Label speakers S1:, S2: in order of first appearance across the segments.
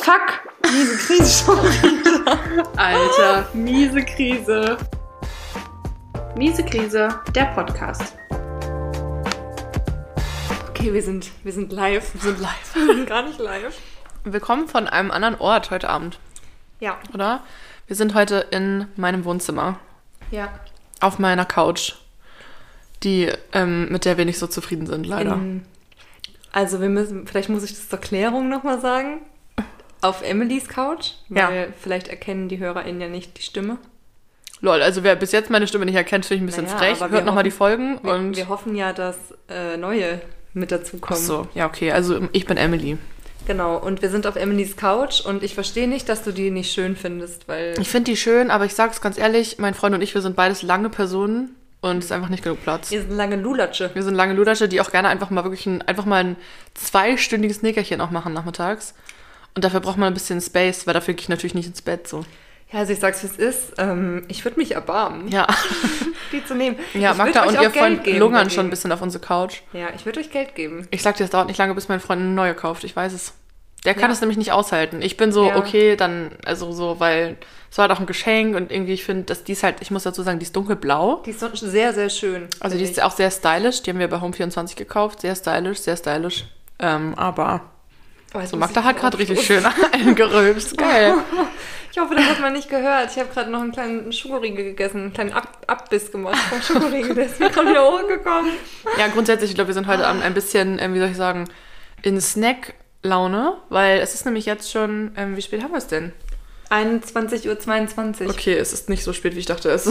S1: Fuck! Miese Krise schon wieder.
S2: Alter, miese Krise. Miese Krise, der Podcast.
S1: Okay, wir sind, wir sind live.
S2: Wir sind live.
S1: Wir sind gar nicht live.
S2: Wir kommen von einem anderen Ort heute Abend,
S1: Ja.
S2: oder? Wir sind heute in meinem Wohnzimmer,
S1: Ja.
S2: auf meiner Couch, die ähm, mit der wir nicht so zufrieden sind, leider.
S1: In, Ähm, also wir müssen, vielleicht muss ich das zur Klärung nochmal sagen. Auf Emilys Couch, weil vielleicht erkennen die HörerInnen ja nicht die Stimme.
S2: Lol, also wer bis jetzt meine Stimme nicht erkennt, finde ich ein bisschen
S1: Naja,
S2: frech.
S1: aber
S2: Hört
S1: wir hoffen-
S2: nochmal die Folgen
S1: Wir,
S2: und.
S1: wir hoffen ja, dass äh, neue mit
S2: Ach
S1: dazukommen.
S2: so, ja, okay. Also ich bin Emily.
S1: Genau, und wir sind auf Emilys Couch und ich verstehe nicht, dass du die nicht schön findest, weil
S2: Ich finde die schön, aber ich sage es ganz ehrlich, mein Freund und ich, wir sind beides lange Personen und es ist einfach nicht genug Platz.
S1: ihr sind lange Lulatsche.
S2: Wir sind lange Ludasche, die auch gerne einfach mal wirklich ein, einfach mal ein zweistündiges Nickerchen auch machen nachmittags. Und dafür braucht man ein bisschen Space, weil dafür gehe ich natürlich nicht ins Bett so.
S1: Ja, also ich sag's, wie es ist. Ähm, ich würde mich erbarmen,
S2: Ja,
S1: die zu nehmen.
S2: ja
S1: ich
S2: Magda
S1: würd euch
S2: und
S1: auch
S2: ihr
S1: Geld
S2: Freund
S1: geben
S2: lungern
S1: dagegen.
S2: schon ein bisschen auf unsere Couch.
S1: Ja, ich würde euch Geld geben.
S2: Ich sag dir, es dauert nicht lange, bis mein Freund eine neue kauft. Ich weiß es. Der kann
S1: Ja.
S2: es nämlich nicht aushalten. Ich bin so,
S1: Ja.
S2: okay, dann, also so, weil es war halt auch ein Geschenk und irgendwie, ich finde, dass die ist halt, ich muss dazu sagen, die ist dunkelblau.
S1: Die ist sonst sehr, sehr schön.
S2: Also
S1: finde
S2: die
S1: ich.
S2: ist auch sehr stylisch. Die haben wir bei Home24 gekauft. Sehr stylisch, sehr stylisch. Ähm, aber
S1: Oh, jetzt
S2: so,
S1: muss
S2: Magda
S1: ich-
S2: hat gerade richtig schön eingerülpst. Geil.
S1: Ich hoffe, das hat man nicht gehört. Ich habe gerade noch einen kleinen Schokoriegel gegessen, einen kleinen Ab Abbiss gemacht vom Schokoriegel. Der ist mir gerade wieder hochgekommen.
S2: Ja, grundsätzlich, ich glaube, wir sind heute Abend ein bisschen, ähm, wie soll ich sagen, in Snack-Laune, weil es ist nämlich jetzt schon, ähm, wie spät haben wir es denn?
S1: 21.22 Uhr.
S2: Okay, es ist nicht so spät, wie ich dachte. Es,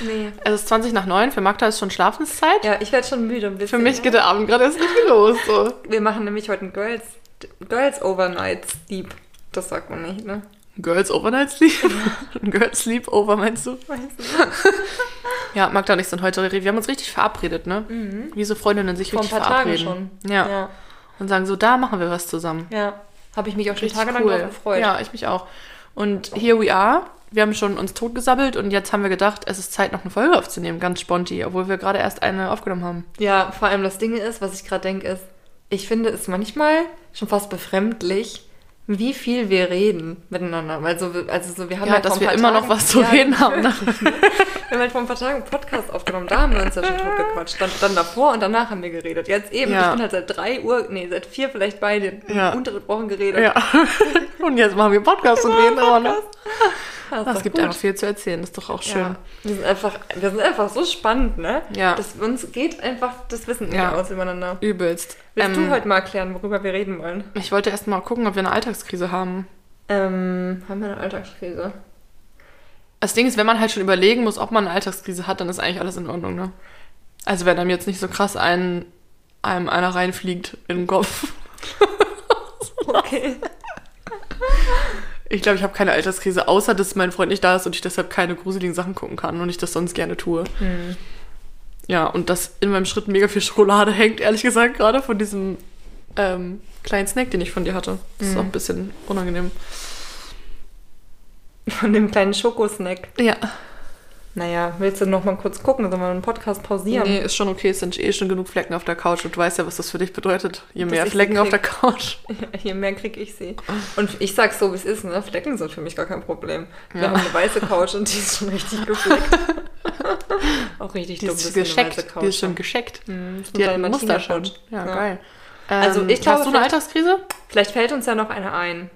S1: Nee.
S2: es ist 20 nach 9, für Magda ist schon Schlafenszeit.
S1: Ja, ich werde schon müde ein bisschen.
S2: Für mich geht der Abend gerade erst richtig los. So.
S1: Wir machen nämlich heute ein Girls, Girls Overnight Sleep. Das sagt man nicht, ne?
S2: Girls Overnight Sleep? Girls Sleep Over, meinst du?
S1: Weißt du?
S2: Ja, Magda und ich sind heute, wir haben uns richtig verabredet, ne? Wie so Freundinnen sich
S1: Vor ein
S2: richtig
S1: paar Tagen
S2: verabreden.
S1: schon.
S2: Ja.
S1: Ja.
S2: Und sagen so, da machen wir was zusammen.
S1: ja. Habe ich mich auch schon
S2: Richtig
S1: tagelang drauf gefreut.
S2: Ja, ich mich auch. Und here we are. Wir haben schon uns totgesabbelt und jetzt haben wir gedacht, es ist Zeit, noch eine Folge aufzunehmen, ganz sponti, obwohl wir gerade erst eine aufgenommen haben.
S1: Ja, vor allem das Ding ist, was ich gerade denke, ist, ich finde es manchmal schon fast befremdlich, wie viel wir reden miteinander. Also, wir- also so, wir haben
S2: Ja,
S1: halt vor
S2: dass
S1: ein
S2: wir
S1: paar
S2: immer
S1: Tagen-
S2: noch was zu
S1: Ja,
S2: reden haben. ne?
S1: Wir haben halt vor ein paar Tagen einen Podcast aufgenommen, da haben wir uns ja schon tot gequatscht. Dann, dann davor und danach haben wir geredet. Jetzt eben,
S2: Ja.
S1: ich bin halt seit drei Uhr, nee, seit vier vielleicht beide
S2: Ja.
S1: unterbrochen geredet.
S2: ja. Und jetzt machen wir Podcast und reden immer noch.
S1: Das,
S2: Es gibt einfach viel zu erzählen, das ist doch auch schön.
S1: Ja. Wir, sind einfach, wir sind einfach so spannend, ne?
S2: Ja.
S1: Das, uns geht einfach das Wissen nicht
S2: Ja.
S1: aus übereinander.
S2: Übelst.
S1: Willst
S2: Ähm,
S1: du heute mal erklären, worüber wir reden wollen?
S2: Ich wollte erst mal gucken, ob wir eine Alltagskrise haben.
S1: Ähm, haben wir eine Alltagskrise?
S2: Das Ding ist, wenn man halt schon überlegen muss, ob man eine Alltagskrise hat, dann ist eigentlich alles in Ordnung, ne? Also wenn einem jetzt nicht so krass ein, einem einer reinfliegt in den Kopf.
S1: Okay.
S2: Ich glaube, ich habe keine Alterskrise, außer dass mein Freund nicht da ist und ich deshalb keine gruseligen Sachen gucken kann und ich das sonst gerne tue. Ja, und dass in meinem Schritt mega viel Schokolade hängt, ehrlich gesagt, gerade von diesem ähm, kleinen Snack, den ich von dir hatte. Das ist auch ein bisschen unangenehm.
S1: Von dem kleinen Schokosnack.
S2: Ja.
S1: Naja, willst du noch mal kurz gucken? Sollen wir einen Podcast pausieren?
S2: Nee, ist schon okay, es sind eh schon genug Flecken auf der Couch und du weißt ja, was das für dich bedeutet. Je
S1: Dass
S2: mehr
S1: ich sie
S2: Flecken auf der
S1: krieg.
S2: Couch.
S1: Je mehr krieg ich sie. Und ich sag's so, wie es ist, ne? Flecken sind für mich gar kein Problem. Wir haben eine weiße Couch und die ist schon richtig gefleckt. Auch richtig
S2: Die
S1: dumm,
S2: ist
S1: dass wir eine weiße
S2: gescheckt.
S1: Couch
S2: Die ist schon
S1: haben.
S2: gescheckt.
S1: Das ist
S2: Die
S1: eine
S2: hat ein Muster schon.
S1: Dalmatiner-Couch.
S2: Ja,
S1: Ja.
S2: geil.
S1: Also
S2: Ähm,
S1: ich glaube,
S2: hast du eine
S1: vielleicht-
S2: Alltagskrise?
S1: Vielleicht fällt uns ja noch eine ein.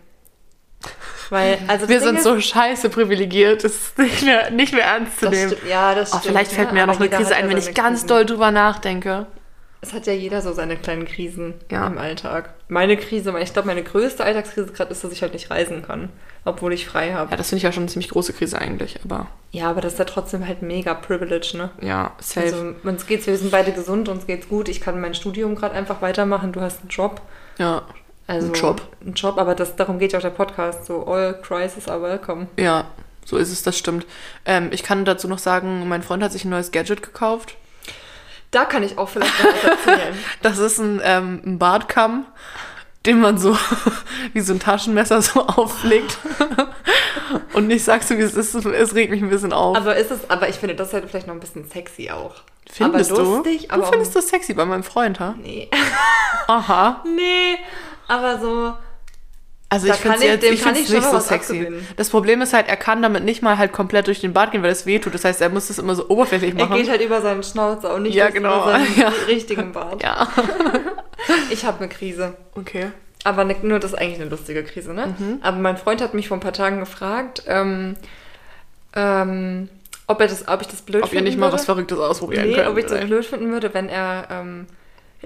S1: Weil, also das
S2: Wir
S1: Ding
S2: sind
S1: ist,
S2: so scheiße privilegiert, das ist nicht mehr, nicht mehr ernst zu
S1: das
S2: nehmen.
S1: sti- Ja, das
S2: Oh,
S1: stimmt.
S2: vielleicht fällt
S1: ne?
S2: mir ja
S1: Aber
S2: noch eine
S1: jeder
S2: Krise
S1: hat
S2: ein,
S1: ja
S2: wenn
S1: seine
S2: ich ganz
S1: Krisen.
S2: doll drüber nachdenke.
S1: Es hat ja jeder so seine kleinen Krisen
S2: Ja.
S1: im Alltag. Meine Krise, ich glaube, meine größte Alltagskrise gerade ist, dass ich halt nicht reisen kann, obwohl ich frei habe.
S2: Ja, das finde ich ja schon eine ziemlich große Krise eigentlich, aber
S1: Ja, aber das ist ja trotzdem halt mega Privilege, ne?
S2: ja, safe.
S1: Also uns geht's, wir sind beide gesund, uns geht's gut. Ich kann mein Studium gerade einfach weitermachen. Du hast einen Job.
S2: ja,
S1: Also
S2: Ein Job.
S1: Ein Job, aber das, darum geht ja auch der Podcast. So, all crisis are welcome.
S2: ja, so ist es, das stimmt. Ähm, ich kann dazu noch sagen, mein Freund hat sich ein neues Gadget gekauft.
S1: Da kann ich auch vielleicht noch was erzählen.
S2: Das ist ein, ähm, ein Bartkamm, den man so wie so ein Taschenmesser so auflegt. und nicht sagst du, wie es ist, es regt mich ein bisschen auf.
S1: Aber ist es, aber ich finde das halt vielleicht noch ein bisschen sexy auch.
S2: findest
S1: aber
S2: du?
S1: lustig,
S2: du
S1: aber auch-
S2: findest das sexy bei meinem Freund, ha?
S1: Nee.
S2: Aha.
S1: nee, aber so.
S2: Also
S1: Da
S2: ich finde
S1: kann ich-
S2: jetzt
S1: dem
S2: ich
S1: kann
S2: find's
S1: ich schon
S2: nicht
S1: mal
S2: so
S1: was
S2: sexy.
S1: abgewinnen.
S2: Das Problem ist halt, er kann damit nicht mal halt komplett durch den Bart gehen, weil es weh tut. Das heißt, er muss das immer so oberflächlich
S1: Er
S2: machen.
S1: geht halt über seinen Schnauzer und nicht
S2: Ja,
S1: das-
S2: genau,
S1: über seinen
S2: ja.
S1: richtigen Bart.
S2: ja.
S1: Ich habe eine Krise.
S2: Okay.
S1: Aber ne, nur das ist eigentlich eine lustige Krise, ne?
S2: Mhm.
S1: Aber mein Freund hat mich vor ein paar Tagen gefragt, ähm, ähm, ob, er das, ob ich das blöd
S2: Ob ihr
S1: finden
S2: nicht mal
S1: würde.
S2: was Verrücktes ausprobieren
S1: Nee,
S2: könnt.
S1: ob ich das
S2: oder?
S1: blöd finden würde, wenn er ähm,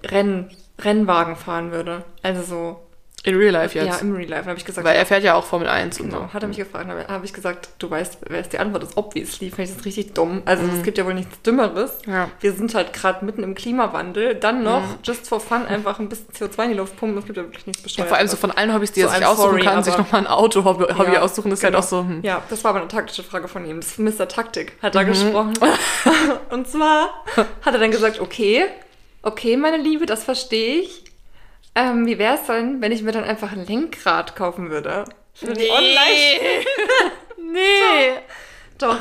S1: Renn, Rennwagen fahren würde. Also so,
S2: In real life
S1: ja,
S2: jetzt.
S1: im Real Life. Dann habe ich gesagt,
S2: weil er fährt ja auch Formel 1 und
S1: genau,
S2: so.
S1: hat er mich gefragt, dann habe ich gesagt, du weißt, wer ist die Antwort? Ist obviously, finde ich das richtig dumm. Also es gibt ja wohl nichts Dümmeres.
S2: Mhm. Ja. Mhm.
S1: Wir sind halt gerade mitten im Klimawandel. Dann noch, just for fun, einfach ein bisschen CO2 in die Luft pumpen. Es gibt ja wirklich nichts
S2: Ja,
S1: Bescheuertes.
S2: vor allem so von allen Hobbys, die er
S1: So,
S2: sich
S1: I'm
S2: aussuchen
S1: sorry,
S2: kann, sich
S1: aber-
S2: nochmal ein Auto-Hobby Hobby
S1: Ja,
S2: aussuchen, ist halt
S1: genau.
S2: auch so. Hm.
S1: Ja, das war aber eine taktische Frage von ihm. Das ist Mr. Taktik, hat
S2: Mhm.
S1: er gesprochen. Und zwar hat er dann gesagt, okay, okay, meine Liebe, das verstehe ich. Ähm, wie wäre es denn, wenn ich mir dann einfach ein Lenkrad kaufen würde? Für die Online
S2: nee.
S1: doch,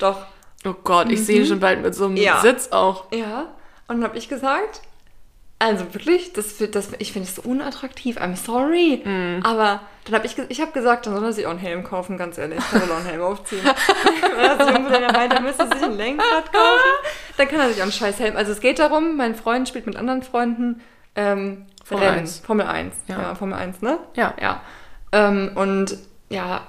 S1: doch.
S2: Oh Gott, ich sehe ihn schon bald mit so einem
S1: Mhm. Ja.
S2: Sitz auch.
S1: Ja. Und dann habe ich gesagt, also wirklich, das, fi- das, ich finde es so unattraktiv. I'm sorry.
S2: Mhm.
S1: Aber dann habe ich, ge- ich habe gesagt, dann soll er sich auch einen Helm kaufen, ganz ehrlich. Kann er doch einen Helm aufziehen. also, wenn er meint, er müsste sich ein Lenkrad kaufen, dann kann er sich auch einen scheiß Helm. Also es geht darum, mein Freund spielt mit anderen Freunden ähm,
S2: Formel
S1: Rennen.
S2: 1.
S1: Formel 1. Ja.
S2: Ja.
S1: Formel 1, ne?
S2: Ja.
S1: Ja. Ähm, und ja,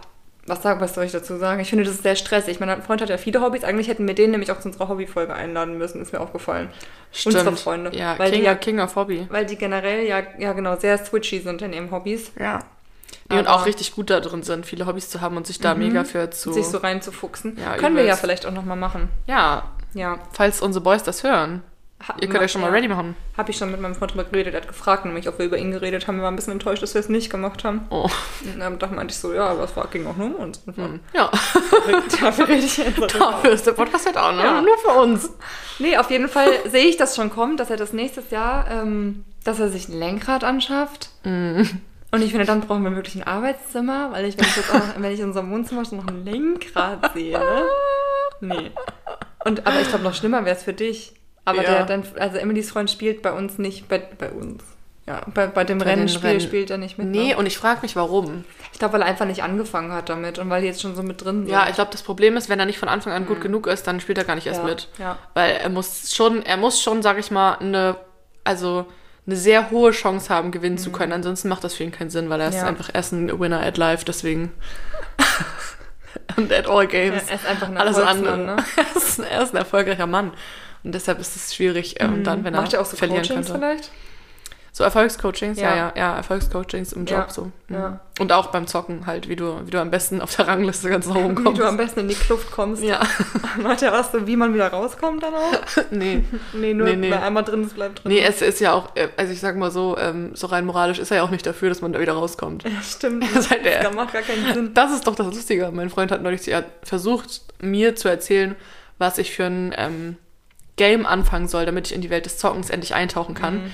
S1: was, sag, was soll ich dazu sagen? Ich finde das ist sehr stressig. Mein Freund hat ja viele Hobbys. Eigentlich hätten wir den nämlich auch zu unserer Hobbyfolge einladen müssen, ist mir aufgefallen. Unsere Freunde.
S2: Ja,
S1: weil,
S2: King,
S1: die ja,
S2: King of Hobby.
S1: weil die generell ja, ja genau sehr switchy sind in ihren Hobbys.
S2: Ja. Die und
S1: Aber- Mhm.
S2: auch richtig gut da drin sind, viele Hobbys zu haben und sich da mega für zu.
S1: Sich so reinzufuchsen.
S2: Ja,
S1: Können wir ja
S2: übelst.
S1: vielleicht auch nochmal machen.
S2: ja,
S1: Ja.
S2: falls unsere Boys das hören,
S1: Ha-
S2: ihr könnt euch schon mal
S1: ja.
S2: ready machen.
S1: Habe ich schon mit meinem Freund drüber geredet. Er hat gefragt, nämlich, ob wir über ihn geredet haben. Wir waren ein bisschen enttäuscht, dass wir es nicht gemacht haben.
S2: Oh.
S1: Und dann meinte ich so, ja, aber es war- ging auch nur um uns. Und
S2: Ja,
S1: Dafür rede ich jetzt darüber.
S2: dafür ist der Podcast halt auch, ne?
S1: Ja.
S2: Nur für uns.
S1: Nee, auf jeden Fall sehe ich das schon kommen, dass er das nächstes Jahr, ähm, dass er sich ein Lenkrad anschafft.
S2: Mm.
S1: Und ich finde, dann brauchen wir wirklich ein Arbeitszimmer, weil ich, wenn ich, jetzt auch noch, wenn ich in unserem Wohnzimmer schon noch ein Lenkrad sehe, ne? Nee. Und, aber ich glaube, noch schlimmer wäre es für dich. Aber
S2: Ja.
S1: der, dein, also Emilys Freund spielt bei uns nicht, bei, bei uns. Ja, bei, bei dem
S2: Bei den
S1: Rennenspiel
S2: Rennen.
S1: spielt er nicht mit.
S2: Nee,
S1: ne?
S2: und ich frage mich, warum.
S1: Ich glaube, weil er einfach nicht angefangen hat damit und weil die jetzt schon so mit drin sind.
S2: Ja, ich glaube, das Problem ist, wenn er nicht von Anfang an gut genug ist, dann spielt er gar nicht erst
S1: Mhm. Ja,
S2: mit.
S1: ja.
S2: Weil er muss schon, er muss schon, sag ich mal, eine, also eine sehr hohe Chance haben, gewinnen zu können. Ansonsten macht das für ihn keinen Sinn, weil er ist
S1: Mhm. Ja.
S2: einfach erst ein Winner at life, deswegen. Und at all
S1: Ja,
S2: games.
S1: er ist einfach ein
S2: Alles
S1: Erfolgsmann,
S2: andere.
S1: ne?
S2: Er, ist, er ist ein erfolgreicher Mann. Und deshalb ist es schwierig, ähm, dann, wenn
S1: Mhm. Macht
S2: er
S1: er auch so
S2: verlieren
S1: Coachings
S2: könnte.
S1: vielleicht?
S2: So Erfolgscoachings, ja.
S1: Ja.
S2: ja, ja, Erfolgscoachings im Job
S1: Ja,
S2: so.
S1: ja.
S2: Und auch beim Zocken halt, wie du, wie du am besten auf der Rangliste ganz nach oben
S1: Wie
S2: kommst.
S1: du am besten in die Kluft kommst.
S2: ja,
S1: Macht er was, so, wie man wieder rauskommt dann auch?
S2: nee.
S1: Nee, nur
S2: Nee, nee.
S1: wer einmal drin ist, bleibt drin.
S2: Nee, es ist ja auch, äh, also ich sag mal so, ähm, so rein moralisch ist er ja auch nicht dafür, dass man da wieder rauskommt.
S1: Ja, stimmt.
S2: Das ist halt der-
S1: Das macht gar keinen Sinn.
S2: Das ist doch das Lustige. Mein Freund hat neulich zu- er hat versucht, mir zu erzählen, was ich für ein ähm, Game anfangen soll, damit ich in die Welt des Zockens endlich eintauchen kann.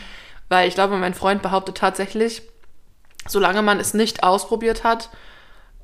S2: Weil ich glaube, mein Freund behauptet tatsächlich, solange man es nicht ausprobiert hat,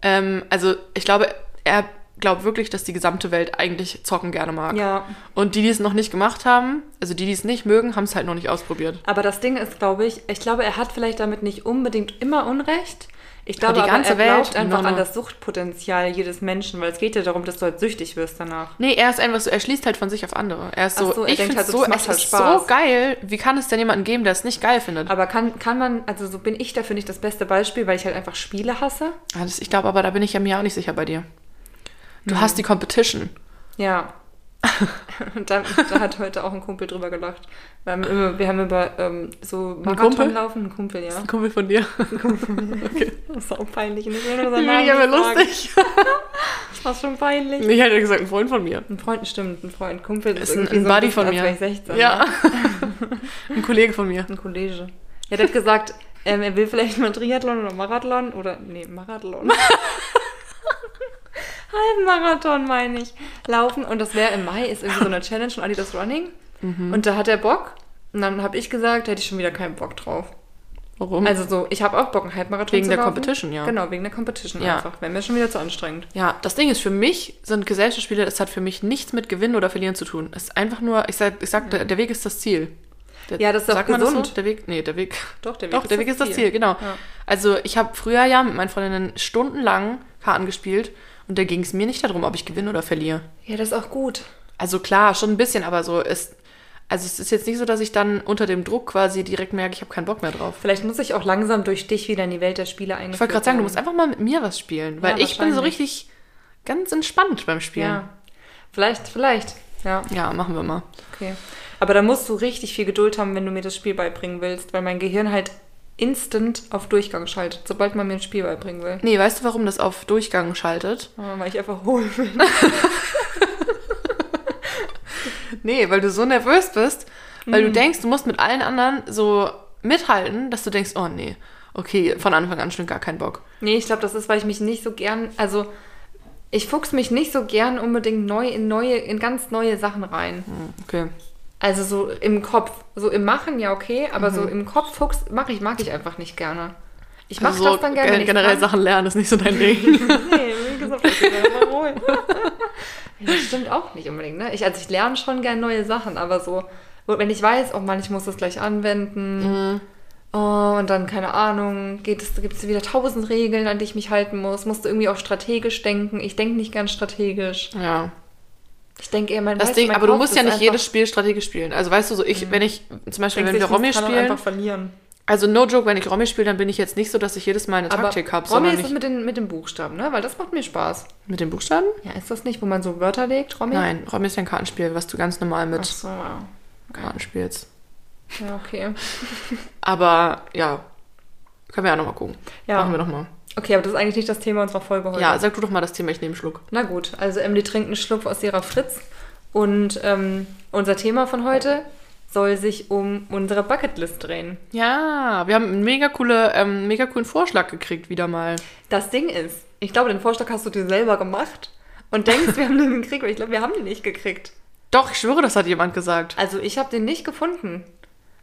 S2: ähm, also ich glaube, er glaubt wirklich, dass die gesamte Welt eigentlich zocken gerne mag.
S1: Ja,
S2: Und die, die es noch nicht gemacht haben, also die, die es nicht mögen, haben es halt noch nicht ausprobiert.
S1: aber das Ding ist, glaube ich, ich glaube, er hat vielleicht damit nicht unbedingt immer Unrecht. Ich glaube,
S2: die
S1: aber
S2: ganze
S1: er glaubt
S2: Welt,
S1: einfach
S2: Nonne.
S1: an das Suchtpotenzial jedes Menschen, weil es geht ja darum, dass du halt süchtig wirst danach.
S2: Nee, er ist einfach so, er schließt halt von sich auf andere. Er ist so,
S1: Ach so, er
S2: ich
S1: denkt
S2: finde
S1: halt so,
S2: so,
S1: das macht
S2: es
S1: halt
S2: ist
S1: Spaß.
S2: so geil. Wie kann es denn jemanden geben, der es nicht geil findet?
S1: Aber kann, kann man, also so bin ich dafür nicht das beste Beispiel, weil ich halt einfach Spiele hasse.
S2: Ah, das- ich glaube aber, da bin ich ja mir auch nicht sicher bei dir.
S1: Mhm.
S2: Du hast die Competition.
S1: Ja. Und da, da hat heute auch ein Kumpel drüber gelacht. Wir haben, immer, wir haben über ähm, so
S2: Kumpel?
S1: Marathon laufen, ein Kumpel, ja.
S2: Ein Kumpel von dir.
S1: Das ist auch peinlich. Ich will nur
S2: Das
S1: seinen
S2: finde
S1: Namen
S2: ich aber
S1: nicht sagen.
S2: lustig.
S1: Das war schon peinlich.
S2: Nee, ich hätte gesagt, ein Freund von mir.
S1: Ein Freund, stimmt, ein Freund, Kumpel.
S2: Ist ein,
S1: irgendwie
S2: ein
S1: so
S2: Buddy
S1: bisschen,
S2: von
S1: als
S2: mir.
S1: wäre ich 16.
S2: ja.
S1: Ne?
S2: ein Kollege von mir.
S1: Ein Kollege. Ja, der hat gesagt, ähm, er will vielleicht mal Triathlon oder Marathon oder, nee, Marathon. Halbmarathon, meine ich, laufen. Und das wäre im Mai, ist irgendwie so eine Challenge von
S2: Mhm.
S1: Adidas Running. Und da hat er Bock. Und dann habe ich gesagt, da hätte ich schon wieder keinen Bock drauf.
S2: Warum?
S1: Also so, ich habe auch Bock, einen Halbmarathon
S2: Mhm. Wegen
S1: zu
S2: der
S1: laufen.
S2: Competition, ja.
S1: Genau, wegen der Competition
S2: Ja.
S1: einfach. Wäre mir schon wieder zu anstrengend.
S2: Ja, das Ding ist, für mich sind Gesellschaftsspiele, es hat für mich nichts mit Gewinnen oder Verlieren zu tun. Es ist einfach nur, ich sag, ich sag der, der Weg ist das Ziel. Der,
S1: Ja, das ist doch
S2: sagt man das
S1: gesund.
S2: so? Der Weg, nee, der Weg.
S1: Doch, der Weg
S2: Doch,
S1: ist
S2: der
S1: das
S2: Weg ist das
S1: Ziel.
S2: Ziel, genau.
S1: Ja.
S2: Also ich habe früher ja mit meinen Freundinnen stundenlang Karten gespielt und da ging es mir nicht darum, ob ich gewinne oder verliere.
S1: Ja, das ist auch gut.
S2: Also klar, schon ein bisschen, aber so ist. Also es ist jetzt nicht so, dass ich dann unter dem Druck quasi direkt merke, ich habe keinen Bock mehr drauf.
S1: Vielleicht muss ich auch langsam durch dich wieder in die Welt der Spiele eingeführt
S2: Ich wollte gerade sagen, du
S1: werden.
S2: musst einfach mal mit mir was spielen, weil
S1: Ja,
S2: ich bin so
S1: wahrscheinlich.
S2: richtig ganz entspannt beim Spielen.
S1: Ja. Vielleicht, vielleicht. Ja,
S2: Ja, machen wir mal.
S1: okay. Aber da musst du richtig viel Geduld haben, wenn du mir das Spiel beibringen willst, weil mein Gehirn halt instant auf Durchgang schaltet, sobald man mir ein Spiel beibringen will.
S2: Nee, weißt du, warum das auf Durchgang schaltet?
S1: Ah, Weil ich einfach hohl bin.
S2: Nee, weil du so nervös bist, weil
S1: Mhm.
S2: du denkst, du musst mit allen anderen so mithalten, dass du denkst, oh nee, okay, von Anfang an schon gar keinen Bock.
S1: Nee, ich glaube, das ist, weil ich mich nicht so gern, also ich fuchs mich nicht so gern unbedingt neu in neue, in ganz neue Sachen rein.
S2: Hm, Okay.
S1: Also so im Kopf. So im Machen ja okay, aber
S2: Mhm.
S1: so im Kopf fuchs mache ich, mag ich einfach nicht gerne. Ich mache
S2: Also so
S1: das dann gerne. ne?
S2: gen-
S1: wenn ich's
S2: generell
S1: kann.
S2: Sachen lernen ist nicht so dein Ding.
S1: Nee, wie gesagt, das ist immer ruhig. Ja, Das stimmt auch nicht unbedingt, ne? Ich, also ich lerne schon gern neue Sachen, aber so, wo- wenn ich weiß, oh Mann, ich muss das gleich
S2: Mhm.
S1: anwenden. Oh, und dann, keine Ahnung, gibt es gibt's wieder tausend Regeln, an die ich mich halten muss. Musst du irgendwie auch strategisch denken. Ich denke nicht gern strategisch.
S2: ja.
S1: Ich denke eher, mein
S2: Das
S1: weißt
S2: Ding,
S1: mein
S2: aber du
S1: Kopf
S2: musst ja
S1: ist
S2: nicht
S1: einfach-
S2: jedes Spiel strategisch spielen. Also weißt du, so ich, wenn ich, zum Beispiel,
S1: denkt
S2: wenn
S1: sich,
S2: wir Rommi
S1: das kann man
S2: spielen,
S1: einfach verlieren.
S2: also no joke, wenn ich Rommi spiele, dann bin ich jetzt nicht so, dass ich jedes Mal eine
S1: Aber
S2: Taktik habe,
S1: Rommi
S2: sondern
S1: ist das
S2: ich,
S1: mit den, mit den Buchstaben, ne? Weil das macht mir Spaß.
S2: mit den Buchstaben?
S1: Ja, ist das nicht, wo man so Wörter legt, Rommi?
S2: Nein, Rommi ist ja ein Kartenspiel, was du ganz normal
S1: Ach
S2: mit
S1: so, ja.
S2: Karten spielst.
S1: Ja, okay.
S2: Aber ja, können wir ja nochmal gucken.
S1: Ja.
S2: Machen wir nochmal.
S1: Okay, aber das ist eigentlich nicht das Thema unserer Folge heute.
S2: Ja, sag du doch mal das Thema, ich nehme einen Schluck.
S1: Na gut, also Emily trinkt einen Schluck aus ihrer Fritz. Und ähm, unser Thema von heute soll sich um unsere Bucketlist drehen.
S2: Ja, wir haben einen mega, coole, ähm, mega coolen Vorschlag gekriegt, wieder mal.
S1: Das Ding ist, ich glaube, den Vorschlag hast du dir selber gemacht und denkst, wir haben den gekriegt, aber ich glaube, wir haben den nicht gekriegt.
S2: Doch, ich schwöre, das hat jemand gesagt.
S1: Also ich habe den nicht gefunden.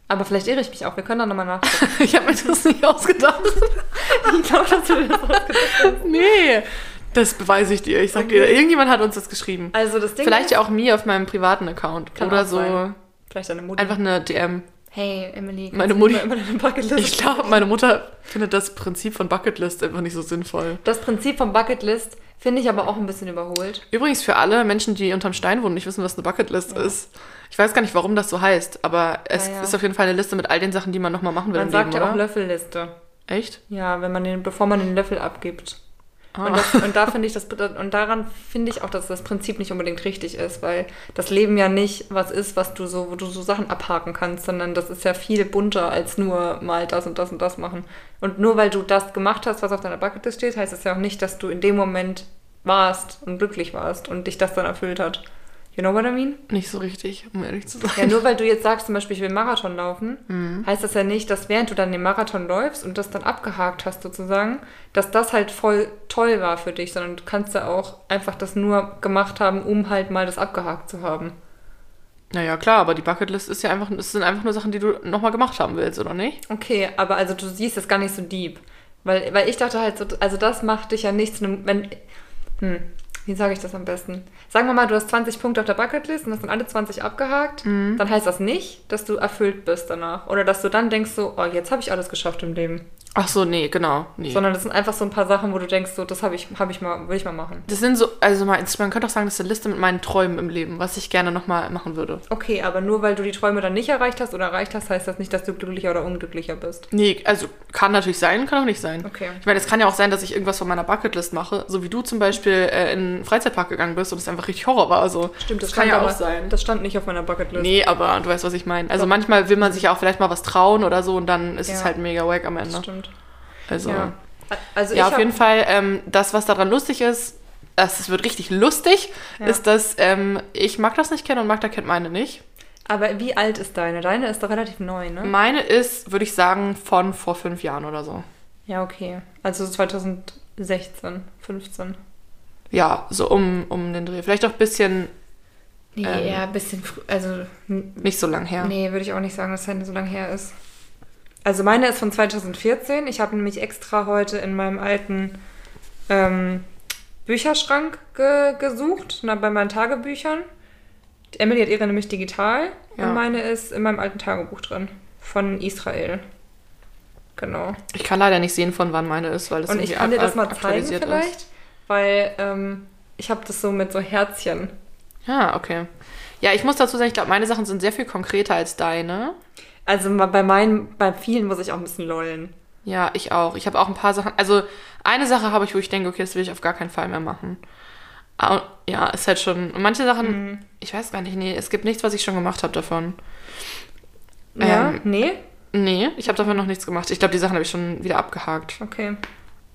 S1: Aber vielleicht irre ich mich auch, wir können da nochmal nachgucken.
S2: ich habe mir das nicht ausgedacht.
S1: ich glaube, dass wir das
S2: nee, das beweise ich dir. Ich sag dir, irgendjemand hat uns das geschrieben.
S1: Also das Ding
S2: Vielleicht
S1: ist,
S2: ja auch mir auf meinem privaten Account.
S1: Kann
S2: Oder
S1: auch
S2: so
S1: sein. vielleicht deine Mutter.
S2: einfach eine DM.
S1: hey, Emily, kannst
S2: Meine
S1: du
S2: Mutti-
S1: mir mal deine Bucketlist
S2: Ich glaube, meine Mutter findet das Prinzip von Bucketlist einfach nicht so sinnvoll.
S1: Das Prinzip von Bucketlist finde ich aber auch ein bisschen überholt.
S2: Übrigens für alle Menschen, die unterm Stein wohnen, nicht wissen, was eine Bucketlist ist. Ich weiß gar nicht, warum das so heißt, aber es
S1: Ja, ja.
S2: ist auf jeden Fall eine Liste mit all den Sachen, die man nochmal machen will
S1: Man
S2: im
S1: sagt
S2: Leben,
S1: ja auch
S2: oder?
S1: Löffelliste.
S2: Echt?
S1: Ja, wenn man den, bevor man den Löffel abgibt. Und,
S2: Ah.
S1: das, und da finde ich das und daran finde ich auch, dass das Prinzip nicht unbedingt richtig ist, weil das Leben ja nicht was ist, was du so, wo du so Sachen abhaken kannst, sondern das ist ja viel bunter als nur mal das und das und das machen. Und nur weil du das gemacht hast, was auf deiner Bucketlist steht, heißt es ja auch nicht, dass du in dem Moment warst und glücklich warst und dich das dann erfüllt hat. You know what I mean?
S2: Nicht so richtig, um ehrlich zu sein.
S1: Ja, nur weil du jetzt sagst, zum Beispiel, ich will Marathon laufen, heißt das ja nicht, dass während du dann den Marathon läufst und das dann abgehakt hast sozusagen, dass das halt voll toll war für dich, sondern du kannst ja auch einfach das nur gemacht haben, um halt mal das abgehakt zu haben.
S2: Naja, klar, aber die Bucketlist ist ja einfach, es sind einfach nur Sachen, die du nochmal gemacht haben willst, oder nicht?
S1: Okay, aber also du siehst das gar nicht so deep. Weil, weil ich dachte halt so, also das macht dich ja nicht zu einem, wenn, hm, wie sage ich das am besten? Sagen wir mal, du hast 20 Punkte auf der Bucketlist und hast dann alle 20 abgehakt,
S2: Mhm.
S1: dann heißt das nicht, dass du erfüllt bist danach. Oder dass du dann denkst so, oh, jetzt habe ich alles geschafft im Leben.
S2: Ach so, nee, genau, nee.
S1: Sondern das sind einfach so ein paar Sachen, wo du denkst so, das habe ich, habe ich mal, will ich mal machen.
S2: das sind so, also man, man könnte auch sagen, das ist eine Liste mit meinen Träumen im Leben, was ich gerne nochmal machen würde.
S1: Okay, aber nur weil du die Träume dann nicht erreicht hast oder erreicht hast, heißt das nicht, dass du glücklicher oder unglücklicher bist.
S2: Nee, also kann natürlich sein, kann auch nicht sein.
S1: Okay.
S2: Ich meine, es kann ja auch sein, dass ich irgendwas von meiner Bucketlist mache, so wie du zum Beispiel äh, in einen Freizeitpark gegangen bist und es einfach richtig Horror war. Also,
S1: stand aber- Das stand nicht auf meiner Bucketlist.
S2: Nee, aber du weißt, was ich meine. Also
S1: Doch.
S2: manchmal will man sich ja auch vielleicht mal was trauen oder so und dann ist es
S1: Ja.
S2: halt mega wack am Ende.
S1: Das stimmt.
S2: Also,
S1: Ja.
S2: ja,
S1: Also ich
S2: auf
S1: hab-
S2: jeden Fall, ähm, das, was daran lustig ist, das, das wird richtig lustig,
S1: Ja.
S2: ist, dass ähm, ich Magdas nicht kenne und Magda kennt meine nicht.
S1: Aber wie alt ist deine? Deine ist doch relativ neu, ne?
S2: Meine ist, würde ich sagen, von vor fünf Jahren oder so.
S1: Ja, okay. Also 2016, 15.
S2: Ja, so um, um den Dreh. Vielleicht auch ein bisschen
S1: Nee,
S2: Ähm.
S1: eher ein bisschen früh. Also, n-
S2: nicht so lang her.
S1: nee, würde ich auch nicht sagen, dass deine so lange her ist. Also meine ist von 2014. Ich habe nämlich extra heute in meinem alten ähm, Bücherschrank ge gesucht, na, bei meinen Tagebüchern. Die Emily hat ihre nämlich digital
S2: Ja.
S1: und meine ist in meinem alten Tagebuch drin. Von Israel. Genau.
S2: Ich kann leider nicht sehen, von wann meine ist, weil das
S1: Und ich
S2: irgendwie
S1: kann dir
S2: ak-
S1: das mal zeigen
S2: aktualisiert
S1: vielleicht, weil ähm, ich habe das so mit so Herzchen.
S2: Ist. Ja, Ah, okay. Ja, ich muss dazu sagen, ich glaube, meine Sachen sind sehr viel konkreter als deine.
S1: Also ma- bei meinen, bei vielen muss ich auch ein bisschen lollen.
S2: Ja, ich auch. Ich habe auch ein paar Sachen. Also eine Sache habe ich, wo ich denke, okay, das will ich auf gar keinen Fall mehr machen. Au- Ja, ist halt schon. und Manche Sachen,
S1: Mhm.
S2: ich weiß gar nicht, nee, es gibt nichts, was ich schon gemacht habe davon.
S1: Ja?
S2: Ähm.
S1: Nee?
S2: Nee, ich habe davon noch nichts gemacht. Ich glaube, die Sachen habe ich schon wieder abgehakt.
S1: Okay.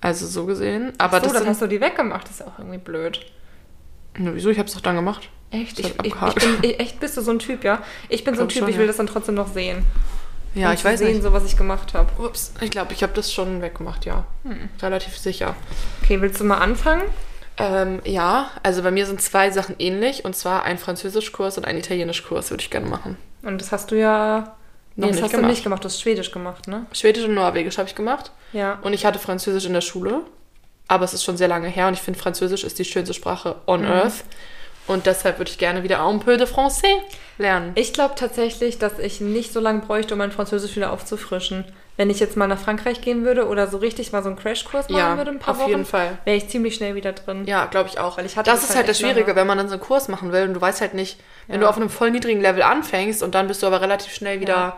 S2: Also so gesehen. Aber
S1: Ach so,
S2: das
S1: dann
S2: sind,
S1: hast du die weggemacht, das ist auch irgendwie blöd.
S2: Nö, wieso? Ich habe es doch dann gemacht.
S1: Echt?
S2: Das
S1: Ich,
S2: hat
S1: ich, ich
S2: abgehakt.
S1: bin, ich, echt bist du so ein Typ, ja? Ich bin so ein
S2: Glaub
S1: Typ,
S2: schon,
S1: ich will
S2: ja.
S1: das dann trotzdem noch sehen.
S2: Ja,
S1: Um
S2: ich
S1: zu
S2: weiß
S1: sehen,
S2: nicht.
S1: so was ich gemacht habe.
S2: Ups, ich glaube, ich habe das schon weggemacht, ja.
S1: Hm.
S2: Relativ sicher.
S1: Okay, willst du mal anfangen?
S2: Ähm, ja, also bei mir sind zwei Sachen ähnlich. Und zwar ein Französischkurs und ein Italienischkurs würde ich gerne machen.
S1: Und das hast du ja.
S2: Noch
S1: Nee, das
S2: nicht
S1: hast du
S2: gemacht.
S1: nicht gemacht, du hast Schwedisch gemacht, ne?
S2: Schwedisch und Norwegisch habe ich gemacht.
S1: Ja.
S2: Und ich hatte Französisch in der Schule, aber es ist schon sehr lange her und ich finde, Französisch ist die schönste Sprache on
S1: Mhm.
S2: earth. Und deshalb würde ich gerne wieder un peu de français lernen.
S1: Ich glaube tatsächlich, dass ich nicht so lange bräuchte, um mein Französisch wieder aufzufrischen. Wenn ich jetzt mal nach Frankreich gehen würde oder so richtig mal so einen Crashkurs machen
S2: Ja,
S1: würde, ein paar
S2: auf
S1: Wochen,
S2: jeden Fall.
S1: wäre ich ziemlich schnell wieder drin.
S2: Ja, glaube ich auch.
S1: Weil ich hatte
S2: das
S1: das
S2: ist
S1: halt
S2: halt das
S1: echt lange.
S2: Schwierige, wenn man dann so einen Kurs machen will und du weißt halt nicht, wenn
S1: Ja.
S2: du auf einem voll niedrigen Level anfängst und dann bist du aber relativ schnell wieder
S1: Ja.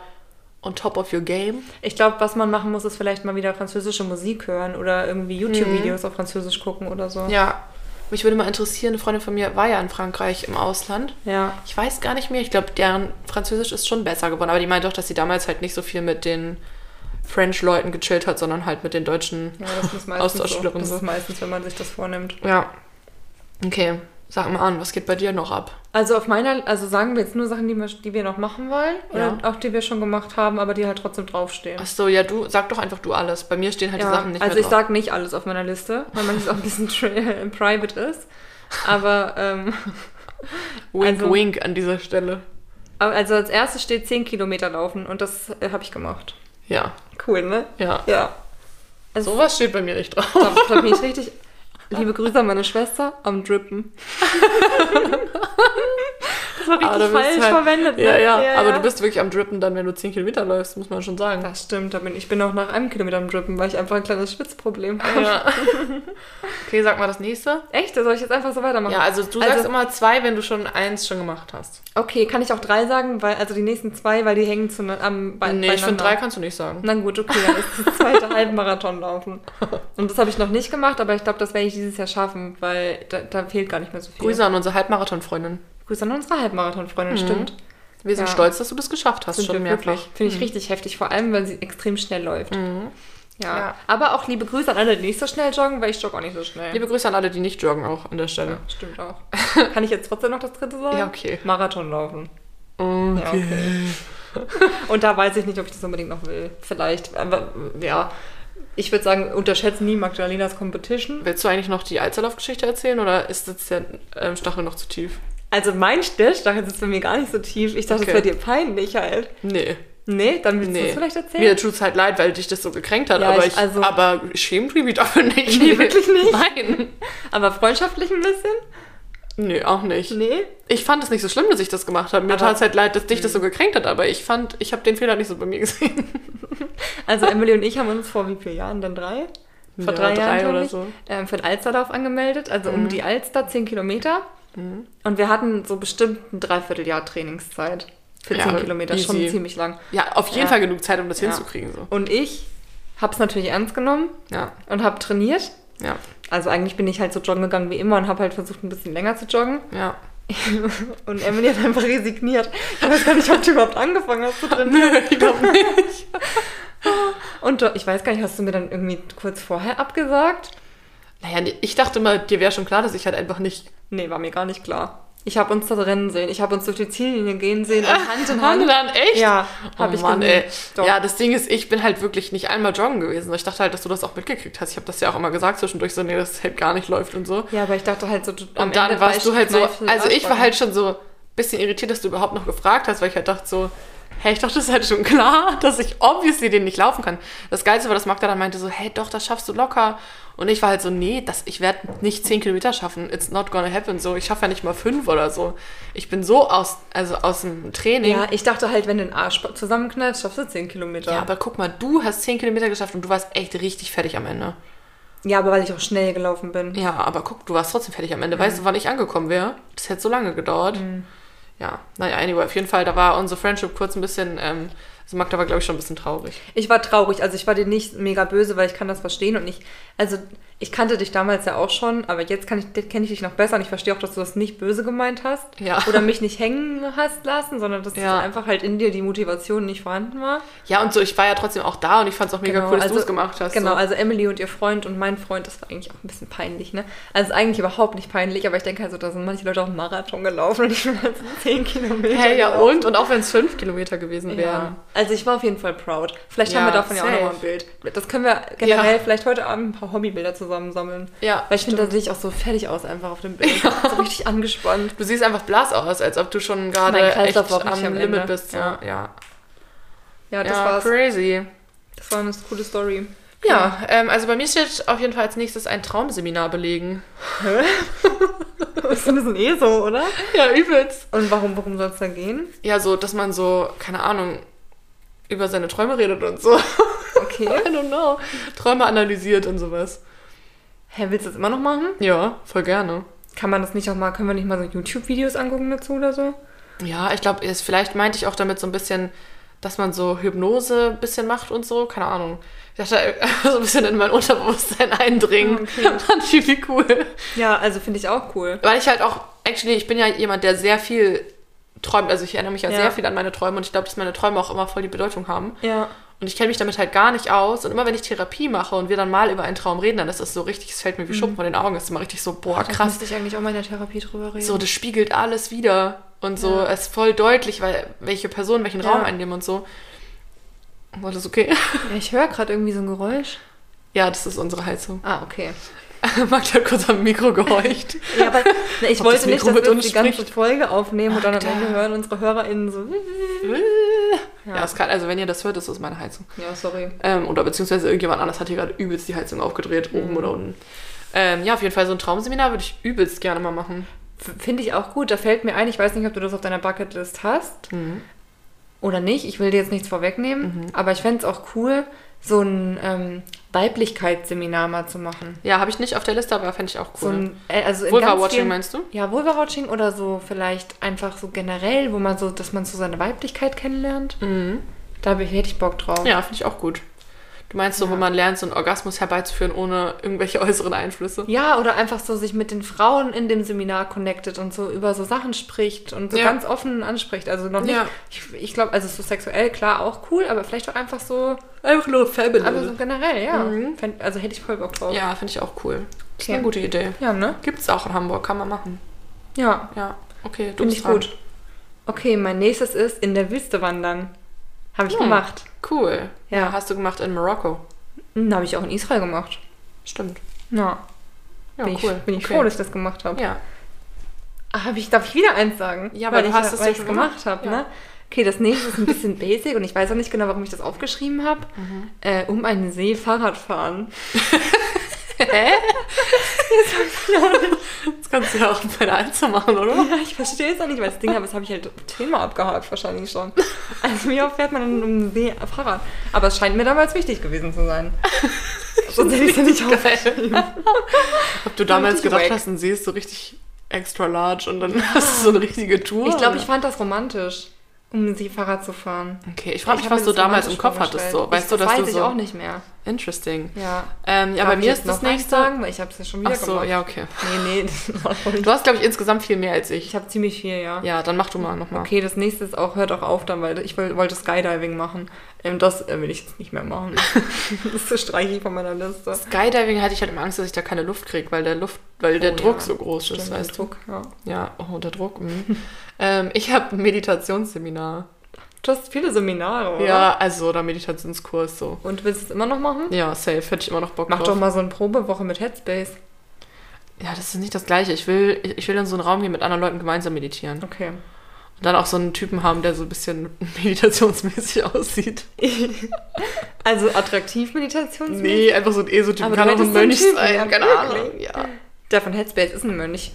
S2: on top of your game.
S1: Ich glaube, was man machen muss, ist vielleicht mal wieder französische Musik hören oder irgendwie YouTube-Videos auf Französisch gucken oder so.
S2: Mhm. Ja. Mich würde mal interessieren, eine Freundin von mir war ja in Frankreich im Ausland.
S1: Ja.
S2: Ich weiß gar nicht mehr. Ich glaube, deren Französisch ist schon besser geworden. Aber die meint doch, dass sie damals halt nicht so viel mit den French-Leuten gechillt hat, sondern halt mit den Deutschen.
S1: Ja, das ist meistens so.
S2: Austauschschlücken.
S1: Das ist meistens, wenn man sich das vornimmt.
S2: Ja. Okay, sag mal an, was geht bei dir noch ab?
S1: Also auf meiner, also sagen wir jetzt nur Sachen, die wir, die wir noch machen wollen
S2: Ja.
S1: oder auch die wir schon gemacht haben, aber die halt trotzdem draufstehen.
S2: Achso, ja, du sag doch einfach du alles. Bei mir stehen halt die
S1: Ja,
S2: Sachen nicht
S1: also
S2: mehr
S1: ich
S2: drauf.
S1: sag nicht alles auf meiner Liste, weil manches auch ein bisschen tra- private ist. Aber ähm,
S2: wink,
S1: also-
S2: wink an dieser Stelle.
S1: aber also als erstes steht 10 Kilometer laufen und das äh, habe ich gemacht.
S2: Ja,
S1: Cool, ne?
S2: ja.
S1: Ja. Also
S2: Sowas steht bei mir nicht drauf.
S1: Da, da bin ich richtig. Liebe Grüße an meine Schwester am Drippen. das war richtig
S2: Ah, du bist
S1: falsch
S2: halt-
S1: verwendet. Ne?
S2: Ja, ja, aber du bist wirklich am Drippen dann, wenn du 10 Kilometer läufst, muss man schon sagen.
S1: Das stimmt, da bin ich bin auch nach einem Kilometer am Drippen, weil ich einfach ein kleines Schwitzproblem habe.
S2: Ja. okay, sag mal das nächste.
S1: Echt? Da soll ich jetzt einfach so weitermachen?
S2: Ja, also du
S1: Also-
S2: sagst immer zwei, wenn du schon eins schon gemacht hast.
S1: Okay, kann ich auch drei sagen, weil also die nächsten zwei, weil die hängen zu, ne- am bei,
S2: nee, ich finde drei
S1: beieinander.
S2: kannst du nicht sagen.
S1: Na gut, okay, dann ist das zweite Halbmarathon laufen. Und das habe ich noch nicht gemacht, aber ich glaube, das werde ich dieses Jahr schaffen, weil da, da fehlt gar nicht mehr so viel.
S2: Grüße an unsere Halbmarathon-Freundin.
S1: Grüße an unsere Halbmarathon-Freundin, stimmt.
S2: Wir sind
S1: Ja.
S2: stolz, dass du das geschafft hast,
S1: Sind
S2: schon
S1: wir
S2: mehrfach. Mhm.
S1: wirklich. Finde ich richtig heftig, vor allem, wenn sie extrem schnell läuft. Ja.
S2: Ja.
S1: Aber auch liebe Grüße an alle, die nicht so schnell joggen, weil ich jogge auch nicht so schnell.
S2: Liebe Grüße an alle, die nicht joggen, auch an der Stelle.
S1: ja, stimmt auch. Kann ich jetzt trotzdem noch das dritte sagen?
S2: Ja, okay.
S1: Marathon laufen.
S2: Okay.
S1: Ja, okay. Und da weiß ich nicht, ob ich das unbedingt noch will. Vielleicht, aber ja. Ich würde sagen, unterschätzt nie Magdalenas Competition.
S2: Willst du eigentlich noch die Alzerlauf-Geschichte erzählen oder ist jetzt der ähm, Stachel noch zu tief?
S1: Also mein Stich, da sitzt bei mir gar nicht so tief. Ich dachte,
S2: Okay.
S1: das wäre dir peinlich halt.
S2: Nee.
S1: Nee, dann willst du
S2: Nee.
S1: es vielleicht erzählen.
S2: Mir tut es halt leid, weil dich das so gekränkt hat,
S1: Ja,
S2: aber,
S1: ich-
S2: ich,
S1: also-
S2: aber schämt mich dafür nicht.
S1: Nee, wirklich nicht?
S2: Nein.
S1: Aber freundschaftlich ein bisschen?
S2: Nee, auch nicht.
S1: Nee.
S2: Ich fand es nicht so schlimm, dass ich das gemacht habe. Mir
S1: Aber-
S2: tat es halt leid, dass dich das so gekränkt hat, aber ich fand, ich habe den Fehler nicht so bei mir gesehen.
S1: Also Emily und ich haben uns vor wie vielen Jahren denn drei? Vor
S2: Ja,
S1: drei,
S2: drei
S1: Jahren
S2: oder
S1: oder ich,
S2: so. Mhm.
S1: ähm, für den Alsterdorf angemeldet, also um die Alster, zehn Kilometer. Und wir hatten so bestimmt ein Dreivierteljahr Trainingszeit für
S2: Ja,
S1: zehn Kilometer, schon
S2: easy.
S1: ziemlich lang.
S2: Ja, auf jeden
S1: Ja.
S2: Fall genug Zeit, um das
S1: Ja.
S2: hinzukriegen. So.
S1: Und ich habe es natürlich ernst genommen
S2: Ja,
S1: und habe trainiert.
S2: ja,
S1: Also eigentlich bin ich halt so joggen gegangen wie immer und habe halt versucht, ein bisschen länger zu joggen.
S2: ja.
S1: Und Emily hat einfach resigniert. Ich weiß gar nicht, ob du überhaupt angefangen hast zu trainieren.
S2: Nö, ich glaube nicht.
S1: Und du- ich weiß gar nicht, hast du mir dann irgendwie kurz vorher abgesagt?
S2: Naja, nee, ich dachte mal, dir wäre schon klar, dass ich halt einfach nicht
S1: Nee, war mir gar nicht klar. Ich habe uns da rennen sehen. Ich habe uns durch die Ziellinie gehen sehen. Und Hand in
S2: Hand in
S1: Hand.
S2: Hand, echt?
S1: Ja,
S2: Oh
S1: habe ich
S2: Mann,
S1: gesehen.
S2: ey.
S1: Doch.
S2: Ja, das Ding ist, ich bin halt wirklich nicht einmal joggen gewesen. Ich dachte halt, dass du das auch mitgekriegt hast. Ich habe das ja auch immer gesagt zwischendurch, so, nee, das halt gar nicht läuft und so.
S1: ja, aber ich dachte halt so. du- am
S2: und dann
S1: Ende war
S2: warst
S1: ich
S2: du halt so,
S1: knallfit
S2: also ich war
S1: abgefuckt.
S2: halt schon so ein bisschen irritiert, dass du überhaupt noch gefragt hast, weil ich halt dachte so, Hä, ich dachte, es halt schon klar, dass ich obviously den nicht laufen kann. Das Geilste war, dass Magda dann meinte so, hey, doch, das schaffst du locker. Und ich war halt so, nee, das, ich werde nicht 10 Kilometer schaffen. It's not gonna happen. So, ich schaffe ja nicht mal 5 oder so. Ich bin so aus, also aus dem Training.
S1: Ja, ich dachte halt, wenn du den Arsch zusammenknallst, schaffst du 10 Kilometer.
S2: Ja, aber guck mal, du hast 10 Kilometer geschafft und du warst echt richtig fertig am Ende.
S1: Ja, aber weil ich auch schnell gelaufen bin.
S2: Ja, aber guck, du warst trotzdem fertig am
S1: Mhm.
S2: Ende. Weißt du, wann ich angekommen wäre? Das hätte so lange gedauert. Ja, naja, anyway, auf jeden Fall, da war unsere Friendship kurz ein bisschen, ähm, also Magda war, glaube ich, schon ein bisschen traurig.
S1: Ich war traurig, also ich war dir nicht mega böse, weil ich kann das verstehen und ich, also ich kannte dich damals ja auch schon, aber jetzt kann ich, kenne ich dich noch besser und ich verstehe auch, dass du das nicht böse gemeint hast
S2: Ja.
S1: oder mich nicht hängen hast lassen, sondern dass
S2: Ja.
S1: einfach halt in dir die Motivation nicht vorhanden war.
S2: Ja, und so, ich war ja trotzdem auch da und ich fand es auch mega cool, dass du es gemacht hast.
S1: Genau,
S2: so.
S1: also Emily und ihr Freund und mein Freund, das war eigentlich auch ein bisschen peinlich, ne? Also eigentlich überhaupt nicht peinlich, aber ich denke halt so, da sind manche Leute auch einen Marathon gelaufen und ich bin halt so 10 Kilometer.
S2: Hey, ja,
S1: gelaufen.
S2: und? Und auch wenn es fünf Kilometer gewesen
S1: Ja.
S2: wären.
S1: Also ich war auf jeden Fall proud. Vielleicht haben wir
S2: Ja,
S1: davon ja auch
S2: safe.
S1: nochmal ein Bild. Das können wir generell
S2: Ja.
S1: vielleicht heute Abend ein paar Hobbybilder zusammensammeln.
S2: Ja,
S1: Weil ich finde, da sehe ich auch so fertig aus einfach auf dem Bild. So richtig angespannt.
S2: Du siehst einfach blass aus, als ob du schon gerade
S1: Mein
S2: echt
S1: Kreislauf war
S2: am,
S1: richtig am
S2: Limit
S1: Ende.
S2: bist. So.
S1: Ja.
S2: Ja, ja.
S1: Ja, das
S2: ja
S1: war's.
S2: crazy.
S1: Das war eine coole Story.
S2: Ja, ähm, also bei mir steht auf jeden Fall als nächstes ein Traumseminar belegen.
S1: Das ist ein bisschen eh so, oder?
S2: Ja, übelst.
S1: Und warum, warum soll es da gehen?
S2: Ja, so, dass man so, keine Ahnung, über seine Träume redet und so.
S1: Okay.
S2: I don't know. Träume analysiert und sowas.
S1: Hä, willst du das immer noch machen?
S2: Ja, voll gerne.
S1: Kann man das nicht auch mal, können wir nicht mal so YouTube-Videos angucken dazu oder so?
S2: Ja, ich glaube, es- vielleicht meinte ich auch damit so ein bisschen, dass man so Hypnose ein bisschen macht und so. Keine Ahnung. Ich dachte, so ein bisschen in mein Unterbewusstsein eindringen.
S1: Okay.
S2: Fand ich irgendwie cool.
S1: Ja, also finde ich auch cool.
S2: Weil ich halt auch, actually, ich bin ja jemand, der sehr viel träumt. Also ich erinnere mich ja,
S1: Ja.
S2: sehr viel an meine Träume und ich glaube, dass meine Träume auch immer voll die Bedeutung haben.
S1: Ja.
S2: Und ich kenne mich damit halt gar nicht aus. Und immer wenn ich Therapie mache und wir dann mal über einen Traum reden, dann ist das so richtig, es fällt mir wie
S1: Mhm.
S2: Schuppen von den Augen. Es ist immer richtig so, boah, krass.
S1: Krass. ich eigentlich auch mal in der Therapie drüber reden.
S2: So, das spiegelt alles wieder. Und so,
S1: Ja.
S2: es ist voll deutlich, weil welche Person welchen
S1: Ja.
S2: Raum einnehmen und so. Und Alles okay?
S1: Ja, ich höre gerade irgendwie so ein Geräusch.
S2: Ja, das ist unsere Heizung.
S1: Ah, okay.
S2: Magda hat kurz am Mikro gehorcht.
S1: Ja, aber ne, ich
S2: Ob das
S1: wollte nicht,
S2: Mikro
S1: dass
S2: mit
S1: wir
S2: uns
S1: uns die ganze
S2: spricht?
S1: Folge aufnehmen und dann am
S2: Magda.
S1: Ende hören unsere HörerInnen so. "Hm,
S2: ja, es kann, also wenn ihr das hört, das ist meine Heizung.
S1: Ja, sorry.
S2: Ähm, oder beziehungsweise irgendjemand anders hat hier gerade übelst die Heizung aufgedreht,
S1: Mhm.
S2: oben oder unten. Ähm, ja, auf jeden Fall so ein Traumseminar würde ich übelst gerne mal machen.
S1: Finde ich auch gut. Da fällt mir ein, ich weiß nicht, ob du das auf deiner Bucketlist hast oder nicht. Ich will dir jetzt nichts vorwegnehmen, aber ich fände es auch cool, so ein ähm, Weiblichkeitsseminar mal zu machen.
S2: Ja, habe ich nicht auf der Liste, aber fände ich auch
S1: So
S2: cool.
S1: ein, äh, also in ganz
S2: Vulva-Watching
S1: vielen,
S2: meinst du?
S1: Ja, Vulva-Watching oder so vielleicht einfach so generell, wo man so, dass man so seine Weiblichkeit kennenlernt. Da hab ich- hätte ich Bock drauf.
S2: Mhm. Ja, finde ich auch gut. Du meinst so, wo man lernt, so einen Orgasmus herbeizuführen ohne irgendwelche äußeren Einflüsse?
S1: Ja, oder einfach so sich mit den Frauen in dem Seminar connectet und so über so Sachen spricht und so
S2: Ja.
S1: ganz offen anspricht. Also noch nicht,
S2: Ja.
S1: ich, ich glaube, also so sexuell, klar, auch cool, aber vielleicht auch einfach so,
S2: Einfach nur Family.
S1: aber so generell, ja.
S2: Mhm.
S1: Fänd, also hätte ich voll Bock drauf.
S2: Ja, finde ich auch cool. Das ist
S1: Okay.
S2: eine gute Idee.
S1: Ja, ne?
S2: Gibt's auch in Hamburg, kann man machen.
S1: Ja,
S2: Ja, okay, du
S1: finde
S2: bist
S1: ich
S2: dran.
S1: gut. Okay, mein nächstes ist in der Wüste wandern. Habe ich
S2: Hm.
S1: gemacht.
S2: Cool.
S1: Ja.
S2: Hast du gemacht in Marokko.
S1: Hm, Habe ich auch in Israel gemacht.
S2: Stimmt.
S1: Ja,
S2: Ja,
S1: bin
S2: Oh, cool.
S1: ich, bin ich
S2: Okay. Ah,
S1: froh, dass ich das gemacht habe.
S2: Ja.
S1: Hab ich, darf ich wieder eins sagen?
S2: Ja, aber du
S1: ich,
S2: hast es
S1: weil
S2: ja
S1: ich's
S2: schon
S1: gemacht
S2: gemacht.
S1: habe.
S2: Ja.
S1: Ne? Okay, das nächste ist ein bisschen basic und ich weiß auch nicht genau, warum ich das aufgeschrieben habe.
S2: Mhm.
S1: Äh, um einen See Fahrrad fahren.
S2: Hä? das kannst du ja auch bei der Einzel machen, oder?
S1: Ja, ich verstehe es auch nicht, weil das Ding, aber das habe ich halt Thema abgehakt wahrscheinlich schon. Also wie oft fährt man denn um einen See Fahrrad? Aber es scheint mir damals wichtig gewesen zu sein. Sonst hätte ich es ja nicht aufgeschrieben.
S2: Ob du damals
S1: Richtig
S2: gedacht
S1: wack.
S2: hast, ein See ist so richtig extra large und dann hast du so eine richtige Tour.
S1: Ich glaube,
S2: oder?
S1: ich fand das romantisch, um einen See Fahrrad zu fahren.
S2: Okay, ich frage
S1: Ich
S2: mich,
S1: hab
S2: was
S1: mir
S2: du
S1: das
S2: damals im
S1: romantisch
S2: Kopf
S1: vorgestellt.
S2: hattest. So. Weißt du,
S1: ich,
S2: dass
S1: das
S2: du
S1: weiß
S2: so.
S1: ich auch nicht mehr.
S2: Interesting.
S1: Ja.
S2: Ähm, ja,
S1: Darf
S2: bei
S1: ich
S2: mir
S1: jetzt
S2: ist das
S1: noch eins
S2: nächste.
S1: Sagen, weil ich habe es ja schon wieder
S2: Ach so,
S1: gemacht.
S2: ja, okay.
S1: Nee, nee, das war voll
S2: Du hast, glaube ich, insgesamt viel mehr als ich.
S1: Ich habe ziemlich viel, ja.
S2: Ja, dann mach du mal nochmal.
S1: Okay, das nächste ist auch, hört auch auf dann, weil ich woll- wollte Skydiving machen. Ähm, das äh, will ich jetzt nicht mehr machen. das streiche ich von meiner Liste.
S2: Skydiving hatte ich halt immer Angst, dass ich da keine Luft kriege, weil der Luft, weil der
S1: Oh,
S2: Druck
S1: ja.
S2: so groß ist,
S1: Stimmt,
S2: weißt du?
S1: Druck, ja.
S2: Ja, oh, der Druck. mhm. ähm, ich habe ein Meditationsseminar.
S1: Du hast viele Seminare, oder?
S2: Ja, also oder Meditationskurs so.
S1: Und willst du es immer noch machen?
S2: Ja, safe, hätte ich immer noch Bock
S1: Mach
S2: drauf.
S1: doch mal so eine Probewoche mit Headspace.
S2: Ja, das ist nicht das Gleiche. Ich will, ich will in so einen Raum gehen mit anderen Leuten gemeinsam meditieren.
S1: Okay.
S2: Und dann auch so einen Typen haben, der so ein bisschen meditationsmäßig aussieht.
S1: Also attraktiv meditationsmäßig?
S2: Nee, einfach so ein ESO-Typ.
S1: Aber
S2: Kann
S1: du
S2: auch ein
S1: hättest so einen
S2: Mönch
S1: Typen, ja,
S2: sein, keine Ahnung.
S1: wirklich.
S2: Ja.
S1: Der von Headspace ist ein Mönch.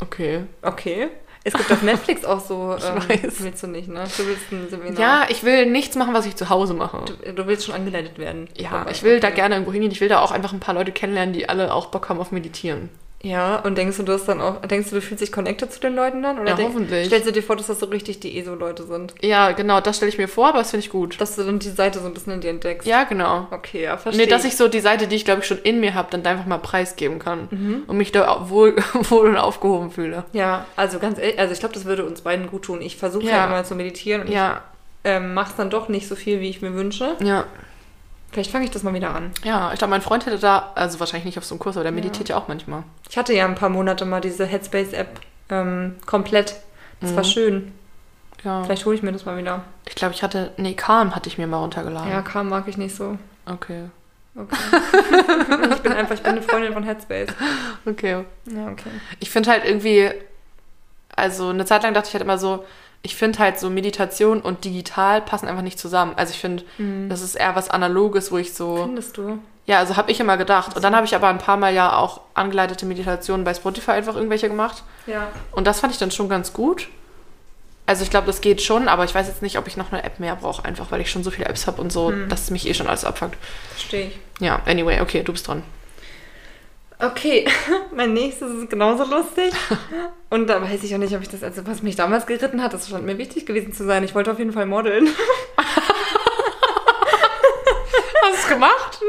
S2: Okay.
S1: Okay. Es gibt auf Netflix auch so. ähm,
S2: Ich weiß.
S1: Willst du nicht, ne? Du willst ein Seminar.
S2: Ja, ich will nichts machen, was ich zu Hause mache.
S1: Du, du willst schon angeleitet werden.
S2: Ja,
S1: Vorbei.
S2: ich will da
S1: Okay.
S2: gerne irgendwo hingehen. Ich will da auch einfach ein paar Leute kennenlernen, die alle auch Bock haben auf Meditieren.
S1: Ja, und denkst du, du hast dann auch, denkst du, du fühlst dich connected zu den Leuten dann? Oder
S2: Ja,
S1: denkst,
S2: hoffentlich.
S1: Stellst du dir vor, dass das so richtig die ESO-Leute sind?
S2: Ja, genau, das stelle ich mir vor, aber das finde ich gut.
S1: Dass du dann die Seite so ein bisschen in dir entdeckst?
S2: Ja, genau.
S1: Okay, ja, verstehe.
S2: Nee, dass ich so die Seite, die ich glaube ich schon in mir habe, dann da einfach mal preisgeben kann
S1: Mhm.
S2: und mich da auch wohl, wohl und aufgehoben fühle.
S1: Ja, also ganz ehrlich, also ich glaube, das würde uns beiden gut tun. Ich versuche ja.
S2: Ja.
S1: immer zu meditieren und
S2: Ja,
S1: ich ähm, mache es dann doch nicht so viel, wie ich mir wünsche.
S2: ja.
S1: Vielleicht fange ich das mal wieder an.
S2: Ja, ich glaube, mein Freund hätte da, also wahrscheinlich nicht auf so einem Kurs, aber der meditiert ja auch manchmal.
S1: Ich hatte ja ein paar Monate mal diese Headspace-App ähm, komplett. Das
S2: Mhm.
S1: war schön.
S2: Ja.
S1: Vielleicht hole ich mir das mal wieder.
S2: Ich glaube, ich hatte, nee, Calm hatte ich mir mal runtergeladen.
S1: Ja, Calm mag ich nicht so.
S2: Okay.
S1: Okay. ich bin einfach, ich bin eine Freundin von Headspace.
S2: Okay.
S1: Ja, okay.
S2: Ich finde halt irgendwie, also eine Zeit lang dachte ich halt immer so, ich finde halt so Meditation und digital passen einfach nicht zusammen. Also ich finde, das ist eher was Analoges, wo ich so,
S1: Findest du?
S2: ja, also habe ich immer gedacht. Und dann habe ich aber ein paar Mal ja auch angeleitete Meditationen bei Spotify einfach irgendwelche gemacht.
S1: Ja.
S2: Und das fand ich dann schon ganz gut. Also ich glaube, das geht schon, aber ich weiß jetzt nicht, ob ich noch eine App mehr brauche, einfach weil ich schon so viele Apps habe und so, dass es mich eh schon alles abfuckt.
S1: Verstehe ich.
S2: Ja, anyway, okay, du bist dran.
S1: Okay, mein nächstes ist genauso lustig. Und da weiß ich auch nicht, ob ich das, also was mich damals geritten hat, das scheint mir wichtig gewesen zu sein. Ich wollte auf jeden Fall modeln.
S2: Hast du es gemacht?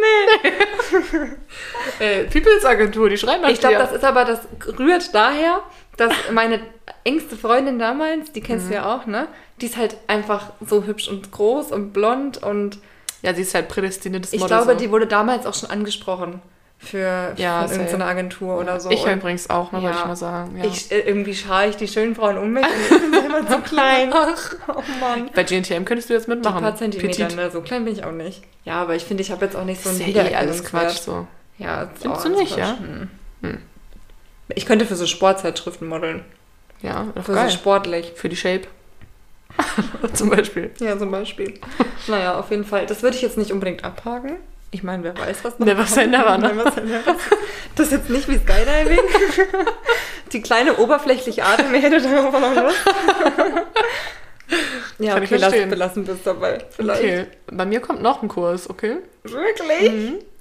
S2: Nee. äh, Peoples Agentur, die schreiben nach
S1: Ich glaube,
S2: dir.
S1: das ist aber, das rührt daher, dass meine engste Freundin damals, die
S2: Mhm.
S1: kennst du ja auch, ne? Die ist halt einfach so hübsch und groß und blond und
S2: ja, sie ist halt prädestiniertes
S1: ich
S2: Model.
S1: glaube,
S2: so.
S1: die wurde damals auch schon angesprochen für
S2: Ja,
S1: von irgendeiner Agentur oder so.
S2: Ich
S1: Und
S2: übrigens auch, ne, wollte
S1: Ja.
S2: ich mal sagen. Ja.
S1: ich äh, irgendwie schar ich die schönen Frauen um mich und ich bin selber zu klein. Ach, oh Mann.
S2: Bei GNTM könntest du jetzt mitmachen.
S1: Ein paar Zentimeter,
S2: Petit.
S1: ne? so klein bin ich auch nicht. Ja, aber ich finde, ich habe jetzt auch nicht so
S2: Das
S1: ein
S2: ist ja eh alles Quatsch.
S1: Wiedererkennungswert.
S2: So.
S1: Ja, das ist auch
S2: Findest du
S1: alles
S2: nicht, ja?
S1: Quatsch. Hm. Ich könnte für so Sportzeitschriften modeln.
S2: Ja, doch
S1: Für
S2: geil.
S1: so sportlich.
S2: Für die Shape. Zum Beispiel.
S1: Ja, zum Beispiel. naja, auf jeden Fall. Das würde ich jetzt nicht unbedingt abhaken. Ich meine, wer weiß, was noch
S2: Never
S1: kommt.
S2: say never, ne?
S1: Never say never. Das ist jetzt nicht wie Skydiving. Die kleine oberflächliche Art mir hätte darauf noch Lust. ja,
S2: Kann ich
S1: okay, lass
S2: verstehen.
S1: belassen bis dabei. Vielleicht.
S2: Okay, Mhm. bei mir kommt noch ein Kurs, okay?
S1: Wirklich?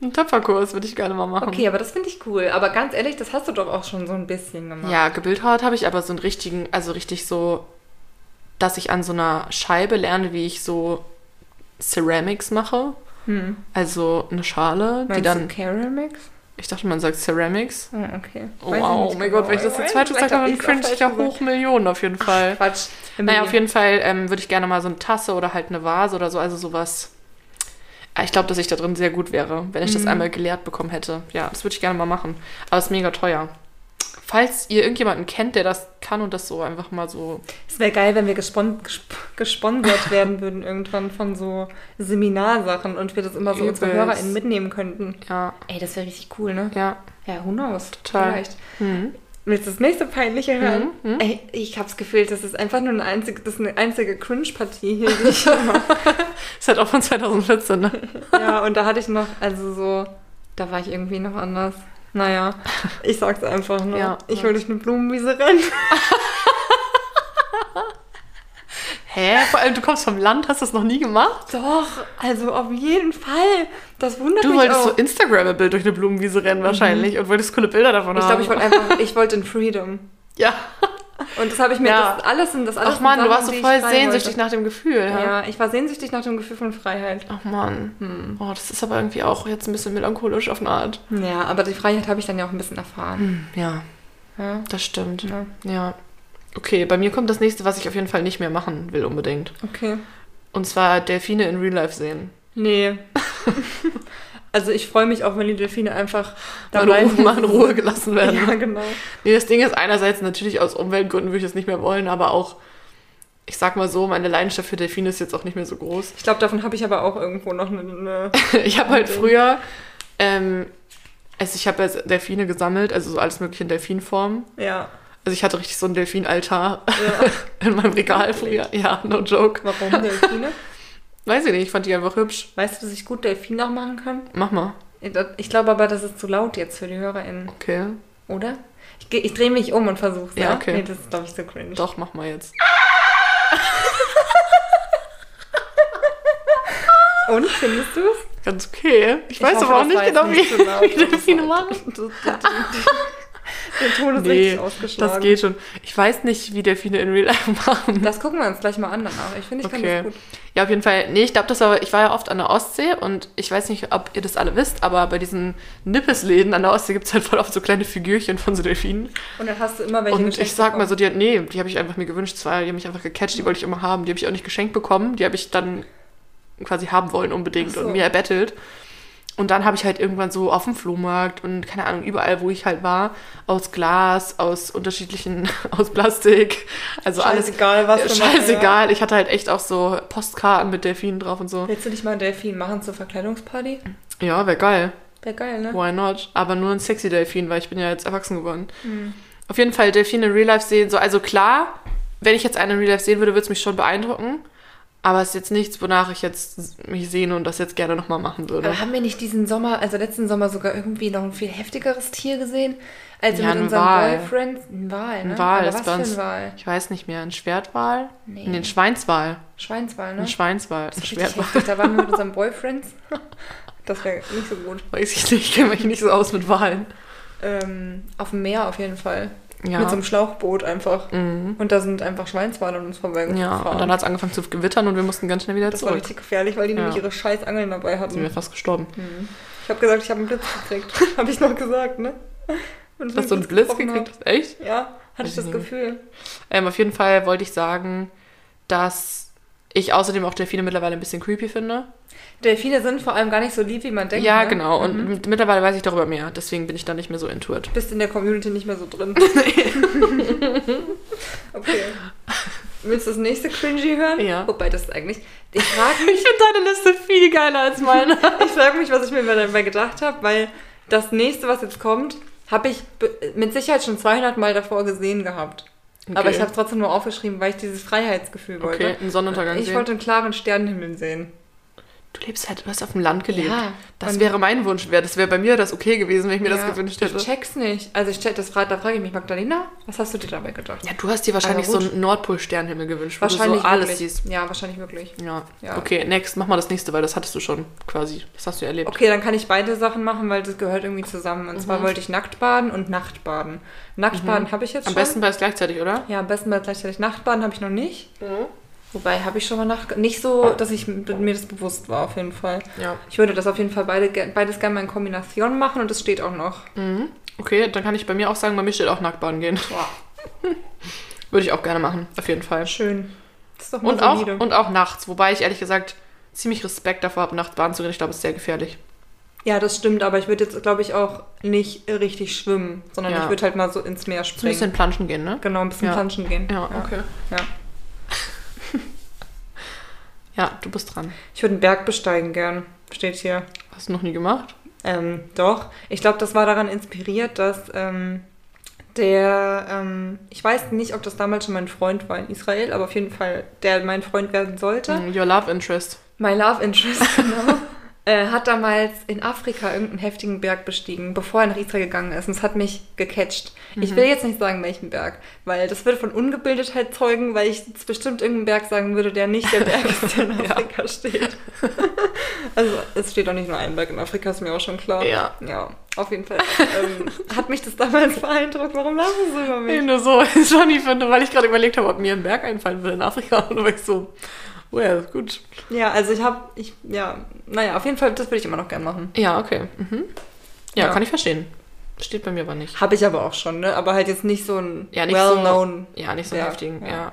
S2: Ein Töpferkurs würde ich gerne mal machen.
S1: Okay, aber das finde ich cool. Aber ganz ehrlich, das hast du doch auch schon so ein bisschen gemacht.
S2: Ja, gebildhauert habe ich aber so einen richtigen, also richtig so, dass ich an so einer Scheibe lerne, wie ich so Ceramics mache. Also eine Schale, die
S1: Hm. Meinst
S2: dann.
S1: du Ceramics?
S2: Ich dachte, man sagt Ceramics.
S1: Ah, okay.
S2: Oh,
S1: Weiß ich
S2: wow,
S1: nicht
S2: oh mein
S1: genau.
S2: Gott, wenn ich das
S1: Weiß
S2: jetzt zweites
S1: nicht,
S2: sage, dann
S1: vielleicht hab
S2: cringe ich
S1: ich's
S2: ja
S1: auch falsch
S2: hoch Millionen auf jeden Fall.
S1: gesagt. Quatsch.
S2: Naja, auf jeden Fall ähm, würde ich gerne mal so eine Tasse oder halt eine Vase oder so, also sowas. Ah, Ich glaube, dass ich da drin sehr gut wäre, wenn ich das einmal gelehrt bekommen hätte. Ja, das würde ich gerne mal machen. Aber es ist mega teuer. Falls ihr irgendjemanden kennt, der das kann und das so einfach mal so.
S1: Es wäre geil, wenn wir gespon gesp gesponsert werden würden irgendwann von so Seminarsachen und wir das immer so unsere
S2: Übelst.
S1: HörerInnen mitnehmen könnten.
S2: Ja,
S1: Ey, das wäre richtig cool, ne?
S2: ja.
S1: Ja, who knows?
S2: Total.
S1: Vielleicht.
S2: Mhm.
S1: Willst du das nächste Peinliche hören? Ey, ich hab's gefühlt, das ist einfach nur eine einzige, das ist eine einzige Cringe-Partie hier, die ich hier mache.
S2: Ist halt auch von 2014, ne?
S1: Ja, und da hatte ich noch, also so, da war ich irgendwie noch anders. Naja, ich sag's einfach nur.
S2: Ja.
S1: ich will durch eine Blumenwiese rennen.
S2: Hä? Vor allem, du kommst vom Land, hast das noch nie gemacht?
S1: Doch, also auf jeden Fall. Das wundert
S2: Du
S1: mich
S2: wolltest
S1: auch.
S2: so Instagram-Bild durch eine Blumenwiese rennen wahrscheinlich und wolltest coole Bilder davon
S1: ich
S2: haben.
S1: glaube, ich wollte einfach, ich wollte in Freedom.
S2: Ja.
S1: Und das habe ich mir,
S2: Ja.
S1: das alles sind das alles.
S2: Ach man,
S1: sind
S2: du warst so
S1: Sachen, die
S2: voll
S1: ich frei
S2: sehnsüchtig
S1: wollte.
S2: nach dem Gefühl. Ja.
S1: Ja, ich war sehnsüchtig nach dem Gefühl von Freiheit. Hm.
S2: Ach man. Oh, das ist aber irgendwie auch jetzt ein bisschen melancholisch auf eine Art.
S1: Ja, aber die Freiheit habe ich dann ja auch ein bisschen erfahren.
S2: Ja,
S1: Hm, Ja.
S2: das stimmt.
S1: Ja.
S2: Ja. Okay, bei mir kommt das nächste, was ich auf jeden Fall nicht mehr machen will unbedingt.
S1: Okay.
S2: Und zwar Delfine in Real Life sehen.
S1: Nee. also ich freue mich auch, wenn die Delfine einfach da
S2: Mal in,
S1: bleiben.
S2: Ruhe, mal in Ruhe gelassen werden.
S1: Ja, genau.
S2: Nee, das Ding ist einerseits natürlich aus Umweltgründen würde ich das nicht mehr wollen, aber auch, ich sag mal so, meine Leidenschaft für Delfine ist jetzt auch nicht mehr so groß.
S1: Ich glaube, davon habe ich aber auch irgendwo noch eine. eine
S2: Ich habe halt früher, ähm, also ich habe jetzt Delfine gesammelt, also so alles mögliche in Delfinform.
S1: ja.
S2: Also ich hatte richtig so einen Delfinaltar in meinem Regal früher. Ja, no joke.
S1: Warum Delfine?
S2: Weiß ich nicht, ich fand die einfach hübsch.
S1: Weißt du, dass ich gut Delfin nachmachen kann?
S2: Mach mal.
S1: Ich glaube aber, das ist zu laut jetzt für die HörerInnen,
S2: Okay.
S1: oder? Ich, geh- ich drehe mich um und versuch's.
S2: Ja,
S1: ne?
S2: okay.
S1: Nee, das ist, glaube ich, so cringe.
S2: Doch, mach mal jetzt.
S1: Und findest du es?
S2: Ganz okay. Ich, weiß
S1: hoffe,
S2: aber auch
S1: das
S2: nicht
S1: war jetzt
S2: genau,
S1: nicht
S2: wie,
S1: zu laut.
S2: wie Delfine machen.
S1: Der Ton ist
S2: Nee,
S1: richtig ausgeschlagen.
S2: das geht schon. Ich weiß nicht, wie Delfine in Real Life machen.
S1: Das gucken wir uns gleich mal an danach. Ich finde, ich kann
S2: Okay.
S1: das gut.
S2: Ja, auf jeden Fall. Nee, ich glaube, das war, ich war ja oft an der Ostsee und ich weiß nicht, ob ihr das alle wisst, aber bei diesen Nippesläden an der Ostsee gibt es halt voll oft so kleine Figürchen von so Delfinen.
S1: Und dann hast du immer welche
S2: Und
S1: geschenkt
S2: ich sag mal
S1: bekommen.
S2: so, die, nee, die habe ich einfach mir gewünscht, zwei, die haben mich einfach gecatcht, die wollte ich immer haben, die habe ich auch nicht geschenkt bekommen, die habe ich dann quasi haben wollen unbedingt
S1: Ach so.
S2: und mir erbettelt. Und dann habe ich halt irgendwann so auf dem Flohmarkt und keine Ahnung, überall, wo ich halt war, aus Glas, aus unterschiedlichen, aus Plastik, also alles.
S1: Scheißegal, was du machst,
S2: Scheißegal, ich hatte halt echt auch so Postkarten mit Delfinen drauf und so.
S1: Willst du nicht mal einen Delfin machen zur Verkleidungsparty?
S2: Ja, wäre geil.
S1: Wäre geil, ne?
S2: Why not? Aber nur ein sexy Delfin, weil ich bin ja jetzt erwachsen geworden.
S1: Hm.
S2: Auf jeden Fall Delfine in Real Life sehen. So, also klar, wenn ich jetzt einen in Real Life sehen würde, würde es mich schon beeindrucken. Aber es ist jetzt nichts, wonach ich jetzt mich sehne und das jetzt gerne nochmal machen würde.
S1: Aber haben wir nicht diesen Sommer, also letzten Sommer sogar irgendwie noch ein viel heftigeres Tier gesehen? Als wir
S2: Ja,
S1: mit
S2: ein
S1: unserem
S2: Wal.
S1: Boyfriend. Ein Wal, ne?
S2: Ein Wal
S1: Aber
S2: ist
S1: was
S2: bei
S1: für ein
S2: uns-
S1: Wal?
S2: Ich weiß nicht mehr, ein Schwertwal?
S1: Nee.
S2: Nee. ein Schweinswal.
S1: Schweinswal, ne?
S2: Ein Schweinswal. Ein
S1: Das ist richtig
S2: Schwertwal.
S1: heftig. Da waren wir mit unserem Boyfriend. Das wäre nicht so gut.
S2: Weiß ich nicht, ich kenne mich nicht so aus mit Walen.
S1: Ähm, auf dem Meer auf jeden Fall.
S2: Ja.
S1: Mit so einem Schlauchboot einfach.
S2: Mhm.
S1: Und da sind einfach Schweinswale an uns vorbeigefahren.
S2: Ja, und dann hat es angefangen zu gewittern und wir mussten ganz schnell wieder
S1: das war
S2: zurück.
S1: richtig Mhm. gefährlich, weil die
S2: Ja.
S1: nämlich ihre scheiß Angeln dabei
S2: Sind wir
S1: hatten.
S2: fast gestorben.
S1: Ich habe gesagt, ich habe einen Blitz gekriegt. habe ich noch gesagt, ne? Und
S2: Hast du einen Blitz
S1: getroffen
S2: gekriegt? hast? Echt?
S1: hab. Ja, hatte ich das Gefühl.
S2: Ähm, auf jeden Fall wollte ich sagen, dass ich außerdem auch Delfine mittlerweile ein bisschen creepy finde.
S1: Delfine sind vor allem gar nicht so lieb, wie man denkt.
S2: ja,
S1: ne?
S2: genau. Und mit- mittlerweile weiß ich darüber mehr. Deswegen bin ich da nicht mehr so into it.
S1: Bist in der Community nicht mehr so drin. okay. Willst du das nächste Cringy hören?
S2: Ja.
S1: Wobei das ist eigentlich. Ich frage mich,
S2: Ich finde deine Liste viel geiler als meine.
S1: ich frag mich, was ich mir dabei gedacht habe, weil das nächste, was jetzt kommt, habe ich be- mit Sicherheit schon 200 Mal davor gesehen gehabt. Aber
S2: Okay.
S1: ich habe es trotzdem nur aufgeschrieben, weil ich dieses Freiheitsgefühl wollte.
S2: Okay, einen Sonnenuntergang
S1: Ich
S2: sehen.
S1: wollte einen klaren Sternenhimmel sehen.
S2: du lebst halt, du hast auf dem Land gelebt.
S1: Ja.
S2: Das
S1: Und-
S2: wäre mein Wunsch. Wär, das wäre bei mir das okay gewesen, wenn ich mir
S1: Ja,
S2: das gewünscht hätte.
S1: Ich check's nicht. Also ich check, das frag, da frage ich mich, Magdalena, was hast du dir dabei gedacht?
S2: Ja, du hast dir wahrscheinlich
S1: Aber
S2: so
S1: gut.
S2: einen Nordpolsternhimmel gewünscht, wo
S1: wahrscheinlich
S2: du so alles
S1: wirklich.
S2: siehst.
S1: Ja, wahrscheinlich wirklich.
S2: Ja.
S1: Ja.
S2: Okay, next, mach mal das nächste, weil das hattest du schon quasi. Das hast du erlebt.
S1: Okay, dann kann ich beide Sachen machen, weil das gehört irgendwie zusammen. Und
S2: Mhm.
S1: zwar wollte ich nackt baden und Nachtbaden. Nachtbaden habe ich jetzt
S2: Am
S1: schon.
S2: besten beides gleichzeitig, oder?
S1: Ja, am besten mal gleichzeitig Nachtbaden habe ich noch nicht.
S2: Mhm.
S1: Wobei habe ich schon mal Nacht nicht so, dass ich m- mir das bewusst war auf jeden Fall.
S2: Ja.
S1: Ich würde das auf jeden Fall beide, ge- beides gerne mal in Kombination machen und das steht auch noch.
S2: Mhm. Okay, dann kann ich bei mir auch sagen, bei mir steht auch Nacktbaden gehen.
S1: Boah,
S2: Würde ich auch gerne machen, auf jeden Fall.
S1: schön. Das ist doch mal
S2: Und auch,
S1: solide.
S2: und auch nachts, wobei ich ehrlich gesagt ziemlich Respekt davor habe, nachts baden zu gehen. Ich glaube, es ist sehr gefährlich.
S1: ja, das stimmt, aber ich würde jetzt glaube ich auch nicht richtig schwimmen, sondern
S2: Ja.
S1: ich würde halt mal so ins Meer
S2: So ein bisschen
S1: springen.
S2: planschen gehen, ne?
S1: Genau, ein bisschen
S2: Ja.
S1: planschen gehen.
S2: Ja, okay.
S1: Ja.
S2: Ja, du bist dran.
S1: Ich würde einen Berg besteigen gern, steht hier.
S2: Hast du noch nie gemacht?
S1: Ähm, doch, ich glaube, das war daran inspiriert, dass ähm, der, ähm, ich weiß nicht, ob das damals schon mein Freund war in Israel, aber auf jeden Fall, der mein Freund werden sollte,
S2: Hm, Your love interest.
S1: my love interest, genau, äh, hat damals in Afrika irgendeinen heftigen Berg bestiegen, bevor er nach Israel gegangen ist. Und es hat mich gecatcht. Ich will jetzt nicht sagen, welchen Berg, weil das würde von Ungebildetheit zeugen, weil ich jetzt bestimmt irgendeinen Berg sagen würde, der nicht der Berg ist, der in Afrika steht. also es steht auch nicht nur ein Berg in Afrika, ist mir auch schon klar.
S2: Ja.
S1: Ja, auf jeden Fall. ähm, hat mich das damals beeindruckt. Warum lachen Sie über mich?
S2: Nee, nur so. Ist schon die finde, weil ich gerade überlegt habe, ob mir ein Berg einfallen will in Afrika. Und dann war ich so, well, gut.
S1: Ja, also ich habe, ich, ja, naja, auf jeden Fall, das würde ich immer noch gern machen.
S2: Ja, okay. Mhm. Ja,
S1: Ja.
S2: kann ich verstehen. Steht bei mir aber nicht.
S1: Habe ich aber auch schon, ne? Aber halt jetzt nicht so ein
S2: Ja, nicht
S1: well-known.
S2: so. Ja, nicht so
S1: Ja,
S2: heftigen,
S1: ja.
S2: ja.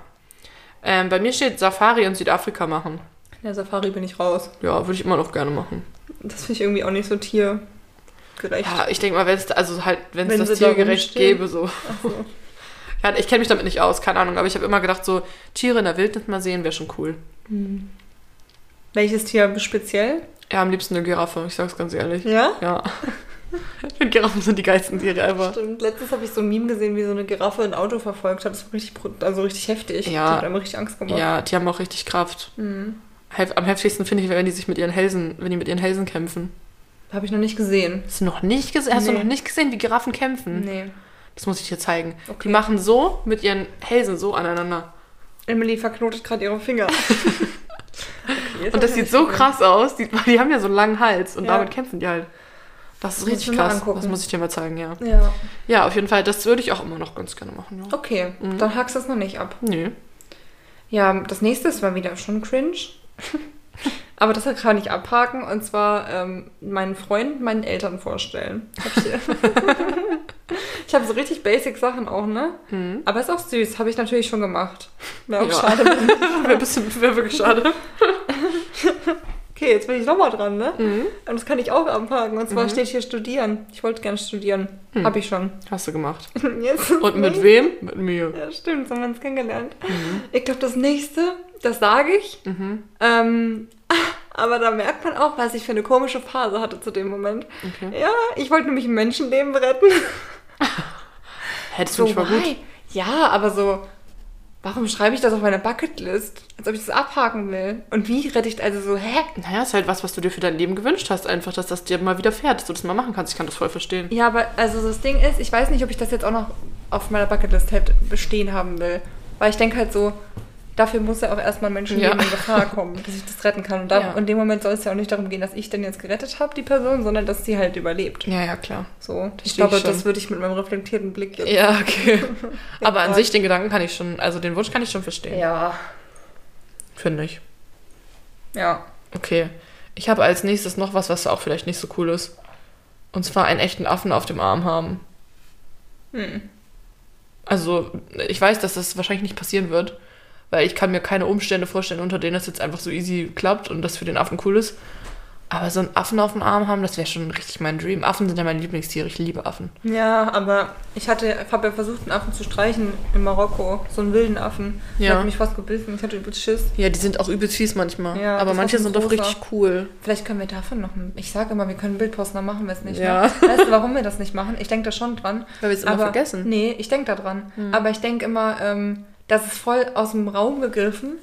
S2: Ähm, bei mir steht Safari in Südafrika machen.
S1: In der Safari bin ich raus.
S2: Ja, würde ich immer noch gerne machen.
S1: Das finde ich irgendwie auch nicht so tiergerecht.
S2: Ja, ich denke mal, wenn es also halt, wenn es
S1: Wenn
S2: das
S1: sie da
S2: tiergerecht
S1: rumstehen.
S2: gäbe, so. Ja, ich kenne mich damit nicht aus, keine Ahnung, aber ich habe immer gedacht, so Tiere in der Wildnis mal sehen wäre schon cool.
S1: Welches Tier speziell?
S2: Ja, am liebsten eine Giraffe, ich sag's ganz ehrlich.
S1: Ja?
S2: Ja. Ich finde Giraffen sind die geilsten Tiere ever.
S1: Stimmt, letztens habe ich so ein Meme gesehen, wie so eine Giraffe ein Auto verfolgt hat. Das war richtig, brut- also richtig heftig.
S2: Ja.
S1: Die hat einem richtig Angst gemacht.
S2: Ja, die haben auch richtig Kraft.
S1: Mhm.
S2: Hef- Am heftigsten finde ich, wenn die sich mit ihren Hälsen, wenn die mit ihren Hälsen kämpfen.
S1: Habe ich noch nicht gesehen.
S2: Hast du noch nicht gesehen? Hast du
S1: Nee.
S2: noch nicht gesehen, wie Giraffen kämpfen?
S1: Nee.
S2: Das muss ich dir zeigen.
S1: Okay.
S2: Die machen so mit ihren Hälsen so aneinander.
S1: Emily verknotet gerade ihre Finger. Okay,
S2: Und das
S1: hab ich
S2: sieht
S1: noch
S2: so
S1: nicht gesehen.
S2: krass aus, die, weil die haben ja so einen langen Hals und
S1: Ja.
S2: damit kämpfen die halt. Das ist
S1: Muss ich
S2: richtig
S1: mir mal
S2: krass.
S1: angucken.
S2: Das muss ich dir mal zeigen, ja.
S1: Ja.
S2: Ja, auf jeden Fall, das würde ich auch immer noch ganz gerne machen. Ja.
S1: Okay,
S2: Mhm.
S1: dann hackst du es noch nicht ab.
S2: Nee.
S1: Ja, das nächste ist mal wieder schon cringe. Aber das kann ich abhaken. Und zwar ähm, meinen Freund meinen Eltern vorstellen. Hab ich ich habe so richtig basic Sachen auch, ne? Aber ist auch süß. Habe ich natürlich schon gemacht. Wäre auch
S2: Mhm. Ja.
S1: schade.
S2: Wäre ein bisschen, wäre wirklich schade.
S1: Okay, jetzt bin ich nochmal dran, ne?
S2: Mhm.
S1: Und das kann ich auch abhaken. Und zwar steht hier studieren. Ich wollte gerne studieren. Habe ich schon.
S2: Hast du gemacht.
S1: Jetzt
S2: Mhm. Und mit wem? Mit mir.
S1: Ja, stimmt, so haben wir uns kennengelernt.
S2: Mhm.
S1: Ich glaube, das nächste, das sage ich. Ähm, aber da merkt man auch, was ich für eine komische Phase hatte zu dem Moment.
S2: Okay.
S1: Ja, ich wollte nämlich ein Menschenleben retten.
S2: Hättest du nicht mal gut.
S1: why? Ja, aber so, warum schreibe ich das auf meine Bucketlist? Als ob ich das abhaken will. Und wie rette ich, also so, hä?
S2: Naja, ist halt was, was du dir für dein Leben gewünscht hast, einfach, dass das dir mal wieder fährt, dass du das mal machen kannst. Ich kann das voll verstehen.
S1: Ja, aber also das Ding ist, ich weiß nicht, ob ich das jetzt auch noch auf meiner Bucketlist halt bestehen haben will. Weil ich denke halt so, dafür muss ja auch erstmal Menschen
S2: Ja.
S1: in Gefahr kommen, dass ich das retten kann. Und da,
S2: Ja.
S1: in dem Moment soll es ja auch nicht darum gehen, dass ich denn jetzt gerettet habe, die Person, sondern dass sie halt überlebt.
S2: Ja, ja, klar.
S1: So, ich
S2: Verstehe ich
S1: glaube,
S2: schon.
S1: das würde ich mit meinem reflektierten Blick jetzt.
S2: Ja, okay. Aber an
S1: Ja.
S2: sich, den Gedanken kann ich schon, also den Wunsch kann ich schon verstehen.
S1: Ja.
S2: Finde ich.
S1: Ja.
S2: Okay. Ich habe als nächstes noch was, was auch vielleicht nicht so cool ist. Und zwar einen echten Affen auf dem Arm haben.
S1: Hm.
S2: Also, ich weiß, dass das wahrscheinlich nicht passieren wird, weil ich kann mir keine Umstände vorstellen, unter denen das jetzt einfach so easy klappt und das für den Affen cool ist. Aber so einen Affen auf dem Arm haben, das wäre schon richtig mein Dream. Affen sind ja meine Lieblingstiere, ich liebe Affen.
S1: Ja, aber ich hatte, habe ja versucht, einen Affen zu streichen in Marokko. So einen wilden Affen.
S2: Ja.
S1: Der hat mich fast gebissen. Ich hatte übelst Schiss.
S2: Ja, die sind auch übelst fies manchmal.
S1: Ja,
S2: aber
S1: das
S2: manche
S1: ist ein
S2: sind doch
S1: großer.
S2: richtig cool.
S1: Vielleicht können wir davon noch ein. Ich sage immer, wir können ein Bild posten, dann machen wir es nicht.
S2: Ja.
S1: Ne? Weißt du, warum wir das nicht machen? Ich denke da schon dran.
S2: Weil wir es immer
S1: aber,
S2: vergessen. Hm.
S1: Nee, ich denke da dran. Aber ich denke immer, ähm, das ist voll aus dem Raum gegriffen,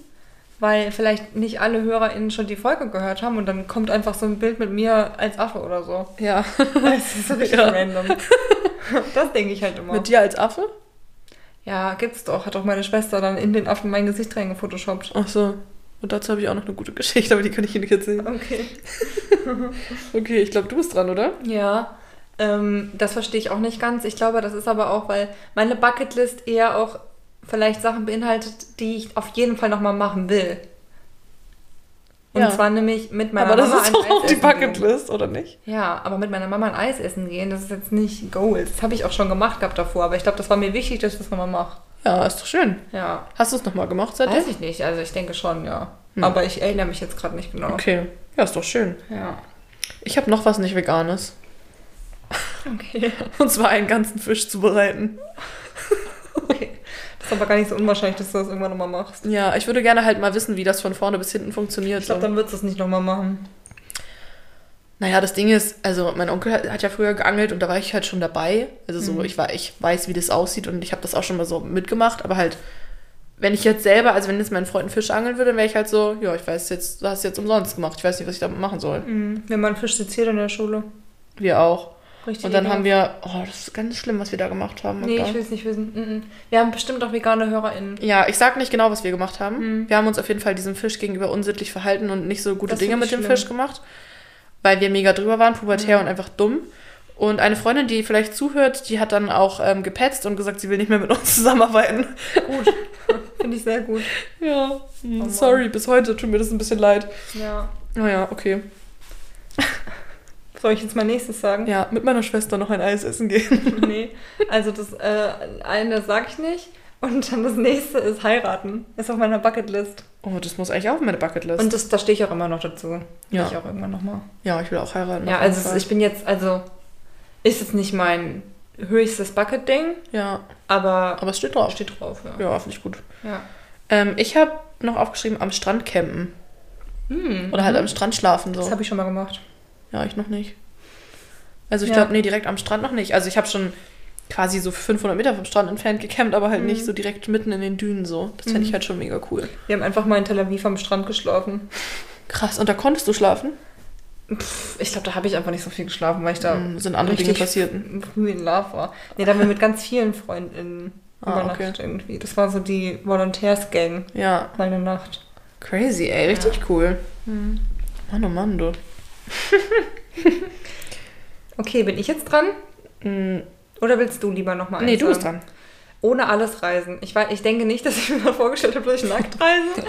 S1: weil vielleicht nicht alle HörerInnen schon die Folge gehört haben und dann kommt einfach so ein Bild mit mir als Affe oder so.
S2: Ja.
S1: Das ist so richtig
S2: Ja.
S1: random. Das denke ich halt immer.
S2: Mit dir als Affe?
S1: ja, gibt's doch. Hat auch meine Schwester dann in den Affen mein Gesicht reingefotoshoppt.
S2: Ach so. Und dazu habe ich auch noch eine gute Geschichte, aber die kann ich Ihnen nicht erzählen.
S1: Okay.
S2: Okay, ich glaube, du bist dran, oder?
S1: Ja, ähm, das verstehe ich auch nicht ganz. Ich glaube, das ist aber auch, weil meine Bucketlist eher auch vielleicht Sachen beinhaltet, die ich auf jeden Fall nochmal machen will. Und
S2: Ja.
S1: zwar nämlich mit meiner
S2: aber das
S1: Mama
S2: ist
S1: ein
S2: doch auch
S1: Eis
S2: die
S1: essen Gehen.
S2: Bucketlist, oder nicht?
S1: Ja, aber mit meiner Mama ein Eis essen gehen, das ist jetzt nicht Goals. Das habe ich auch schon gemacht gehabt davor, aber ich glaube, das war mir wichtig, dass ich das nochmal mache.
S2: Ja, ist doch schön.
S1: Ja.
S2: Hast du es nochmal gemacht seitdem?
S1: Weiß ich nicht, also ich denke schon, ja. Aber ich erinnere mich jetzt gerade nicht genau.
S2: Hm. Okay. Ja, ist doch schön.
S1: Ja.
S2: Ich habe noch was nicht Veganes.
S1: Okay.
S2: Und zwar einen ganzen Fisch zubereiten.
S1: okay. Das ist aber gar nicht so unwahrscheinlich, dass du das irgendwann nochmal machst.
S2: Ja, ich würde gerne halt mal wissen, wie das von vorne bis hinten funktioniert.
S1: Ich glaube,
S2: so.
S1: dann wird es nicht nochmal machen.
S2: Naja, das Ding ist, also mein Onkel hat, hat ja früher geangelt und da war ich halt schon dabei. Also so, ich war, ich weiß, wie das aussieht und ich habe das auch schon mal so mitgemacht, aber halt, wenn ich jetzt selber, also wenn jetzt mein Freund einen Fisch angeln würde, wäre ich halt so, ja, ich weiß jetzt, du hast es jetzt umsonst gemacht, ich weiß nicht, was ich damit machen soll.
S1: Wenn man Fisch seziert in der Schule.
S2: Wir auch.
S1: Richtig.
S2: Und dann haben
S1: ekelhaft.
S2: wir, oh, das ist ganz schlimm, was wir da gemacht haben.
S1: Nee,
S2: Magda.
S1: ich will es nicht wissen. Mhm. Wir haben bestimmt auch vegane HörerInnen.
S2: Ja, ich sag nicht genau, was wir gemacht haben. Wir haben uns auf jeden Fall diesem Fisch gegenüber unsittlich verhalten und nicht so gute
S1: Hm. Das
S2: Dinge
S1: find
S2: mit
S1: ich
S2: dem
S1: schlimm. Hm.
S2: Fisch gemacht, weil wir mega drüber waren, pubertär und einfach dumm. Und eine Freundin, die vielleicht zuhört, die hat dann auch ähm, gepetzt und gesagt, sie will nicht mehr mit uns zusammenarbeiten.
S1: Gut. Finde ich sehr gut.
S2: Ja, hm,
S1: Mann.
S2: sorry, bis heute tut mir das ein bisschen leid.
S1: Ja.
S2: Naja, Oh okay.
S1: Soll ich jetzt mein nächstes sagen?
S2: Ja, mit meiner Schwester noch ein Eis essen gehen.
S1: Nee. Also das äh, eine sage ich nicht. Und dann das nächste ist heiraten. Ist auf meiner Bucketlist.
S2: Oh, das muss eigentlich auch auf meine Bucketlist.
S1: Und das, da stehe ich auch immer noch dazu.
S2: Ja.
S1: Ich auch irgendwann nochmal.
S2: ja, ich will auch heiraten.
S1: Ja,
S2: auf jeden
S1: also
S2: Fall.
S1: es- ich bin jetzt, also ist jetzt nicht mein höchstes Bucket-Ding,
S2: Ja,
S1: aber
S2: aber es steht drauf.
S1: steht drauf, ja.
S2: Genau. Ja, finde ich gut.
S1: ja.
S2: Ähm, ich habe noch aufgeschrieben, am Strand campen.
S1: Hm. Mhm.
S2: Oder halt am Strand schlafen. So.
S1: Das habe ich schon mal gemacht.
S2: Ja, ich noch nicht. Also ich
S1: Ja.
S2: glaube, nee, direkt am Strand noch nicht. Also ich habe schon quasi so 500 Meter vom Strand entfernt gecampt, aber halt
S1: Mhm.
S2: nicht so direkt mitten in den Dünen so. Das fände ich halt schon mega cool.
S1: Wir haben einfach mal in Tel Aviv am Strand geschlafen.
S2: Krass, und da konntest du schlafen?
S1: Pff, ich glaube, da habe ich einfach nicht so viel geschlafen, weil ich da
S2: Mhm, sind andere Dinge
S1: richtig
S2: passiert.
S1: früh in Love war. Nee, da haben wir mit ganz vielen Freundinnen
S2: Ah,
S1: übernachtet irgendwie. Das war so die Volontärs-Gang,
S2: Ja.
S1: meine Nacht.
S2: Crazy, ey, richtig cool.
S1: Mhm.
S2: Mann, oh Mann, du.
S1: Okay, bin ich jetzt dran?
S2: Mhm.
S1: Oder willst du lieber nochmal
S2: Nee, du bist dran.
S1: Ohne alles reisen. Ich, war, ich denke nicht, dass ich mir mal vorgestellt habe, dass ich nackt reise.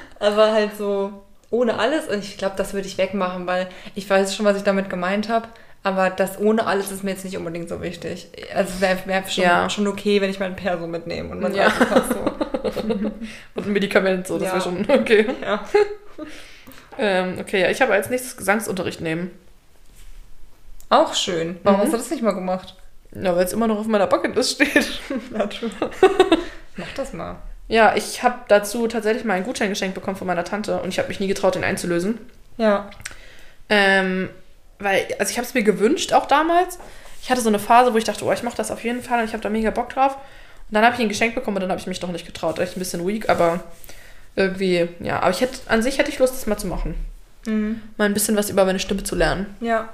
S1: Aber halt so ohne alles. Und ich glaube, das würde ich wegmachen, weil ich weiß schon, was ich damit gemeint habe. Aber das ohne alles ist mir jetzt nicht unbedingt so wichtig. Also es wäre wär schon,
S2: Ja.
S1: schon okay, wenn ich meinen Perso mitnehme und mein
S2: Ja.
S1: ja. so.
S2: Und ein Medikament, so, das
S1: Ja.
S2: wäre schon okay.
S1: Ja.
S2: Ähm, okay, ja, ich habe als nächstes Gesangsunterricht nehmen.
S1: Auch schön. Warum
S2: Mhm.
S1: hast du das nicht mal gemacht?
S2: Ja, weil es immer noch auf meiner Bucketlist steht.
S1: Na, true. Mach das mal.
S2: Ja, ich habe dazu tatsächlich mal einen Gutschein geschenkt bekommen von meiner Tante und ich habe mich nie getraut, den einzulösen.
S1: Ja.
S2: Ähm, weil, also ich habe es mir gewünscht auch damals. Ich hatte so eine Phase, wo ich dachte, oh, ich mache das auf jeden Fall und ich habe da mega Bock drauf. Und dann habe ich ihn geschenkt bekommen und dann habe ich mich doch nicht getraut. Echt ein bisschen weak, aber irgendwie, ja. Aber ich hätte, an sich hätte ich Lust, das mal zu machen.
S1: Mhm.
S2: Mal ein bisschen was über meine Stimme zu lernen.
S1: Ja.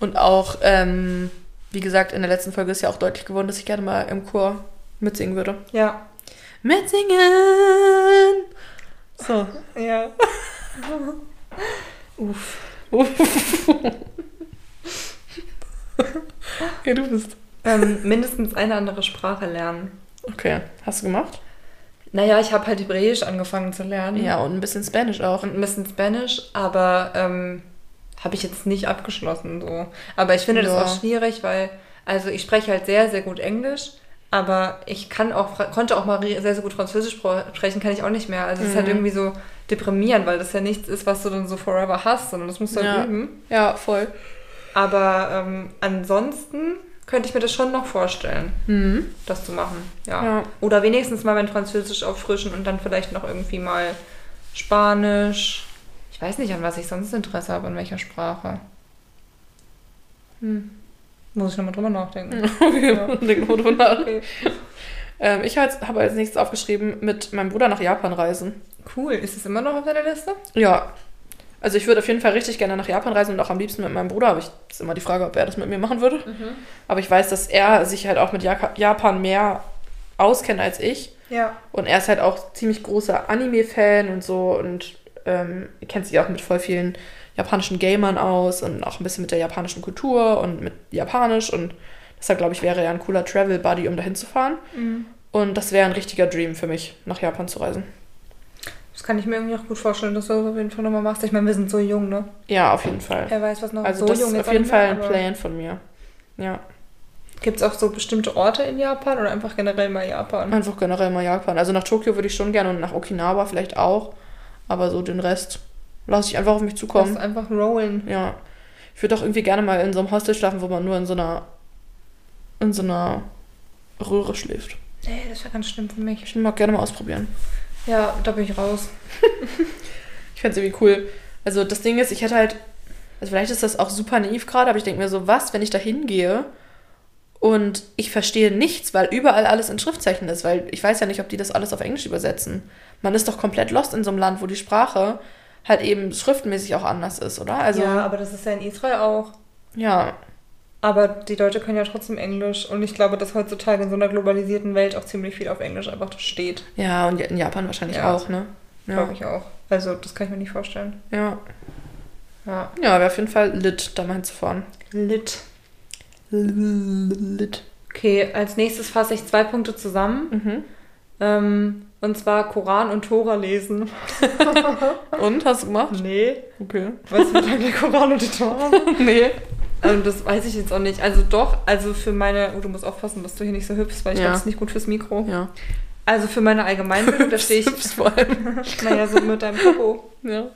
S2: Und auch, ähm, wie gesagt, in der letzten Folge ist ja auch deutlich geworden, dass ich gerne mal im Chor mitsingen würde.
S1: Ja.
S2: Mitsingen! So.
S1: Ja.
S2: Ja, du bist.
S1: Ähm, mindestens eine andere Sprache lernen.
S2: Okay, hast du gemacht?
S1: Naja, ich habe halt Hebräisch angefangen zu lernen.
S2: Ja, und ein bisschen Spanisch auch.
S1: Und ein bisschen Spanisch, aber ähm, habe ich jetzt nicht abgeschlossen. So. Aber ich finde
S2: Ja.
S1: das auch schwierig, weil, also ich spreche halt sehr, sehr gut Englisch, aber ich kann auch, Fra- konnte auch mal re- sehr, sehr gut Französisch spro- sprechen, kann ich auch nicht mehr. Also es ist
S2: Mhm.
S1: halt irgendwie so deprimierend, weil das ja nichts ist, was du dann so forever hast, sondern das musst du
S2: Ja.
S1: halt üben.
S2: Ja, voll.
S1: Aber ähm, ansonsten könnte ich mir das schon noch vorstellen,
S2: Mhm.
S1: das zu machen. Ja.
S2: Ja.
S1: Oder wenigstens mal mein Französisch auffrischen und dann vielleicht noch irgendwie mal Spanisch. Ich weiß nicht, an was ich sonst Interesse habe, an welcher Sprache. Hm. Muss ich nochmal drüber nachdenken.
S2: Okay,
S1: Ja.
S2: denk mal drüber nach.
S1: Okay.
S2: Ähm, ich als- habe als nächstes aufgeschrieben, mit meinem Bruder nach Japan reisen.
S1: Cool. Ist es immer noch auf deiner Liste?
S2: Ja. Also ich würde auf jeden Fall richtig gerne nach Japan reisen und auch am liebsten mit meinem Bruder, aber ich ist immer die Frage, ob er das mit mir machen würde. Aber ich weiß, dass er sich halt auch mit Jaka- Japan mehr auskennt als ich.
S1: Ja.
S2: Und er ist halt auch ziemlich großer Anime-Fan und so und ähm, kennt sich auch mit voll vielen japanischen Gamern aus und auch ein bisschen mit der japanischen Kultur und mit Japanisch und deshalb glaube ich, wäre er ein cooler Travel-Buddy, um dahin zu fahren.
S1: Hm.
S2: Und das wäre ein richtiger Dream für mich, nach Japan zu reisen.
S1: Das kann ich mir irgendwie auch gut vorstellen, dass du das auf jeden Fall nochmal machst. Ich meine, wir sind so jung, ne?
S2: Ja, auf jeden Fall.
S1: Wer weiß, was noch so
S2: also das
S1: jung
S2: ist
S1: jetzt
S2: auf jeden Fall ein
S1: angeht, aber
S2: Plan von mir. Ja,
S1: Gibt's auch so bestimmte Orte in Japan oder einfach generell mal Japan?
S2: einfach generell mal Japan. Also nach Tokio würde ich schon gerne und nach Okinawa vielleicht auch, aber so den Rest lasse ich einfach auf mich zukommen.
S1: Lass einfach rollen.
S2: Ja. Ich würde auch irgendwie gerne mal in so einem Hostel schlafen, wo man nur in so einer in so einer Röhre schläft.
S1: Nee, das wäre ganz schlimm für mich.
S2: Ich mag gerne mal ausprobieren.
S1: Ja, da bin ich raus.
S2: Ich fände es irgendwie cool. Also das Ding ist, ich hätte halt, also vielleicht ist das auch super naiv gerade, aber ich denke mir so, was, wenn ich da hingehe und ich verstehe nichts, weil überall alles in Schriftzeichen ist, weil ich weiß ja nicht, ob die das alles auf Englisch übersetzen. Man ist doch komplett lost in so einem Land, wo die Sprache halt eben schriftmäßig auch anders ist, oder? Also
S1: ja, aber das ist ja in Israel auch.
S2: ja,
S1: Aber die Leute können ja trotzdem Englisch und ich glaube, dass heutzutage in so einer globalisierten Welt auch ziemlich viel auf Englisch einfach steht.
S2: ja und in Japan wahrscheinlich
S1: Ja.
S2: auch, ne? Ja,
S1: Glaube ich auch. Also, das kann ich mir nicht vorstellen.
S2: ja.
S1: Ja.
S2: Ja, wäre auf jeden Fall lit, da mal hinzufahren.
S1: Lit.
S2: Lit.
S1: Okay, als nächstes fasse ich zwei Punkte zusammen.
S2: Mhm.
S1: Ähm, und zwar Koran und Tora lesen.
S2: Und, hast du gemacht?
S1: Nee.
S2: Okay.
S1: Weißt du, wie lang der Koran und die Tora sind?
S2: nee.
S1: Ähm, das weiß ich jetzt auch nicht. Also doch, also für meine... Oh, du musst aufpassen, dass du hier nicht so hüpfst, weil ich
S2: Ja.
S1: glaube, es ist nicht gut fürs Mikro.
S2: Ja.
S1: Also für meine Allgemeinbildung, da stehe ich...
S2: Hübsch vor allem.
S1: Naja, so mit deinem Popo.
S2: Ja.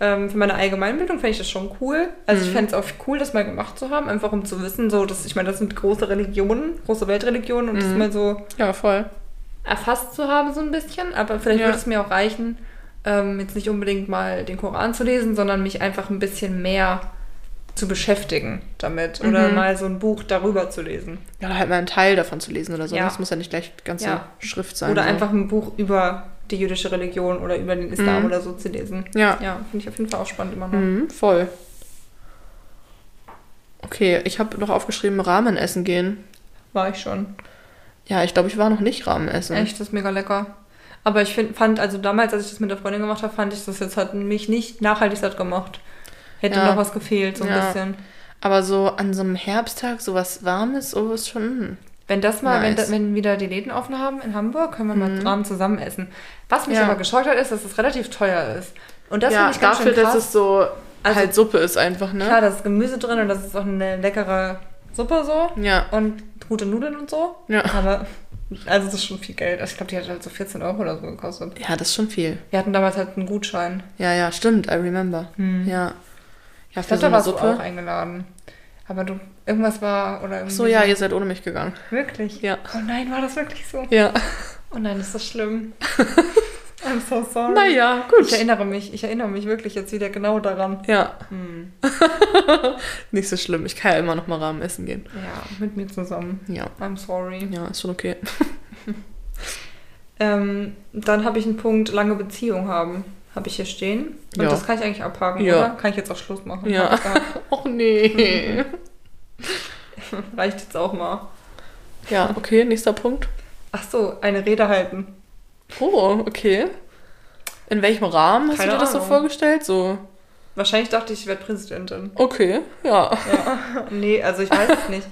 S1: Ähm, für meine Allgemeinbildung fände ich das schon cool. Also ich
S2: Mhm.
S1: fände es auch cool, das mal gemacht zu haben, einfach um zu wissen, so, dass, ich meine, das sind große Religionen, große Weltreligionen und das
S2: Mhm.
S1: mal so
S2: Ja, voll.
S1: erfasst zu haben, so ein bisschen. Aber vielleicht
S2: Ja.
S1: würde es mir auch reichen, ähm, jetzt nicht unbedingt mal den Koran zu lesen, sondern mich einfach ein bisschen mehr zu beschäftigen damit
S2: Mhm.
S1: oder mal so ein Buch darüber zu lesen.
S2: Ja, oder halt mal einen Teil davon zu lesen oder so.
S1: Ja.
S2: Das muss ja nicht gleich die ganze
S1: Ja.
S2: Schrift sein.
S1: oder
S2: so.
S1: einfach ein Buch über die jüdische Religion oder über den Islam oder so zu lesen.
S2: Mhm. Ja.
S1: Ja, finde ich auf jeden Fall auch spannend immer noch.
S2: Mhm, voll. Okay, ich habe noch aufgeschrieben, Ramen essen gehen.
S1: War ich schon.
S2: Ja, ich glaube, ich war noch nicht Ramen essen.
S1: Echt, das ist mega lecker. Aber ich find, fand, also damals, als ich das mit der Freundin gemacht habe, fand ich das jetzt hat mich nicht nachhaltig satt gemacht. Hätte
S2: Ja.
S1: noch was gefehlt, so ein
S2: Ja.
S1: bisschen.
S2: Aber so an so einem Herbsttag sowas Warmes, so ist schon. mm.
S1: Wenn das mal, wenn,
S2: Nice. Mhm.
S1: da, wenn wieder die Läden offen haben in Hamburg, können wir mal Ramen zusammen essen. Was mich
S2: Ja.
S1: aber geschockt hat, ist, dass es relativ teuer ist. Und das
S2: ja,
S1: finde ich ganz
S2: dafür,
S1: schön krass.
S2: dass es so
S1: Also-
S2: halt Suppe ist einfach, ne?
S1: Klar, da ist Gemüse drin und das ist auch eine leckere Suppe so.
S2: Ja.
S1: Und gute Nudeln und so.
S2: Ja.
S1: Aber, also das ist schon viel Geld. Also ich glaube, die hat halt so 14 Euro oder so gekostet.
S2: Ja, das ist schon viel.
S1: Wir hatten damals halt einen Gutschein. Hm.
S2: Ja, ja, stimmt, I remember. Ja. Ja,
S1: Ich glaube,
S2: für Mhm. so
S1: da
S2: eine
S1: warst du auch
S2: Suppe.
S1: eingeladen. Aber du, irgendwas war oder irgendwie.
S2: Ach so, ja, ihr seid ohne mich gegangen.
S1: Wirklich?
S2: Ja.
S1: Oh nein, war das wirklich so?
S2: Ja.
S1: Oh nein, ist das schlimm. I'm so sorry.
S2: Naja,
S1: Ich
S2: gut.
S1: erinnere mich, ich erinnere mich wirklich jetzt wieder genau daran. Hm.
S2: Ja. nicht so schlimm. Ich kann ja immer noch mal Rahmen essen gehen.
S1: Ja, mit mir zusammen.
S2: Ja.
S1: I'm sorry.
S2: Ja, ist schon okay.
S1: Ähm, dann habe ich einen Punkt, lange Beziehung haben. Habe ich hier stehen. Und
S2: Ja.
S1: das kann ich eigentlich abhaken,
S2: Ja.
S1: oder? Kann ich jetzt auch Schluss machen.
S2: Ja.
S1: Hab ich gehabt.
S2: Och nee.
S1: Reicht jetzt auch mal.
S2: ja, okay, nächster Punkt.
S1: Ach so, eine Rede halten.
S2: Oh, okay. In welchem Rahmen hast
S1: Keine
S2: du dir das so
S1: Ahnung.
S2: vorgestellt? So,
S1: Wahrscheinlich dachte ich, ich werde Präsidentin.
S2: okay, ja.
S1: Nee, also ich weiß es nicht.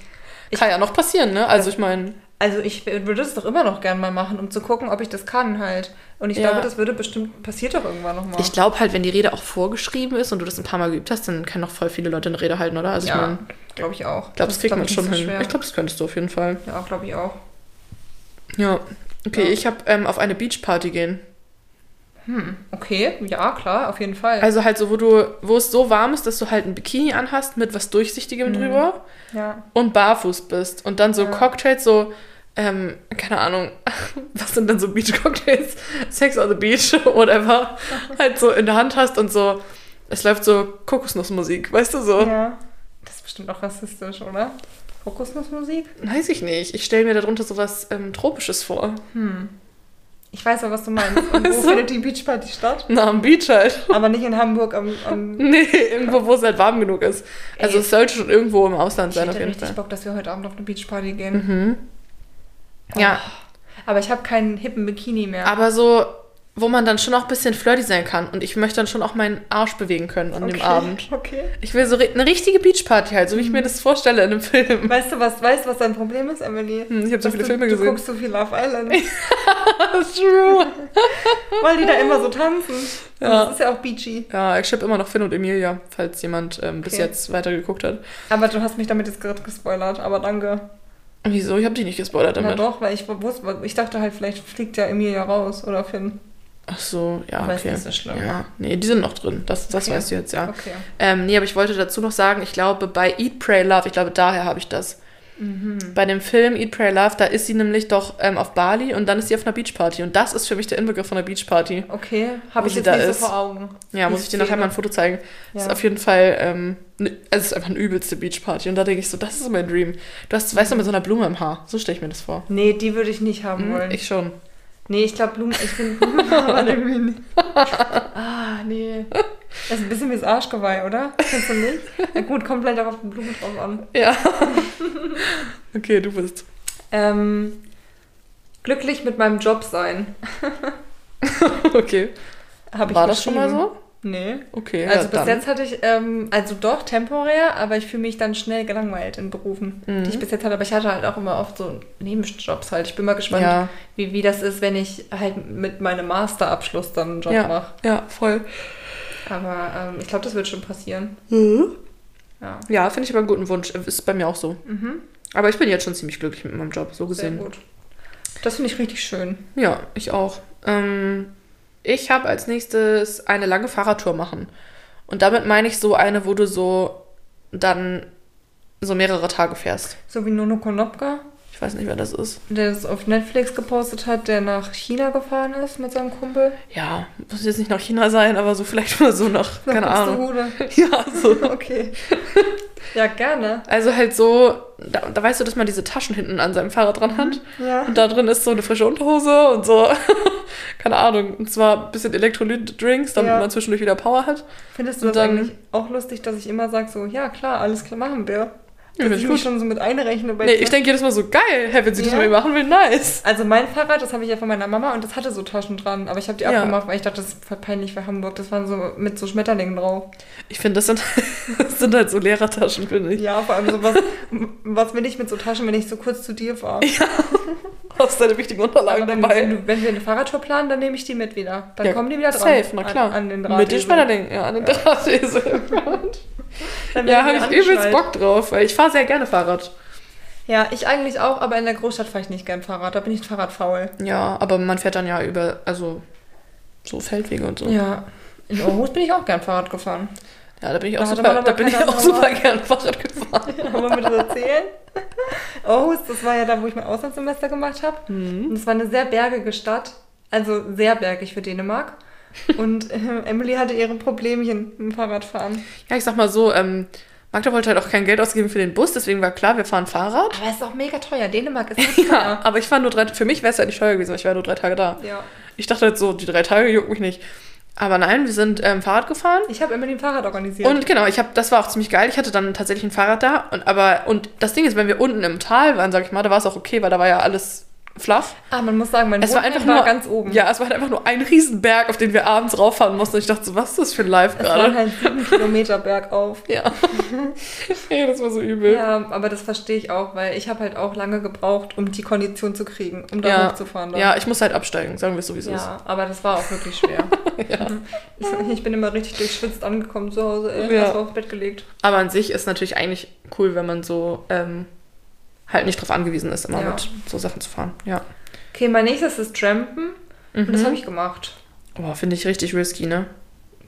S1: Ich-
S2: Kann ja noch passieren, ne? Also ich meine,
S1: Also ich würde es doch immer noch gern mal machen, um zu gucken, ob ich das kann halt. Und ich
S2: Ja.
S1: glaube, das würde bestimmt, passiert doch irgendwann nochmal.
S2: ich glaube halt, wenn die Rede auch vorgeschrieben ist und du das ein paar Mal geübt hast, dann können noch voll viele Leute eine Rede halten, oder? Also ich
S1: ja,
S2: meine,
S1: glaube ich auch.
S2: ich glaube, das kriegt man schon hin.
S1: Schwer.
S2: Ich glaube, das könntest du auf jeden Fall.
S1: ja, glaube ich auch.
S2: Ja. Okay,
S1: Ja.
S2: ich habe ähm, auf eine Beachparty gehen.
S1: Okay, ja, klar, auf jeden Fall.
S2: Also halt so, wo du, wo es so warm ist, dass du halt ein Bikini anhast mit was Durchsichtigem drüber.
S1: ja.
S2: und barfuß bist und dann so
S1: Mhm. Ja.
S2: Cocktails, so, ähm, keine Ahnung, was sind denn so Beach-Cocktails? Sex on the Beach, whatever, halt so in der Hand hast und so, es läuft so Kokosnussmusik, weißt du so?
S1: ja. Das ist bestimmt auch rassistisch, oder? Kokosnussmusik?
S2: Weiß ich nicht. Ich stelle mir darunter sowas ähm, Tropisches vor.
S1: Ich weiß ja, was du meinst. Und wo
S2: So.
S1: findet die Beachparty statt?
S2: Na, am Beach halt.
S1: Aber nicht in Hamburg am. am
S2: Nee, irgendwo, wo es halt warm genug ist. Also
S1: Ey.
S2: es sollte schon irgendwo im Ausland
S1: ich
S2: sein,
S1: hätte
S2: auf jeden
S1: richtig
S2: Fall. Mhm.
S1: Bock, dass wir heute Abend auf eine Beachparty gehen.
S2: Ja,
S1: Aber ich habe keinen hippen Bikini mehr.
S2: aber so, wo man dann schon auch ein bisschen flirty sein kann. Und ich möchte dann schon auch meinen Arsch bewegen können an dem
S1: Okay, Mhm.
S2: Abend.
S1: Okay.
S2: Ich will so ri- eine richtige Beachparty halt, so wie ich mir das vorstelle in einem Film.
S1: Weißt du, was, weißt, du, was dein Problem ist, Emily?
S2: Hm, ich hab so
S1: Dass
S2: viele
S1: du,
S2: Filme
S1: Du
S2: gesehen.
S1: guckst so viel Love Island,
S2: True.
S1: weil die da immer so tanzen. Und
S2: Ja.
S1: Das ist ja auch beachy.
S2: Ja, ich schippe immer noch Finn und Emilia, falls jemand ähm, bis
S1: Okay.
S2: jetzt weitergeguckt hat.
S1: Aber du hast mich damit jetzt gerade gespoilert, aber danke.
S2: Wieso? Ich habe dich nicht gespoilert
S1: Na
S2: damit.
S1: doch, weil ich wusste, ich dachte halt, vielleicht fliegt ja Emilia raus oder Finn.
S2: Ach so, ja,
S1: Weißt du,
S2: okay.
S1: ist das schlimm.
S2: Ja, nee, die sind noch drin. Das, das
S1: Okay.
S2: weißt du jetzt, ja.
S1: Okay.
S2: Ähm, nee, aber ich wollte dazu noch sagen, ich glaube, bei Eat, Pray, Love, ich glaube, daher habe ich das.
S1: Mhm.
S2: Bei dem Film Eat, Pray, Love, da ist sie nämlich doch ähm, auf Bali und dann ist sie auf einer Beachparty. Und das ist für mich der Inbegriff von einer Beachparty.
S1: Okay,
S2: Wo
S1: habe ich
S2: sie
S1: jetzt
S2: da
S1: nicht
S2: ist.
S1: so vor Augen.
S2: Ja,
S1: Die
S2: muss ich dir nachher
S1: Szene.
S2: mal ein Foto zeigen. Das
S1: Ja.
S2: ist auf jeden Fall, ähm, ne, also es ist einfach eine übelste Beachparty. Und da denke ich so, das ist mein Dream. Du hast, weißt du, mit so einer Blume im Haar. So stelle ich mir das vor. Hm?
S1: Nee, die würde ich nicht haben wollen.
S2: Ich schon.
S1: nee, ich glaube, Blumen, ich finde Blumen aber irgendwie nicht. Ah, nee. Das ist ein bisschen wie das Arschgeweih, oder? Findest du nicht? Na gut, kommt vielleicht auch auf die Blume drauf an.
S2: Ja. okay, du bist.
S1: Ähm, glücklich mit meinem Job sein.
S2: Okay.
S1: Hab ich
S2: War das schon
S1: geschrieben.
S2: mal so?
S1: Nee.
S2: Okay.
S1: also
S2: ja,
S1: bis
S2: dann.
S1: jetzt hatte ich, ähm, also doch temporär, aber ich fühle mich dann schnell gelangweilt in Berufen,
S2: Mhm.
S1: die ich bis jetzt hatte. Aber ich hatte halt auch immer oft so Nebenjobs halt. Ich bin mal gespannt,
S2: Ja.
S1: wie, wie das ist, wenn ich halt mit meinem Masterabschluss dann einen Job mache.
S2: Ja, ja, voll.
S1: Aber ähm, ich glaube, das wird schon passieren. Ja,
S2: Ja, finde ich aber einen guten Wunsch. Ist bei mir auch so. Aber ich bin jetzt schon ziemlich glücklich mit meinem Job, so
S1: Mhm. sehr
S2: gesehen.
S1: gut. Das finde ich richtig schön.
S2: Ja, ich auch. Ähm, ich habe als nächstes eine lange Fahrradtour machen. Und damit meine ich so eine, wo du so dann so mehrere Tage fährst.
S1: So wie Nono Konopka.
S2: Ich weiß nicht, wer das ist.
S1: Der das auf Netflix gepostet hat, der nach China gefahren ist mit seinem Kumpel.
S2: Ja, muss jetzt nicht nach China sein, aber so vielleicht mal so nach, keine Ahnung.
S1: Buxtehude.
S2: Ja, so.
S1: Okay. Ja, gerne.
S2: Also halt so, da, da weißt du, dass man diese Taschen hinten an seinem Fahrrad dran hat.
S1: Ja.
S2: Und da drin ist so eine frische Unterhose und so, keine Ahnung. Und zwar ein bisschen Elektrolyt-Drinks, damit
S1: Ja.
S2: man zwischendurch wieder Power hat.
S1: Findest du
S2: Und
S1: das
S2: dann-
S1: eigentlich auch lustig, dass ich immer sage so, ja klar, alles klar, machen wir.
S2: Ja,
S1: Dass
S2: finde
S1: ich
S2: ich
S1: mich
S2: gut.
S1: schon so mit einrechne. Bei
S2: Nee, ich denke jedes Mal so, geil, hä, wenn sie das
S1: Ja.
S2: mit mir machen will, nice.
S1: also mein Fahrrad, das habe ich ja von meiner Mama und das hatte so Taschen dran, aber ich habe die
S2: Ja.
S1: abgemacht, weil ich dachte, das ist voll peinlich für Hamburg. Das waren so mit so Schmetterlingen drauf.
S2: Ich finde, das sind, das sind halt so Lehrertaschen, finde ich.
S1: Ja, vor allem so was, was will ich mit so Taschen, wenn ich so kurz zu dir fahre?
S2: Hast deine wichtigen
S1: Aber
S2: Unterlagen
S1: wenn,
S2: dabei.
S1: wenn, wenn wir eine Fahrradtour planen, dann nehme ich die mit wieder. Dann
S2: Ja,
S1: kommen die wieder dran.
S2: Safe, na klar.
S1: An, an den
S2: Mit den
S1: Drahtesel.
S2: Schmetterlingen, ja, an den Drahtesel.
S1: Dann
S2: ja,
S1: werden
S2: habe
S1: die
S2: ich übelst
S1: angeschnallt.
S2: Bock drauf, weil ich fahre sehr gerne Fahrrad.
S1: Ja, ich eigentlich auch, aber in der Großstadt fahre ich nicht gern Fahrrad. Da bin ich Fahrradfaul.
S2: Ja, aber man fährt dann ja über, also so Feldwege und so. Ja,
S1: Ja. In Aarhus bin ich auch gern Fahrrad gefahren.
S2: da bin ich
S1: Da
S2: auch
S1: hatte man
S2: super,
S1: aber
S2: da bin ich
S1: keine
S2: auch
S1: andere
S2: super gerne Fahrrad gefahren.
S1: Wollen wir das erzählen? Aarhus, das war ja da, wo ich mein Auslandssemester gemacht habe.
S2: Mhm.
S1: Und es war eine sehr bergige Stadt. Also sehr bergig für Dänemark. Und äh, Emily hatte ihre Problemchen im Fahrradfahren.
S2: Ja, ich sag mal so, ähm, Magda wollte halt auch kein Geld ausgeben für den Bus, deswegen war klar, wir fahren Fahrrad.
S1: Aber es ist auch mega teuer. Dänemark ist so
S2: Ja,
S1: teuer.
S2: aber ich war nur drei, für mich wäre es halt nicht teuer gewesen, weil ich war nur drei Tage da.
S1: Ja.
S2: Ich dachte halt so, die drei Tage juckt mich nicht. Aber nein, wir sind ähm, Fahrrad gefahren.
S1: Ich habe Emily ein Fahrrad organisiert.
S2: Und genau, ich habe, das war auch ziemlich geil. Ich hatte dann tatsächlich ein Fahrrad da. Und aber und das Ding ist, wenn wir unten im Tal waren, sag ich mal, da war es auch okay, weil da war ja alles flach.
S1: ah, man muss sagen, mein
S2: Es war
S1: Wohnheim
S2: einfach nur
S1: ganz oben.
S2: Ja, es war halt einfach nur ein Riesenberg, auf den wir abends rauffahren mussten. Und ich dachte so, was ist das für ein Live
S1: Es waren
S2: gerade?
S1: halt sieben Kilometer bergauf.
S2: Ja. ja, das war so übel.
S1: Ja, um aber das verstehe ich auch, weil ich habe halt auch lange gebraucht, um die Kondition zu kriegen, um da
S2: Ja.
S1: hochzufahren. Dann.
S2: Ja, ich muss halt absteigen, sagen wir es sowieso.
S1: ja, aber das war auch wirklich schwer. Ich bin immer richtig durchschwitzt angekommen zu Hause, ey.
S2: Ja.
S1: erst mal aufs Bett gelegt.
S2: Aber an sich ist natürlich eigentlich cool, wenn man so ähm, halt nicht drauf angewiesen ist, immer
S1: Ja.
S2: mit so Sachen zu fahren. Ja.
S1: Okay, mein nächstes ist Trampen und
S2: Mhm.
S1: das habe ich gemacht.
S2: Boah, finde ich richtig risky, ne?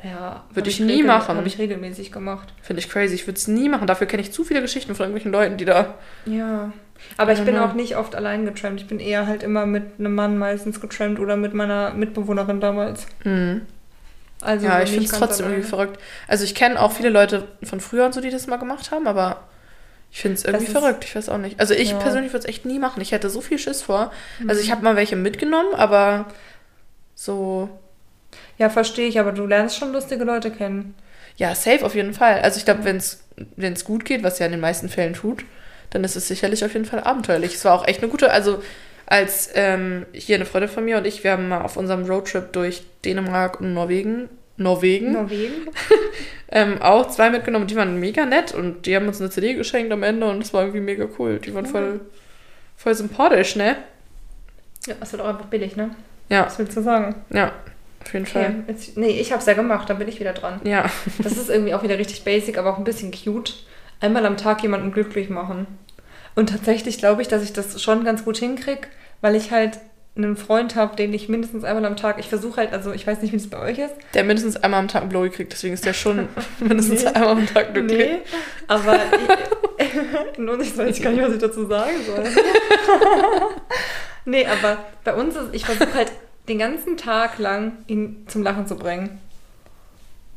S1: Ja, hab
S2: Würde ich nie
S1: regel-
S2: machen.
S1: Habe ich regelmäßig gemacht.
S2: Finde ich crazy. Ich würde es nie machen. Dafür kenne ich zu viele Geschichten von irgendwelchen Leuten, die da.
S1: Ja. Aber
S2: I
S1: ich
S2: don't
S1: bin
S2: know.
S1: auch nicht oft allein getrampt. Ich bin eher halt immer mit einem Mann meistens getrampt oder mit meiner Mitbewohnerin damals. Also
S2: Mhm. ja,
S1: nicht
S2: ich finde es
S1: ganz
S2: trotzdem
S1: alleine.
S2: irgendwie verrückt. Also ich kenne auch viele Leute von früher und so, die das mal gemacht haben, aber ich finde es irgendwie
S1: ist-
S2: verrückt. Ich weiß auch nicht. Also ich
S1: Ja. Mhm.
S2: persönlich würde es echt nie machen. Ich hätte so viel Schiss vor. Also ich habe mal welche mitgenommen, aber so.
S1: Ja, verstehe ich, aber du lernst schon lustige Leute kennen.
S2: Ja, safe auf jeden Fall. Also ich glaube, wenn es gut geht, was ja in den meisten Fällen tut, dann ist es sicherlich auf jeden Fall abenteuerlich. Es war auch echt eine gute, also als ähm, hier eine Freundin von mir und ich, wir haben mal auf unserem Roadtrip durch Dänemark und Norwegen, Norwegen,
S1: Norwegen?
S2: ähm, auch zwei mitgenommen, die waren mega nett und die haben uns eine CD geschenkt am Ende und es war irgendwie mega cool. Die waren voll, voll sympathisch, ne?
S1: Ja, ist halt auch einfach billig, ne?
S2: Ja,
S1: Was willst du sagen?
S2: ja, auf jeden Fall.
S1: Okay. Jetzt, nee, ich hab's ja gemacht, dann bin ich wieder dran.
S2: Ja,
S1: Das ist irgendwie auch wieder richtig basic, aber auch ein bisschen cute. Einmal am Tag jemanden glücklich machen. Und tatsächlich glaube ich, dass ich das schon ganz gut hinkrieg, weil ich halt einen Freund habe, den ich mindestens einmal am Tag, ich versuche halt, also ich weiß nicht, wie das bei euch ist,
S2: der mindestens einmal am Tag einen Blowy kriegt, deswegen ist der schon mindestens
S1: Nee.
S2: einmal am Tag glücklich.
S1: Nee, aber ich, nur nicht, weil ich gar nicht, was ich dazu sagen soll. nee, aber bei uns ist, ich versuche halt den ganzen Tag lang ihn zum Lachen zu bringen.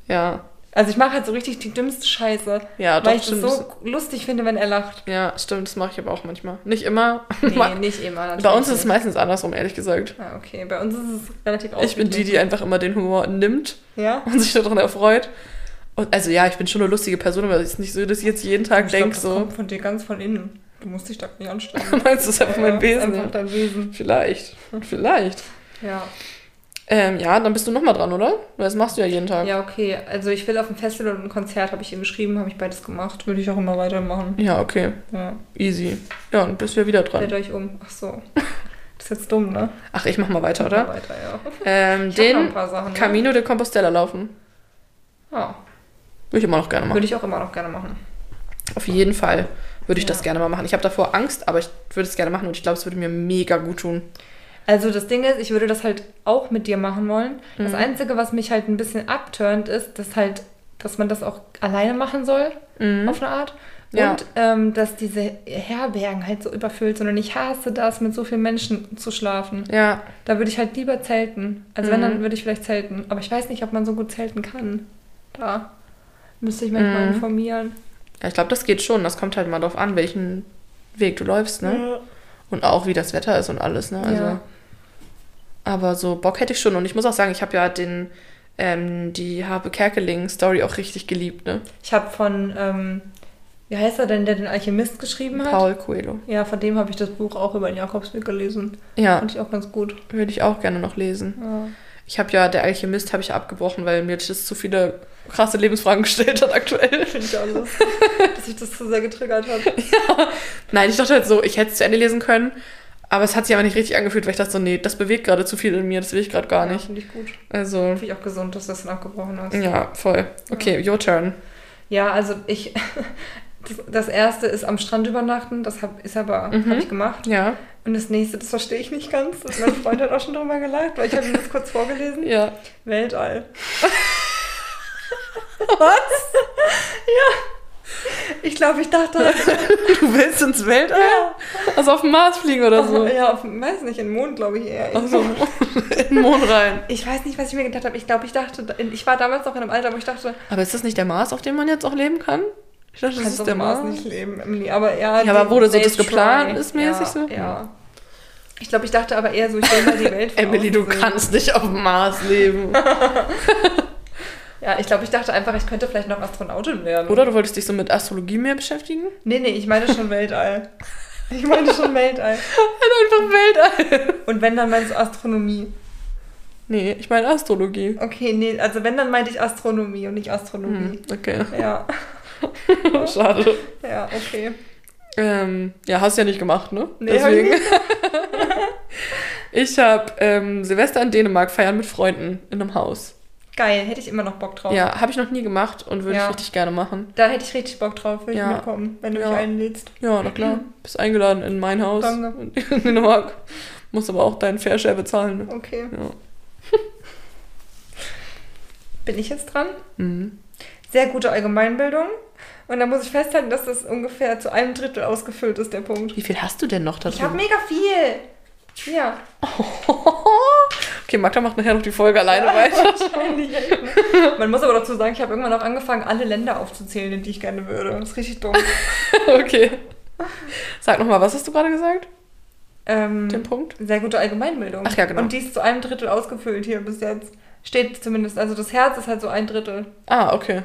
S2: Ja,
S1: Also ich mache halt so richtig die dümmste Scheiße,
S2: ja, doch,
S1: weil ich das
S2: stimmt.
S1: so lustig finde, wenn er lacht.
S2: Ja, stimmt, das mache ich aber auch manchmal. Nicht immer.
S1: Nee, nicht immer. natürlich
S2: Bei uns ist es
S1: nicht.
S2: meistens andersrum, ehrlich gesagt.
S1: Ah, okay, bei uns ist es relativ
S2: Ich bin die, die einfach immer den Humor nimmt
S1: Ja?
S2: und sich daran erfreut. Und also ja, ich bin schon eine lustige Person, aber es ist nicht so, dass ich jetzt jeden Tag
S1: Ich glaub,
S2: denke
S1: das
S2: so.
S1: kommt von dir ganz von innen. Du musst dich da nicht anstrengen.
S2: Meinst du, es ist einfach mein
S1: Ja,
S2: Wesen?
S1: Einfach dein Wesen.
S2: Vielleicht. Vielleicht.
S1: Ja.
S2: Ähm, ja, dann bist du nochmal dran, oder? Weil das machst du ja jeden Tag.
S1: Ja, okay. Also ich will auf ein Festival und ein Konzert, habe ich ihm geschrieben, habe ich beides gemacht. Würde ich auch immer weitermachen.
S2: Ja, okay.
S1: Ja.
S2: Easy. Ja, und bist du ja wieder
S1: Dreht
S2: dran.
S1: euch um. Ach so. Das ist jetzt dumm, ne?
S2: Ach, ich mach mal weiter, oder?
S1: Weiter, ja.
S2: Ähm,
S1: Ich hab noch ein
S2: den
S1: paar Sachen. Ne?
S2: Camino de Compostela laufen.
S1: Ja.
S2: Würde ich immer noch gerne machen.
S1: Würde ich auch immer noch gerne machen.
S2: Auf jeden Fall würde ich
S1: Ja.
S2: das gerne mal machen. Ich habe davor Angst, aber ich würde es gerne machen und ich glaube, es würde mir mega gut tun.
S1: Also das Ding ist, ich würde das halt auch mit dir machen wollen.
S2: Mhm.
S1: Das Einzige, was mich halt ein bisschen abturnt, ist, dass halt, dass man das auch alleine machen soll, auf eine Art.
S2: Mhm. Ja.
S1: Und ähm, dass diese Herbergen halt so überfüllt sind. Und ich hasse das, mit so vielen Menschen zu schlafen.
S2: Ja. Mhm.
S1: Da würde ich halt lieber zelten. Also wenn, dann würde ich vielleicht zelten. Aber ich weiß nicht, ob man so gut zelten kann. Da müsste ich mich mal
S2: Mhm.
S1: informieren.
S2: ja ich glaube, das geht schon. Das kommt halt mal drauf an, welchen Weg du läufst, ne? Und auch wie das Wetter ist und alles, ne? Also.
S1: Ja.
S2: Aber so Bock hätte ich schon. Und ich muss auch sagen, ich habe ja den, ähm, die Harpe Kerkeling-Story auch richtig geliebt, ne?
S1: Ich habe von, ähm, wie heißt er denn, der den Alchemist geschrieben hat?
S2: Paul Coelho.
S1: Ja, von dem habe ich das Buch auch über den Jakobsweg gelesen.
S2: Ja,
S1: Fand ich auch ganz gut.
S2: würde ich auch gerne noch lesen.
S1: Ja.
S2: Ich habe ja, der Alchemist habe ich abgebrochen, weil mir das zu viele krasse Lebensfragen gestellt hat aktuell.
S1: Finde ich auch lustig, dass ich das zu sehr getriggert habe.
S2: Nein, ich dachte halt so, ich hätte es zu Ende lesen können, aber es hat sich aber nicht richtig angefühlt, weil ich dachte so, nee, das bewegt gerade zu viel in mir, das will ich gerade gar
S1: Ja,
S2: nicht.
S1: Finde ich gut.
S2: Also,
S1: Finde ich auch gesund, dass du das dann abgebrochen hast.
S2: ja, voll. Okay, your turn.
S1: Ja, also ich. Das, das erste ist am Strand übernachten, das habe ist aber,
S2: Mhm.
S1: hab ich gemacht.
S2: Ja,
S1: Und das nächste, das verstehe ich nicht ganz. Und mein Freund hat auch schon drüber gelacht, weil ich habe ihm das kurz vorgelesen.
S2: ja.
S1: Weltall.
S2: Was?
S1: Ich glaube, ich dachte,
S2: Du willst ins Weltall? Also auf den Mars fliegen oder so.
S1: ja, auf, weiß nicht, in den Mond, glaube ich eher.
S2: Ach so, in den Mond rein.
S1: Ich weiß nicht, was ich mir gedacht habe. Ich glaube, ich dachte, ich war damals noch in einem Alter, wo ich dachte,
S2: Aber ist das nicht der Mars, auf dem man jetzt auch leben kann? Ich dachte,
S1: du
S2: das
S1: kannst
S2: ist
S1: auf
S2: der
S1: dem Mars
S2: Mars.
S1: nicht leben, Emily. Aber ja,
S2: Ja, aber
S1: die
S2: wurde so
S1: Welt
S2: das geplant
S1: try.
S2: ist mäßig
S1: ja,
S2: so?
S1: Ja. Ich glaube, ich dachte aber eher so, ich will mal die Welt
S2: Emily, du
S1: voraussehen.
S2: kannst nicht auf dem Mars leben.
S1: Ja, ich glaube, ich dachte einfach, ich könnte vielleicht noch Astronautin werden.
S2: Oder du wolltest dich so mit Astrologie mehr beschäftigen?
S1: Nee, nee, ich meine schon Weltall. Ich meine schon Weltall.
S2: Einfach Weltall.
S1: Und wenn, dann meinst du Astronomie.
S2: Nee, ich meine Astrologie.
S1: Okay, nee, also wenn, dann meinte ich Astronomie und nicht Astrologie.
S2: Hm, okay,
S1: Ja,
S2: schade.
S1: ja, okay.
S2: Ähm, ja, hast du ja nicht gemacht, ne?
S1: Nee, hab ich
S2: ich habe ähm, Silvester in Dänemark feiern mit Freunden in einem Haus.
S1: Geil, hätte ich immer noch Bock drauf.
S2: Ja, habe ich noch nie gemacht und würde
S1: Oh. Ja.
S2: ich richtig gerne machen.
S1: Da hätte ich richtig Bock drauf, würde
S2: Ja.
S1: ich mitkommen, wenn du
S2: Ja.
S1: mich einlädst.
S2: Ja, na klar. Bist eingeladen in mein Haus
S1: Mhm. Danke.
S2: in Dänemark. Musst aber auch deinen Fairshare bezahlen. Ne?
S1: Okay.
S2: Ja.
S1: Bin ich jetzt dran?
S2: Mhm.
S1: Sehr gute Allgemeinbildung. Und da muss ich festhalten, dass das ungefähr zu einem Drittel ausgefüllt ist, der Punkt.
S2: Wie viel hast du denn noch da
S1: Ich habe
S2: drin?
S1: mega viel. Ja.
S2: okay, Magda macht nachher noch die Folge alleine weiter.
S1: Wahrscheinlich. Man muss aber dazu sagen, ich habe irgendwann auch angefangen, alle Länder aufzuzählen, in die ich gerne würde. Das ist richtig dumm.
S2: okay. Sag nochmal, was hast du gerade gesagt?
S1: Ähm,
S2: Den Punkt?
S1: Sehr gute Allgemeinbildung.
S2: Ach ja, genau.
S1: Und die ist zu einem Drittel ausgefüllt hier bis jetzt. Steht zumindest. Also das Herz ist halt so ein Drittel.
S2: Ah, okay.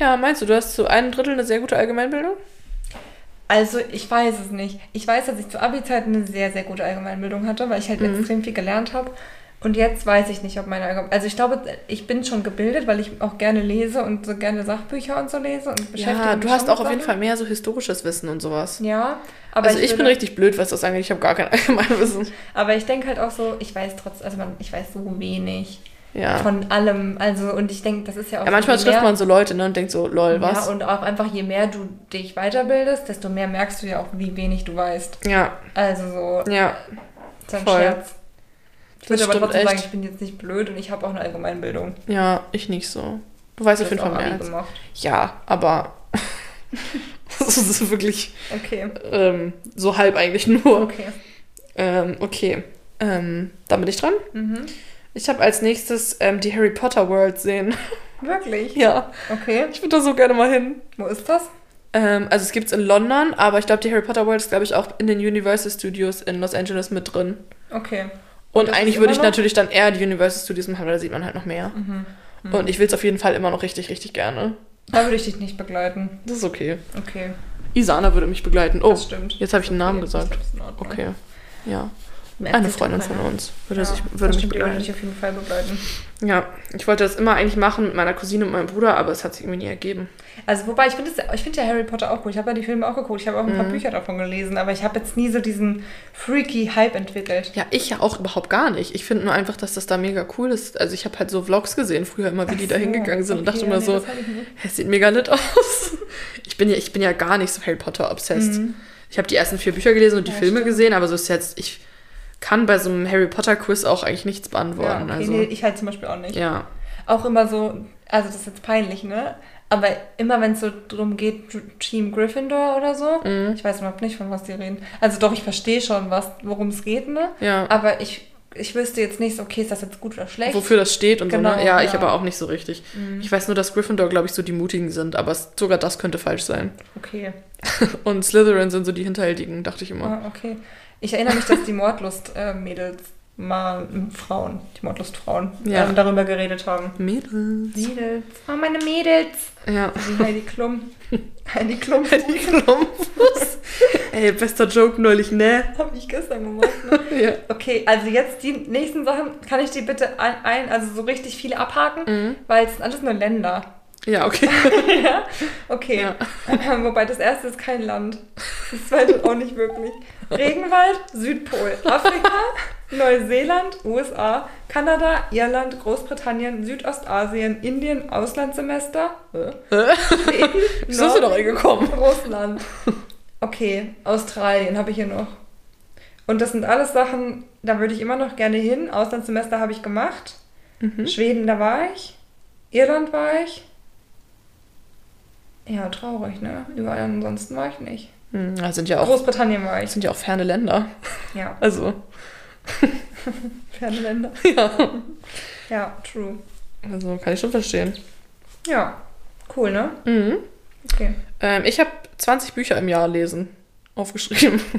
S2: Ja, meinst du, du hast zu einem Drittel eine sehr gute Allgemeinbildung?
S1: Also ich weiß es nicht. Ich weiß, dass ich zu Abi-Zeiten eine sehr, sehr gute Allgemeinbildung hatte, weil ich halt
S2: Mhm.
S1: extrem viel gelernt habe. Und jetzt weiß ich nicht, ob meine Allgemein... Also ich glaube, ich bin schon gebildet, weil ich auch gerne lese und so gerne Sachbücher und so lese und beschäftige
S2: Ja,
S1: mich
S2: du
S1: schon
S2: hast
S1: mit
S2: auch auf jeden
S1: Sachen.
S2: Fall mehr so historisches Wissen und sowas.
S1: Ja, aber
S2: also ich, bin
S1: würde-
S2: richtig blöd, was das angeht. Ich habe gar kein Allgemeinwissen.
S1: Aber ich denke halt auch so, ich weiß trotzdem, also man, ich weiß so wenig
S2: Ja.
S1: von allem. Also und ich denke, das ist ja auch.
S2: ja manchmal
S1: je
S2: trifft
S1: mehr-
S2: man so Leute ne, und denkt so, lol, was?
S1: Ja, und auch einfach je mehr du dich weiterbildest, desto mehr merkst du ja auch, wie wenig du weißt.
S2: Ja,
S1: Also so,
S2: ja.
S1: das ist ein
S2: voll.
S1: Scherz. Ich
S2: Das
S1: würde aber
S2: stimmt
S1: trotzdem sagen,
S2: echt.
S1: ich bin jetzt nicht blöd und ich habe auch eine Allgemeinbildung.
S2: Ja, ich nicht so. Du weißt auf jeden Fall
S1: auch
S2: mehr.
S1: Abi
S2: Als.
S1: gemacht.
S2: Ja, aber das ist wirklich
S1: Okay.
S2: ähm, so halb eigentlich nur.
S1: Okay.
S2: Ähm, okay, ähm, dann bin ich dran.
S1: Mhm.
S2: Ich habe als nächstes ähm, die Harry Potter World sehen.
S1: Wirklich?
S2: ja,
S1: Okay.
S2: ich würde da so gerne mal hin.
S1: Wo ist das?
S2: Ähm, also es gibt's in London, aber ich glaube, die Harry Potter World ist, glaube ich, auch in den Universal Studios in Los Angeles mit drin.
S1: Okay.
S2: Und
S1: das
S2: eigentlich
S1: ist
S2: würde
S1: immer
S2: ich
S1: noch?
S2: natürlich dann eher die Universal Studios machen, weil da sieht man halt noch mehr. Und ich will es auf jeden Fall immer noch richtig, richtig gerne.
S1: Mhm. Da würde ich dich nicht begleiten.
S2: Das ist okay.
S1: Okay.
S2: Isana würde mich begleiten. Oh,
S1: das stimmt.
S2: jetzt habe ich
S1: Ist
S2: einen Namen
S1: okay. Das
S2: gesagt.
S1: ist in Ordnung.
S2: Okay. Ja.
S1: Merkt
S2: Eine
S1: sich doch
S2: Freundin
S1: keiner.
S2: von uns würde, sich,
S1: das
S2: würde mich
S1: stimmt, die würde
S2: begleiten.
S1: ich auf jeden Fall begleiten.
S2: Ja, ich wollte das immer eigentlich machen mit meiner Cousine und meinem Bruder, aber es hat sich irgendwie nie ergeben.
S1: Also wobei, ich finde es- ich finde ja Harry Potter auch gut. Ich habe ja die Filme auch geguckt, ich habe auch ein
S2: Mhm.
S1: paar Bücher davon gelesen, aber ich habe jetzt nie so diesen freaky Hype entwickelt.
S2: Ja, ich ja auch überhaupt gar nicht. Ich finde nur einfach, dass das da mega cool ist. Also ich habe halt so Vlogs gesehen früher immer, wie die da
S1: so,
S2: hingegangen sind und
S1: okay,
S2: dachte
S1: ja,
S2: immer
S1: nee,
S2: so,
S1: das hab ich nicht.
S2: hä, es sieht mega lit aus. Ich bin ja, ich bin ja gar nicht so Harry Potter obsessed. Ich habe die ersten vier Bücher gelesen und die
S1: Mhm. Ja,
S2: Filme
S1: stimmt.
S2: gesehen, aber so ist jetzt, ich kann bei so einem Harry Potter Quiz auch eigentlich nichts beantworten.
S1: ja, okay,
S2: also
S1: nee, ich halt zum Beispiel auch nicht.
S2: ja,
S1: Auch immer so, also das ist jetzt peinlich, ne? Aber immer wenn es so drum geht, Dr- Team Gryffindor oder so, ich weiß überhaupt nicht, von was die reden. Also doch, ich verstehe schon, was, worum es geht, ne?
S2: Ja.
S1: Aber ich, ich wüsste jetzt nicht, so, okay, ist das jetzt gut oder schlecht?
S2: Wofür das steht und so,
S1: Genau,
S2: ne? Ja, ich
S1: ja. Mhm.
S2: aber auch nicht so richtig. Ich weiß nur, dass Gryffindor, glaube ich, so die Mutigen sind, aber s- sogar das könnte falsch sein.
S1: Okay.
S2: Und Slytherin sind so die Hinterhältigen, dachte ich immer.
S1: Ah, okay. Ich erinnere mich, dass die Mordlust-Mädels mal ähm, Frauen, die Mordlust-Frauen,
S2: Ja.
S1: ähm, darüber geredet haben.
S2: Mädels.
S1: Mädels. Oh, meine Mädels.
S2: Ja.
S1: Wie Heidi Klum. Heidi Klum.
S2: Die Klumpus. Ey, bester Joke neulich, ne?
S1: Habe ich gestern gemacht. Ne?
S2: ja.
S1: Okay, also jetzt die nächsten Sachen, kann ich die bitte ein, ein also so richtig viele abhaken, weil es sind alles nur Länder.
S2: Mhm. Ja, okay.
S1: ja? Okay. äh,
S2: Ja.
S1: Wobei das erste ist kein Land. Das zweite auch nicht wirklich. Regenwald, Südpol, Afrika, Neuseeland, USA, Kanada, Irland, Großbritannien, Südostasien, Indien, Auslandssemester. Hä?
S2: Äh?
S1: Schweden,
S2: Wieso sind wir doch
S1: Norwegen,
S2: hingekommen?
S1: Russland. Okay, Australien habe ich hier noch. Und das sind alles Sachen, da würde ich immer noch gerne hin. Auslandssemester habe ich gemacht. Schweden, da war ich. Irland war ich. Ja, traurig, ne? Überall ansonsten war ich nicht.
S2: Hm, Das sind ja auch,
S1: Großbritannien war
S2: das
S1: ich.
S2: sind ja auch ferne Länder.
S1: Ja,
S2: Also,
S1: ferne Länder.
S2: ja.
S1: Ja, true.
S2: Also, kann ich schon verstehen.
S1: Ja, cool, ne?
S2: Mhm.
S1: Okay.
S2: Ähm, ich habe 20 Bücher im Jahr lesen. Aufgeschrieben.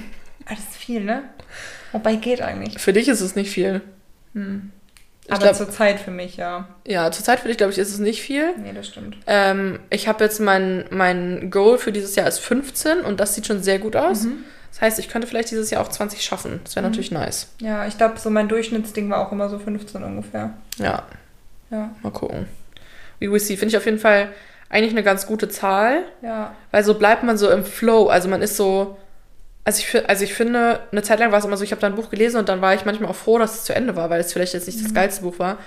S1: Ah, das ist viel, ne? Wobei geht eigentlich. Hm.
S2: Für dich ist es nicht viel. Ich
S1: Aber
S2: glaub-
S1: zur Zeit für mich, ja.
S2: Ja, zurzeit für dich, glaube ich, ist es nicht viel.
S1: Nee, das stimmt.
S2: Ähm, ich habe jetzt mein, mein Goal für dieses Jahr ist 15 und das sieht schon sehr gut aus. Das heißt, ich könnte vielleicht dieses Jahr auch 20 schaffen. Das wäre natürlich nice.
S1: Ja, ich glaube, so mein Durchschnittsding war auch immer so 15 ungefähr.
S2: Ja,
S1: Ja,
S2: mal gucken. We will see. Finde ich auf jeden Fall eigentlich eine ganz gute Zahl,
S1: ja.
S2: weil so bleibt man so im Flow. Also man ist so. Also ich, fi- also ich finde, eine Zeit lang war es immer so, ich habe da ein Buch gelesen und dann war ich manchmal auch froh, dass es zu Ende war, weil es vielleicht jetzt nicht das geilste Buch war.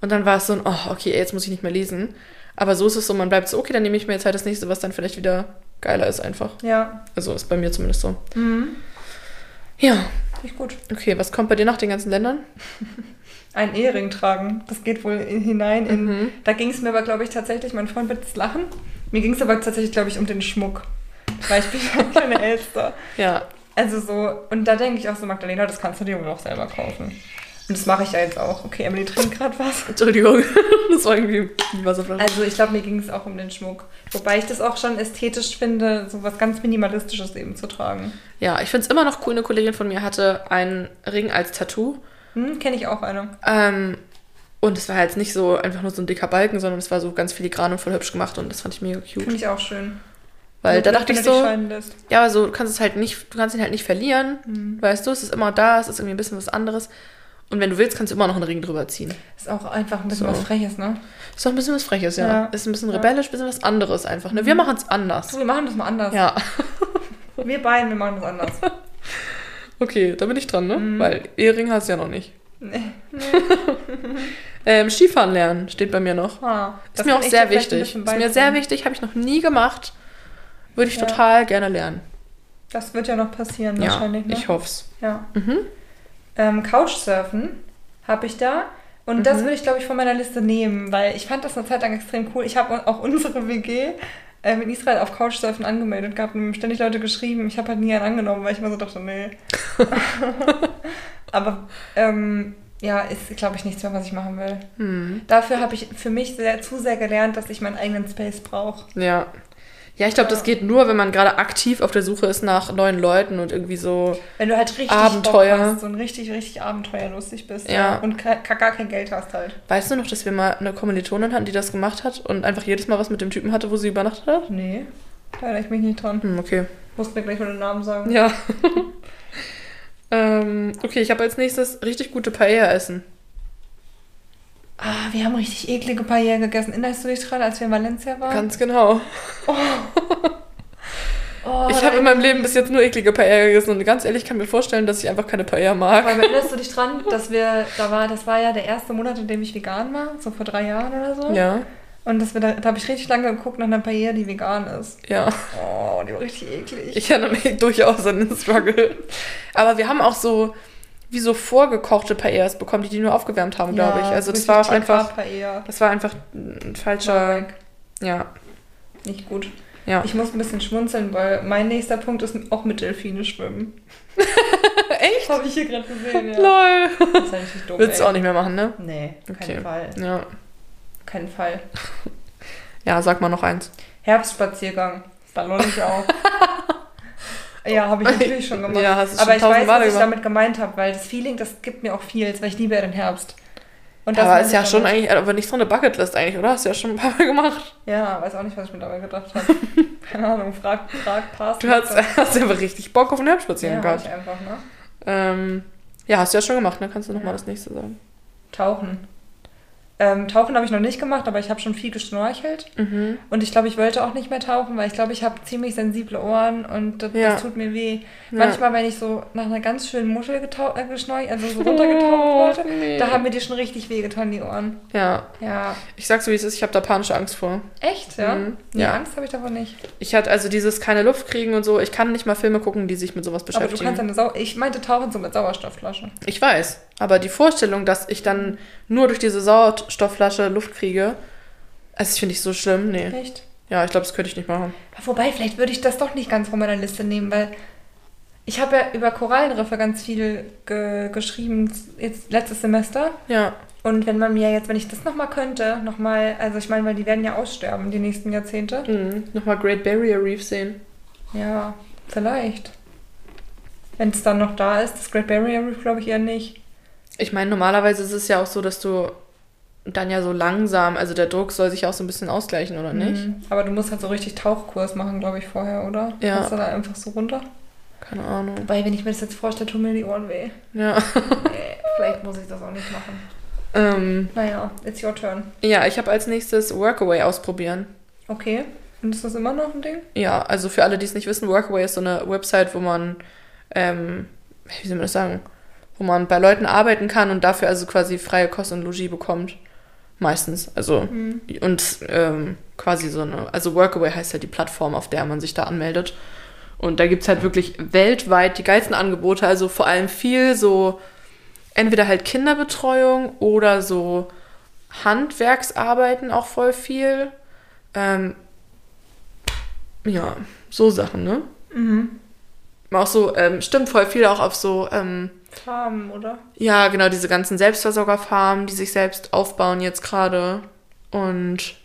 S2: Und dann war es so ein, oh, okay, ey, jetzt muss ich nicht mehr lesen. Aber so ist es so, man bleibt so, okay, dann nehme ich mir jetzt halt das nächste, was dann vielleicht wieder geiler ist einfach.
S1: Ja,
S2: Also ist bei mir zumindest so.
S1: mhm.
S2: Ja,
S1: finde ich gut.
S2: okay, was kommt bei dir nach den ganzen Ländern?
S1: Ein Ehering tragen, das geht wohl in, hinein in... Da ging es mir aber, glaube ich, tatsächlich, mein Freund wird jetzt lachen, mir ging es aber tatsächlich, glaube ich, um den Schmuck. Weil ich bin ja eine kleine Elster.
S2: Ja,
S1: Also so, und da denke ich auch so, Magdalena, das kannst du dir wohl auch selber kaufen. Und das mache ich ja jetzt auch. Okay, Emily trinkt gerade was.
S2: Entschuldigung, das war irgendwie ein Wasserflasche.
S1: Also ich glaube, mir ging es auch um den Schmuck. Wobei ich das auch schon ästhetisch finde, so was ganz Minimalistisches eben zu tragen.
S2: Ja, ich finde es immer noch cool, eine Kollegin von mir hatte einen Ring als Tattoo.
S1: Hm, kenne ich auch eine.
S2: Ähm, und es war halt nicht so einfach nur so ein dicker Balken, sondern es war so ganz filigran und voll hübsch gemacht und das fand ich mega
S1: Finde
S2: cute.
S1: ich auch schön.
S2: Weil da
S1: Wenn du
S2: dachte ich
S1: dich
S2: so,
S1: scheiden lässt. Mhm.
S2: ja, aber so, du kannst es halt nicht, du kannst ihn halt nicht verlieren, weißt du, es ist immer da, es ist irgendwie ein bisschen was anderes. Und wenn du willst, kannst du immer noch einen Ring drüber ziehen.
S1: Ist auch einfach ein bisschen
S2: So.
S1: was Freches, ne?
S2: Ist doch ein bisschen was Freches, ja.
S1: Ja.
S2: Ist ein bisschen
S1: Ja.
S2: rebellisch, ein bisschen was anderes einfach. Ne? Wir machen es
S1: So,
S2: anders.
S1: wir machen das mal anders.
S2: Ja.
S1: Wir beiden, wir machen das anders.
S2: Okay, da bin ich dran, ne?
S1: Mhm.
S2: Weil Ehering hast du ja noch nicht.
S1: Nee.
S2: Ähm, Skifahren lernen steht bei mir noch.
S1: Ah,
S2: Ist
S1: das
S2: mir
S1: kann
S2: auch
S1: ich
S2: sehr
S1: dir vielleicht ein
S2: wichtig.
S1: bisschen
S2: Ist mir sehr
S1: beibringen.
S2: wichtig, habe ich noch nie gemacht. Würde ich
S1: Ja.
S2: total gerne lernen.
S1: Das wird ja noch passieren
S2: Ja,
S1: wahrscheinlich, ne?
S2: ich hoff's.
S1: ja.
S2: Mhm.
S1: Ähm, Couchsurfen habe ich da. Und
S2: Mhm.
S1: das würde ich, glaube ich, von meiner Liste nehmen, weil ich fand das eine Zeit lang extrem cool. Ich habe auch unsere WG ähm, in Israel auf Couchsurfen angemeldet gehabt und mir haben ständig Leute geschrieben. Ich habe halt nie einen angenommen, weil ich immer so dachte, nee. Aber ähm, ja, ist, glaube ich, nichts mehr, was ich machen will.
S2: Hm.
S1: Dafür habe ich für mich sehr, zu sehr gelernt, dass ich meinen eigenen Space brauche.
S2: Ja. Ja, ich glaube, das geht nur, wenn man gerade aktiv auf der Suche ist nach neuen Leuten und irgendwie so.
S1: Wenn du halt richtig
S2: Abenteuer.
S1: Bock hast und richtig, richtig abenteuerlustig bist
S2: Ja.
S1: und ke- gar kein Geld hast halt.
S2: Weißt du noch, dass wir mal eine Kommilitonin hatten, die das gemacht hat und einfach jedes Mal was mit dem Typen hatte, wo sie übernachtet hat?
S1: Nee, da erinnere ich mich nicht dran.
S2: Hm, okay.
S1: Musst mir gleich mal den Namen sagen.
S2: Ja. ähm, okay, ich habe als nächstes richtig gute Paella essen.
S1: Ah, wir haben richtig eklige Paella gegessen. Erinnerst du dich dran, als wir in Valencia waren?
S2: Ganz genau.
S1: oh,
S2: Ich
S1: da-
S2: habe in meinem Leben bis jetzt nur eklige Paella gegessen und ganz ehrlich, ich kann mir vorstellen, dass ich einfach keine Paella
S1: Aber
S2: mag.
S1: erinnerst du dich dran, dass wir, da war, das war ja der erste Monat, in dem ich vegan war, so vor drei Jahren oder so.
S2: Ja,
S1: Und dass wir da, da habe ich richtig lange geguckt nach einer Paella, die vegan ist.
S2: ja.
S1: Oh, die war richtig eklig.
S2: Ich erinnere mich durchaus an den Struggle. Aber wir haben auch so, wie so vorgekochte Paellas bekommen, die die nur aufgewärmt Also haben, glaube ich. Also das war auch einfach,
S1: Paella.
S2: das war einfach ein falscher, ja.
S1: nicht gut.
S2: Ja.
S1: Ich muss ein bisschen schmunzeln, weil mein nächster Punkt ist auch mit Delfine schwimmen.
S2: Echt?
S1: Habe ich hier gerade gesehen, ja.
S2: Lol.
S1: Das ist ja richtig dumm.
S2: Willst du
S1: ey.
S2: auch nicht mehr machen, ne?
S1: Nee, auf keinen Fall.
S2: Ja.
S1: Auf Keinen Fall.
S2: ja, sag mal noch eins.
S1: Herbstspaziergang. Da lohnt sich auch. ja, habe ich natürlich schon gemacht.
S2: Ja, hast du schon
S1: Aber ich
S2: tausend
S1: weiß,
S2: Male
S1: was ich
S2: gemacht.
S1: damit gemeint habe, weil das Feeling, das gibt mir auch viel, weil ich liebe ja den Herbst. Und
S2: aber
S1: meine
S2: ist
S1: ich
S2: ja schon
S1: damit.
S2: eigentlich, aber nicht so eine Bucketlist eigentlich, oder? Hast du ja schon ein paar Mal gemacht.
S1: Ja, weiß auch nicht, was ich mir dabei gedacht habe. Keine Ahnung, frag, frag, passt.
S2: Du hast, hast einfach richtig Bock auf einen Herbstspaziergang
S1: ja, hab ich
S2: gehabt.
S1: einfach, ne?
S2: Ähm, ja, hast du ja schon gemacht, ne? Kannst du
S1: Ja.
S2: nochmal das nächste sagen?
S1: Tauchen. Ähm, tauchen habe ich noch nicht gemacht, aber ich habe schon viel geschnorchelt.
S2: Mhm.
S1: Und ich glaube, ich wollte auch nicht mehr tauchen, weil ich glaube, ich habe ziemlich sensible Ohren und das,
S2: Ja.
S1: das tut mir weh.
S2: Ja.
S1: Manchmal, wenn ich so nach einer ganz schönen Muschel getau- äh, geschnorchelt, also so
S2: Oh,
S1: runtergetaucht wurde,
S2: nee.
S1: da haben mir die schon richtig wehgetan, die Ohren.
S2: Ja,
S1: Ja.
S2: ich sag's so wie es ist, ich habe da panische Angst vor.
S1: Echt, ja?
S2: Mhm.
S1: Nee,
S2: Ja.
S1: Angst habe ich davon nicht.
S2: Ich hatte also dieses keine Luft kriegen und so, ich kann nicht mal Filme gucken, die sich mit sowas
S1: Aber du
S2: beschäftigen.
S1: kannst eine Sau... Ich meinte tauchen so mit Sauerstoffflasche.
S2: Ich weiß, aber die Vorstellung, dass ich dann nur durch diese Sauerstoffflasche Luft kriege, also das finde ich so schlimm, nee.
S1: Echt?
S2: Ja, ich glaube, das könnte ich nicht machen.
S1: Wobei, vielleicht würde ich das doch nicht ganz von meiner Liste nehmen, weil ich habe ja über Korallenriffe ganz viel ge geschrieben, jetzt letztes Semester.
S2: Ja,
S1: Und wenn man mir jetzt, wenn ich das nochmal könnte, nochmal, also ich meine, weil die werden ja aussterben die nächsten Jahrzehnte.
S2: mhm. nochmal Great Barrier Reef sehen.
S1: Ja, vielleicht. Wenn es dann noch da ist, das Great Barrier Reef glaube ich eher nicht.
S2: Ich meine, normalerweise ist es ja auch so, dass du dann ja so langsam, also der Druck soll sich auch so ein bisschen ausgleichen, oder nicht?
S1: Mhm. Aber du musst halt so richtig Tauchkurs machen, glaube ich, vorher, oder?
S2: Ja.
S1: Kannst du da einfach so runter?
S2: Keine Ahnung.
S1: Wobei, wenn ich mir das jetzt vorstelle, tun mir die Ohren weh.
S2: Ja.
S1: Nee, vielleicht muss ich das auch nicht machen.
S2: ähm,
S1: Naja, it's your turn.
S2: ja, ich habe als nächstes Workaway ausprobieren.
S1: Okay. Und ist das immer noch ein Ding?
S2: Ja, also für alle, die es nicht wissen, Workaway ist so eine Website, wo man, ähm, wie soll man das sagen, wo man bei Leuten arbeiten kann und dafür also quasi freie Kost und Logis bekommt. Meistens. Also,
S1: Hm,
S2: und ähm, quasi so eine, also Workaway heißt ja die Plattform, auf der man sich da anmeldet. Und da gibt's halt wirklich weltweit die geilsten Angebote, also vor allem viel so, entweder halt Kinderbetreuung oder so Handwerksarbeiten auch voll viel. Ähm, ja, so Sachen, ne?
S1: Mhm.
S2: Auch so, ähm, stimmt voll viel auch auf so, ähm,
S1: Farben, oder?
S2: ja, genau, diese ganzen Selbstversorgerfarmen, die sich selbst aufbauen jetzt gerade. Und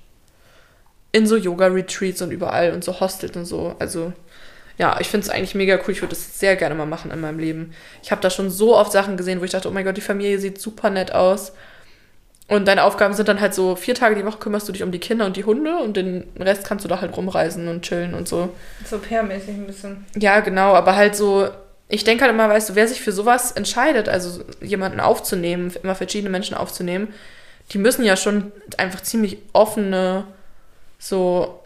S2: in so Yoga-Retreats und überall und so Hostels und so. Also, ja, ich finde es eigentlich mega cool. Ich würde das sehr gerne mal machen in meinem Leben. Ich habe da schon so oft Sachen gesehen, wo ich dachte, oh mein Gott, die Familie sieht super nett aus. Und deine Aufgaben sind dann halt so, vier Tage die Woche kümmerst du dich um die Kinder und die Hunde und den Rest kannst du da halt rumreisen und chillen und so.
S1: So permäßig ein bisschen.
S2: Ja, genau, aber halt so, ich denke halt immer, weißt du, wer sich für sowas entscheidet, also jemanden aufzunehmen, immer verschiedene Menschen aufzunehmen, die müssen ja schon einfach ziemlich offene, so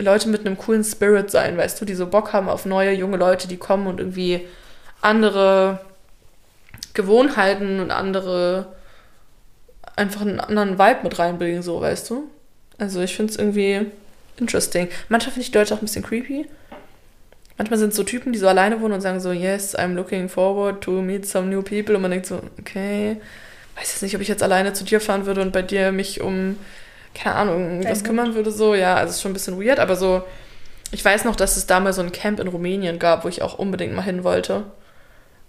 S2: Leute mit einem coolen Spirit sein, weißt du, die so Bock haben auf neue, junge Leute, die kommen und irgendwie andere Gewohnheiten und andere, einfach einen anderen Vibe mit reinbringen, so, weißt du? Also ich finde es irgendwie interesting. Manchmal finde ich die Leute auch ein bisschen creepy. Manchmal sind es so Typen, die so alleine wohnen und sagen so, yes, I'm looking forward to meet some new people. Und man denkt so, okay, weiß jetzt nicht, ob ich jetzt alleine zu dir fahren würde und bei dir mich um, keine Ahnung, was
S1: Hund.
S2: kümmern würde. So, ja, also es ist schon ein bisschen weird, aber so, ich weiß noch, dass es damals so ein Camp in Rumänien gab, wo ich auch unbedingt mal hin wollte.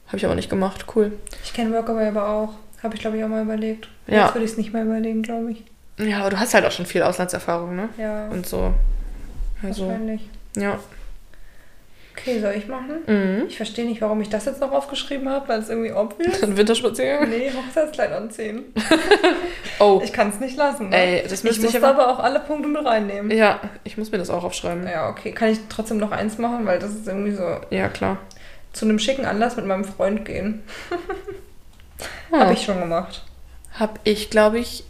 S2: Habe ich aber nicht gemacht, cool.
S1: Ich kenne Workaway aber auch. Habe ich, glaube ich, auch mal überlegt.
S2: Ja.
S1: Jetzt würde ich es nicht mehr überlegen, glaube ich.
S2: Ja, aber du hast halt auch schon viel Auslandserfahrung, ne?
S1: Ja,
S2: Und so. Also,
S1: wahrscheinlich.
S2: ja.
S1: Okay, soll ich machen?
S2: Mhm.
S1: Ich verstehe nicht, warum ich das jetzt noch aufgeschrieben habe, weil es irgendwie obvious.
S2: Ein Winterspaziergang?
S1: Nee, Hochzeitskleid anziehen.
S2: Oh,
S1: Ich kann es nicht lassen. Ne?
S2: ey, das
S1: ich
S2: müsste ich,
S1: muss
S2: aber...
S1: aber auch alle Punkte mit reinnehmen.
S2: Ja, ich muss mir das auch aufschreiben.
S1: Ja, okay. Kann ich trotzdem noch eins machen, weil das ist irgendwie so
S2: Ja, klar.
S1: zu einem schicken Anlass mit meinem Freund gehen.
S2: Hm.
S1: Habe ich schon gemacht.
S2: Hab ich, glaube ich,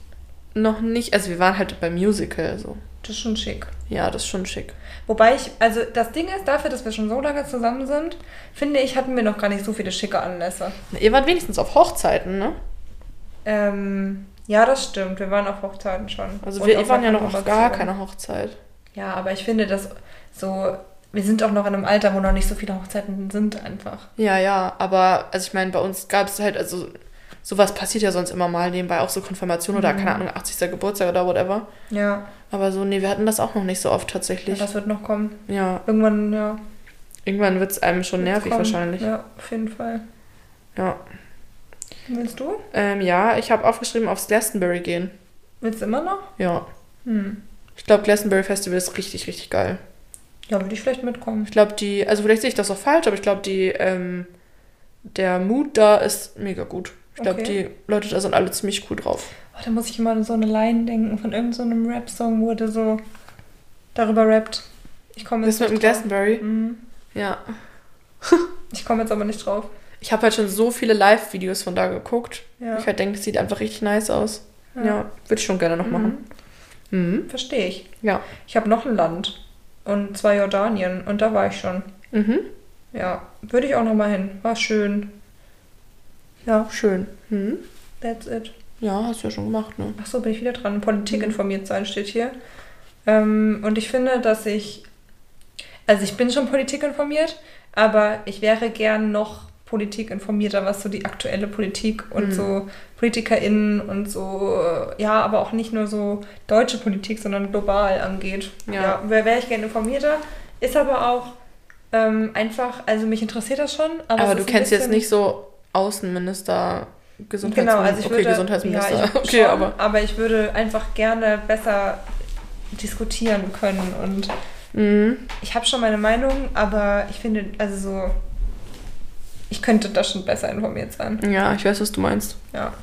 S2: noch nicht... Also, wir waren halt beim Musical, so.
S1: Das ist schon schick.
S2: Ja, das ist schon schick.
S1: Wobei ich, also das Ding ist, dafür, dass wir schon so lange zusammen sind, finde ich, hatten wir noch gar nicht so viele schicke Anlässe.
S2: Na, Ihr wart wenigstens auf Hochzeiten, ne?
S1: Ähm, ja, das stimmt. Wir waren auf Hochzeiten schon.
S2: Also,
S1: Und
S2: wir
S1: auf
S2: waren ja
S1: einer
S2: noch auf gar
S1: Konfirmation.
S2: keiner Hochzeit.
S1: Ja, aber ich finde, dass so, wir sind auch noch in einem Alter, wo noch nicht so viele Hochzeiten sind einfach.
S2: Ja, ja, aber also ich meine, bei uns gab es halt, also Sowas passiert ja sonst immer mal nebenbei, auch so Konfirmation oder
S1: Mhm.
S2: keine Ahnung, 80. Geburtstag oder whatever.
S1: Ja.
S2: Aber so, nee, wir hatten das auch noch nicht so oft
S1: ja,
S2: tatsächlich.
S1: das wird noch kommen.
S2: Ja,
S1: Irgendwann, ja.
S2: irgendwann wird es einem schon
S1: wird's
S2: nervig
S1: kommen.
S2: wahrscheinlich.
S1: Ja, auf jeden Fall.
S2: Ja.
S1: Willst du?
S2: Ähm, ja, ich habe aufgeschrieben, aufs Glastonbury gehen.
S1: Willst du immer noch?
S2: Ja.
S1: Hm.
S2: Ich glaube, Glastonbury Festival ist richtig, richtig geil.
S1: Ja, würde ich vielleicht mitkommen.
S2: Ich glaube, die, also vielleicht sehe ich das auch falsch, aber ich glaube, die, ähm, der Mut da ist mega gut. Ich glaube,
S1: Okay.
S2: die Leute da sind alle ziemlich cool drauf.
S1: Oh, da muss ich immer an so eine Line denken von irgendeinem so einem Rap-Song, wo der so darüber rappt. Ich komme jetzt,
S2: Das mit dem
S1: nicht drauf.
S2: Glastonbury?
S1: Mhm.
S2: Ja.
S1: Ich komme jetzt aber nicht drauf.
S2: Ich habe halt schon so viele Live-Videos von da geguckt.
S1: Ja.
S2: Ich halt denke, das sieht einfach richtig nice aus. Ja,
S1: Ja.
S2: würde ich schon gerne noch machen. Mhm.
S1: Verstehe ich.
S2: Ja.
S1: Ich habe noch ein Land. Und zwar Jordanien. Und da war ich schon.
S2: Mhm.
S1: Ja. Würde ich auch nochmal hin. War schön. Ja,
S2: Schön. Mhm.
S1: that's it.
S2: Ja, hast du ja schon gemacht, ne?
S1: Achso, bin ich wieder dran. Politik
S2: Mhm.
S1: informiert sein steht hier. Ähm, und ich finde, dass ich. Also, ich bin schon Politik informiert, aber ich wäre gern noch Politik informierter, was so die aktuelle Politik und
S2: Mhm.
S1: so PolitikerInnen und so, äh, ja, aber auch nicht nur so deutsche Politik, sondern global angeht.
S2: Ja.
S1: Ja, wäre wär ich gern informierter. Ist aber auch ähm, einfach, also mich interessiert das schon. Aber,
S2: Aber
S1: es
S2: du
S1: ist ein
S2: kennst jetzt
S1: bisschen-
S2: nicht so Außenminister, Gesundheitsminister.
S1: Genau, also ich
S2: okay,
S1: würde,
S2: Gesundheitsminister.
S1: Ja, ich
S2: okay,
S1: schon,
S2: aber.
S1: ich würde einfach gerne besser diskutieren können und
S2: Mhm.
S1: ich habe schon meine Meinung, aber ich finde, also so, ich könnte da schon besser informiert sein.
S2: Ja, ich weiß, was du meinst.
S1: Ja.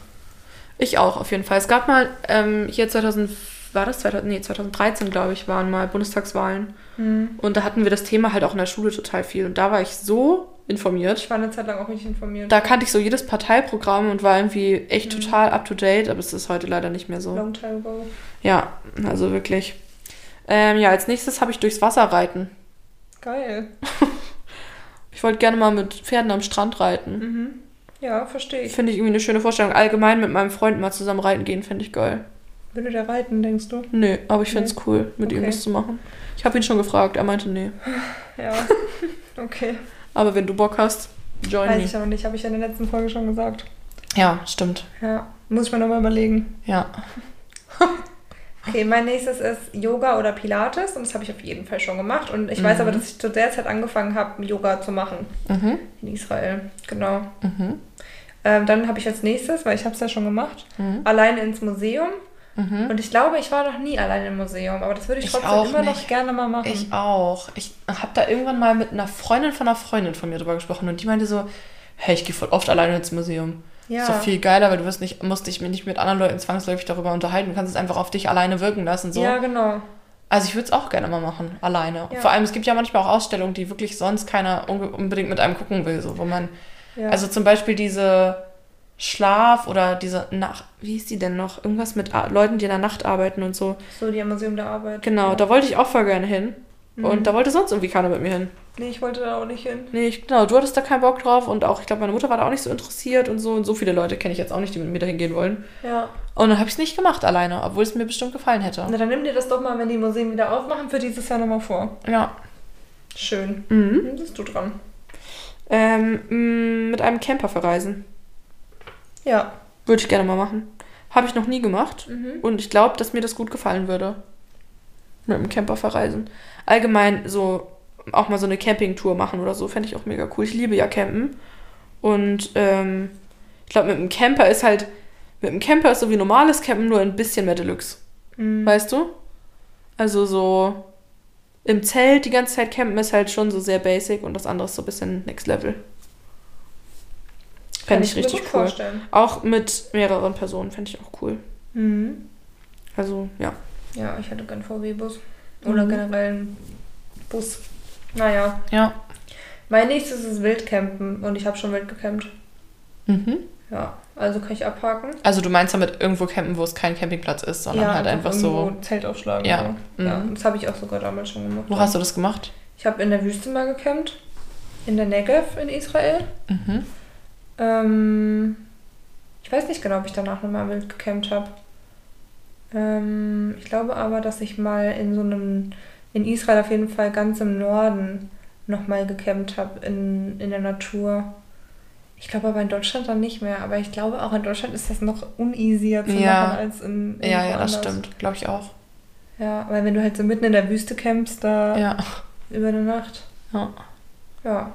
S2: Ich auch, auf jeden Fall. Es gab mal ähm, hier 2000, war das 2000, nee, 2013, glaube ich, waren mal Bundestagswahlen.
S1: Hm.
S2: Und da hatten wir das Thema halt auch in der Schule total viel. Und da war ich so informiert.
S1: Ich war eine Zeit lang auch nicht informiert.
S2: Da kannte ich so jedes Parteiprogramm und war irgendwie echt
S1: Mhm.
S2: total up to date, aber es ist heute leider nicht mehr so.
S1: Long time ago.
S2: Ja, also wirklich. Ähm, ja, als nächstes habe ich durchs Wasser reiten.
S1: Geil.
S2: Ich wollte gerne mal mit Pferden am Strand reiten.
S1: Ja, verstehe ich.
S2: Finde ich irgendwie eine schöne Vorstellung. Allgemein mit meinem Freund mal zusammen reiten gehen, finde ich geil.
S1: Würde der reiten, denkst du?
S2: Nee, aber ich finde es cool, mit ihm
S1: Okay.
S2: das zu machen. Ich habe ihn schon gefragt, er meinte nee.
S1: Ja. Okay.
S2: Aber wenn du Bock hast, join
S1: Weiß
S2: me.
S1: ich auch nicht, habe ich ja in der letzten Folge schon gesagt.
S2: Ja, stimmt.
S1: Ja. Muss ich mir nochmal überlegen.
S2: Ja.
S1: Okay, mein nächstes ist Yoga oder Pilates und das habe ich auf jeden Fall schon gemacht und ich weiß aber, dass ich zu der Zeit angefangen habe, Yoga zu machen
S2: Mhm.
S1: in Israel. Genau.
S2: Mhm.
S1: Ähm, dann habe ich als nächstes, weil ich habe es ja schon gemacht,
S2: Mhm.
S1: alleine ins Museum
S2: Mhm.
S1: und ich glaube, ich war noch nie alleine im Museum, aber das würde ich,
S2: Ich
S1: trotzdem
S2: auch
S1: immer noch
S2: nicht.
S1: gerne mal machen.
S2: Ich auch. Ich habe da irgendwann mal mit einer Freundin von einer Freundin von mir drüber gesprochen und die meinte so, hey, ich gehe voll oft alleine ins Museum.
S1: Ja.
S2: Ist doch viel geiler, weil du wirst nicht, musst dich nicht mit anderen Leuten zwangsläufig darüber unterhalten. Du kannst es einfach auf dich alleine wirken lassen. So.
S1: Ja, genau.
S2: Also ich würde es auch gerne mal machen, alleine.
S1: Ja.
S2: Vor allem, es gibt ja manchmal auch Ausstellungen, die wirklich sonst keiner unge- unbedingt mit einem gucken will, so wo man.
S1: Ja.
S2: Also zum Beispiel diese Schlaf oder diese Nacht, wie hieß die denn noch? Irgendwas mit Ar- Leuten, die in der Nacht arbeiten und so.
S1: so die am Museum der Arbeit.
S2: Genau,
S1: Ja.
S2: da wollte ich auch voll gerne hin. Und da wollte sonst irgendwie keiner mit mir hin.
S1: Nee, ich wollte da auch nicht hin.
S2: Nee, ich, genau, du hattest da keinen Bock drauf und auch, ich glaube, meine Mutter war da auch nicht so interessiert und so. Und so viele Leute kenne ich jetzt auch nicht, die mit mir dahin gehen wollen.
S1: Ja.
S2: Und dann habe ich es nicht gemacht alleine, obwohl es mir bestimmt gefallen hätte.
S1: Na, dann nimm dir das doch mal, wenn die Museen wieder aufmachen, für dieses Jahr nochmal vor.
S2: Ja.
S1: Schön.
S2: Mhm.
S1: Dann bist du dran.
S2: Ähm, mh, mit einem Camper verreisen.
S1: Ja.
S2: Würde ich gerne mal machen. Habe ich noch nie
S1: Mhm.
S2: gemacht. Und ich glaube, dass mir das gut gefallen würde. Mit einem Camper verreisen. Allgemein so auch mal so eine Campingtour machen oder so, fände ich auch mega cool. Ich liebe ja Campen. Und ähm, ich glaube, mit einem Camper ist halt, mit einem Camper ist so wie normales Campen, nur ein bisschen mehr Deluxe.
S1: Mhm.
S2: Weißt du? Also so im Zelt die ganze Zeit campen ist halt schon so sehr basic und das andere ist so ein bisschen next level. Fände ich
S1: mir
S2: richtig
S1: gut
S2: cool.
S1: vorstellen.
S2: Auch mit mehreren Personen fände ich auch cool.
S1: Mhm.
S2: Also, ja.
S1: Ja, ich hätte gern VW-Bus. Oder
S2: Mhm.
S1: generell einen Bus. Naja.
S2: Ja.
S1: Mein nächstes ist Wildcampen und ich habe schon wild gecampt.
S2: Mhm.
S1: Ja, also kann ich abhaken.
S2: Also du meinst damit irgendwo campen, wo es kein Campingplatz ist, sondern
S1: ja,
S2: halt einfach so.
S1: irgendwo Zelt aufschlagen.
S2: Ja,
S1: So. ja
S2: mhm.
S1: das habe ich auch sogar damals schon gemacht.
S2: Wo hast du das gemacht?
S1: Ich habe in der Wüste mal gecampt. In der Negev in Israel.
S2: Mhm.
S1: Ähm, ich weiß nicht genau, ob ich danach nochmal wild gecampt habe. Ähm, ich glaube aber, dass ich mal in so einem, in Israel auf jeden Fall ganz im Norden nochmal gecampt habe, in, in der Natur. Ich glaube aber in Deutschland dann nicht mehr. Aber ich glaube auch in Deutschland ist das noch uneasier zu
S2: Ja.
S1: machen als in
S2: Ja,
S1: irgendwo
S2: ja, das
S1: anders.
S2: stimmt. Glaube ich auch.
S1: Ja, weil wenn du halt so mitten in der Wüste campst, da
S2: Ja.
S1: über eine Nacht.
S2: ja.
S1: Ja.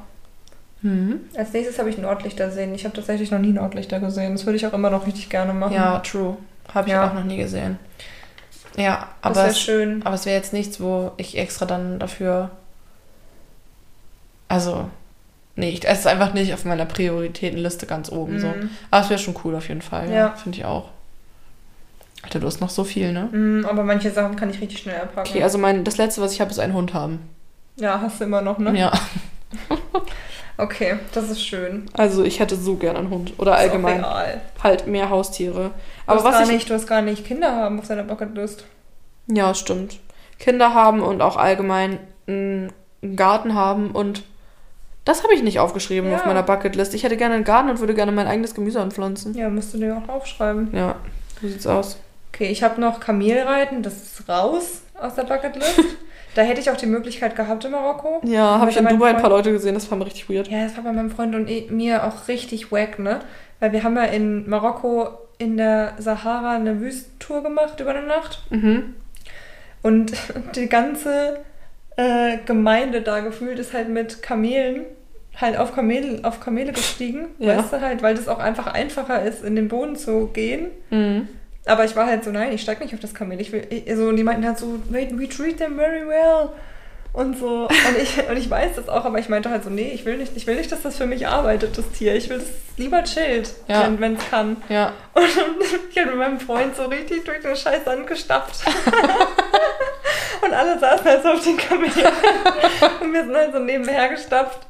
S2: Mhm.
S1: Als nächstes habe ich Nordlichter sehen. Ich habe tatsächlich noch nie Nordlichter gesehen. Das würde ich auch immer noch richtig gerne machen.
S2: Ja, true. Habe ich
S1: Ja.
S2: auch noch nie gesehen. Ja,
S1: das
S2: aber
S1: wäre
S2: es,
S1: schön.
S2: aber es wäre jetzt nichts, wo ich extra dann dafür. Also, nee, ich- es ist einfach nicht auf meiner Prioritätenliste ganz oben. So.
S1: Mhm.
S2: Aber Ah, es wäre schon cool auf jeden Fall. Ja.
S1: Ja.
S2: Finde ich auch. Alter, du hast noch so viel, ne?
S1: Mm, aber manche Sachen kann ich richtig schnell abhaken.
S2: Okay, also mein, das letzte, was ich habe, ist einen Hund haben.
S1: ja, hast du immer noch, ne?
S2: Ja.
S1: Okay, das ist schön.
S2: Also ich hätte so gern einen Hund. Oder allgemein
S1: Ist auch egal.
S2: halt mehr Haustiere.
S1: Du,
S2: Aber
S1: hast gar
S2: was ich.
S1: nicht, du hast gar nicht Kinder haben auf deiner Bucketlist.
S2: Ja, stimmt. Kinder haben und auch allgemein einen Garten haben und das habe ich nicht aufgeschrieben
S1: Ja.
S2: auf meiner Bucketlist. Ich hätte gerne einen Garten und würde gerne mein eigenes Gemüse anpflanzen.
S1: Ja, musst du dir auch aufschreiben.
S2: Ja, so sieht's aus.
S1: Okay, ich habe noch Kamelreiten, das ist raus aus der Bucketlist. da hätte ich auch die Möglichkeit gehabt in Marokko.
S2: Ja, habe ich in
S1: Mit meinen
S2: Dubai ein paar
S1: Freunden.
S2: Leute gesehen, das fand ich richtig weird.
S1: Ja, das war bei meinem Freund und eh- mir auch richtig wack, ne? Weil wir haben ja in Marokko in der Sahara eine Wüstentour gemacht über eine Nacht.
S2: Mhm.
S1: Und die ganze äh, Gemeinde da gefühlt ist halt mit Kamelen, halt auf Kamele, auf Kamele gestiegen.
S2: Ja.
S1: Weißt du halt, weil das auch einfach einfacher ist, in den Boden zu gehen.
S2: Mhm.
S1: Aber ich war halt so, nein, ich steig nicht auf das Kamel. Ich will, ich, so, und die meinten halt so, we, we treat them very well. Und so. Und ich, und ich weiß das auch, aber ich meinte halt so, nee, ich will nicht, ich will nicht, dass das für mich arbeitet, das Tier. Ich will es lieber chillt,
S2: Ja.
S1: wenn es kann.
S2: Ja.
S1: Und ich habe mit meinem Freund so richtig durch den Scheiß angestapft. und alle saßen halt so auf den Kamel. und wir sind halt so nebenher gestapft.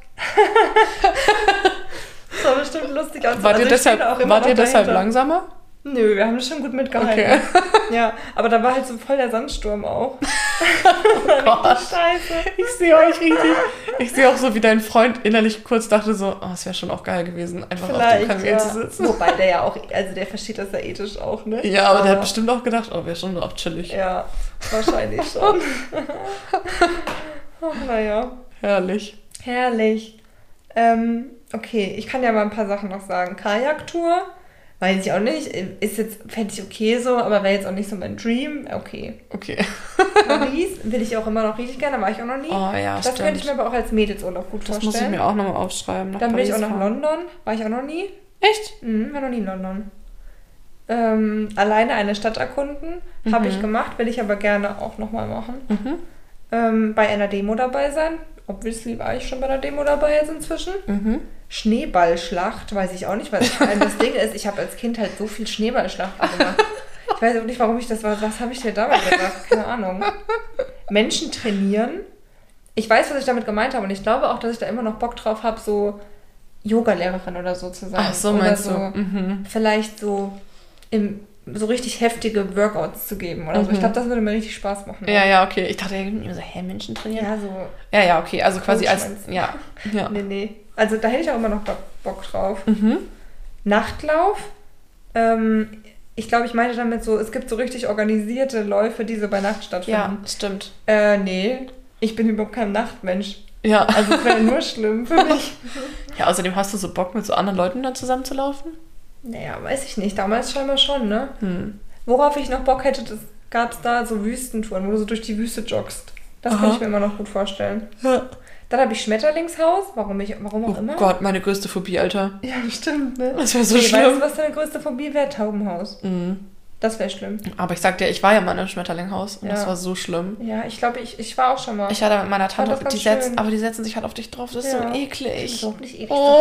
S1: das war bestimmt lustig. Also,
S2: Wart
S1: also
S2: ihr
S1: ich
S2: deshalb,
S1: stehe da auch immer
S2: wart
S1: noch
S2: ihr deshalb
S1: dahinter.
S2: langsamer?
S1: Nö, wir haben das schon gut mitgehalten. Ja, aber da war halt so voll der Sandsturm auch.
S2: Gott.
S1: Scheiße.
S2: Ich sehe euch richtig. Ich sehe auch so, wie dein Freund innerlich kurz dachte so, oh, es wäre schon auch geil gewesen, einfach auf dem
S1: Vielleicht.
S2: Kamel
S1: ja.
S2: zu sitzen.
S1: Wobei der ja auch, also der versteht das ja ethisch auch, ne?
S2: Ja, aber der hat bestimmt auch gedacht, oh, wäre schon auch chillig.
S1: Ja, wahrscheinlich schon. Ach, naja.
S2: Herrlich.
S1: Herrlich. Ähm, okay, ich kann ja mal ein paar Sachen noch sagen. Kajaktour, weiß ich auch nicht. Ist jetzt, fände ich okay so, aber wäre jetzt auch nicht so mein Dream. Okay.
S2: Okay.
S1: Paris will ich auch immer noch richtig gerne, war ich auch noch nie.
S2: Oh ja,
S1: das könnte ich mir aber auch als Mädelsurlaub gut
S2: das
S1: vorstellen.
S2: muss ich mir auch nochmal aufschreiben. Nach
S1: Dann bin ich auch
S2: Paris
S1: nach
S2: fahren.
S1: London. War ich auch noch nie?
S2: Echt?
S1: Mhm, war noch nie in London. Ähm, alleine eine Stadt erkunden. Habe ich gemacht, will ich aber gerne auch nochmal machen.
S2: Mhm.
S1: Ähm, bei einer Demo dabei sein. Obviously war ich schon bei einer Demo dabei jetzt inzwischen.
S2: Mhm.
S1: Schneeballschlacht, weiß ich auch nicht, weil ich, weil das Ding ist, ich habe als Kind halt so viel Schneeballschlacht gemacht. Ich weiß auch nicht, warum ich das war. Was habe ich dir damals gedacht? Keine Ahnung. Menschen trainieren. Ich weiß, was ich damit gemeint habe und ich glaube auch, dass ich da immer noch Bock drauf habe, so Yoga-Lehrerin oder so zu sein.
S2: Ach so,
S1: oder
S2: meinst du? Mhm.
S1: Vielleicht so, im, so richtig heftige Workouts zu geben oder so. Ich glaube, das würde mir richtig Spaß machen.
S2: Mhm. Ja, ja, okay. Ich dachte irgendwie so, hä, Menschen trainieren?
S1: ja so
S2: Ja, ja, okay. Also quasi
S1: Coach
S2: als.
S1: meinst du?
S2: Ja. ja.
S1: Nee, nee. Also da hätte ich auch immer noch Bo- Bock drauf.
S2: Mhm.
S1: Nachtlauf. Ähm, ich glaube, ich meine damit so, es gibt so richtig organisierte Läufe, die so bei Nacht
S2: Ja,
S1: stattfinden.
S2: stimmt.
S1: Äh, nee. Ich bin überhaupt kein Nachtmensch.
S2: Ja.
S1: Also es wäre nur schlimm für mich.
S2: ja, außerdem hast du so Bock, mit so anderen Leuten dann zusammenzulaufen?
S1: Naja, weiß ich nicht. Damals scheinbar schon, ne?
S2: Hm.
S1: Worauf ich noch Bock hätte, das gab es da so Wüstentouren, wo du so durch die Wüste joggst. Das
S2: Aha.
S1: könnte ich mir immer noch gut vorstellen. Dann habe ich Schmetterlingshaus, warum, ich, warum
S2: Oh
S1: auch immer.
S2: Gott, meine größte Phobie, Alter.
S1: Ja, stimmt, ne?
S2: Das wäre so
S1: Okay, weißt du,
S2: schlimm.
S1: was deine größte Phobie wäre? Taubenhaus.
S2: Mhm.
S1: Das wäre schlimm.
S2: Aber ich sag dir, ich war ja mal in einem Schmetterlinghaus und
S1: Ja.
S2: das war so schlimm.
S1: Ja, ich glaube, ich, ich war auch schon mal.
S2: Ich war da mit meiner
S1: das
S2: Tante,
S1: ganz
S2: die setzen,
S1: schön.
S2: aber die setzen sich halt auf dich drauf. Das ist
S1: Ja.
S2: so eklig.
S1: überhaupt nicht eklig.
S2: Oh,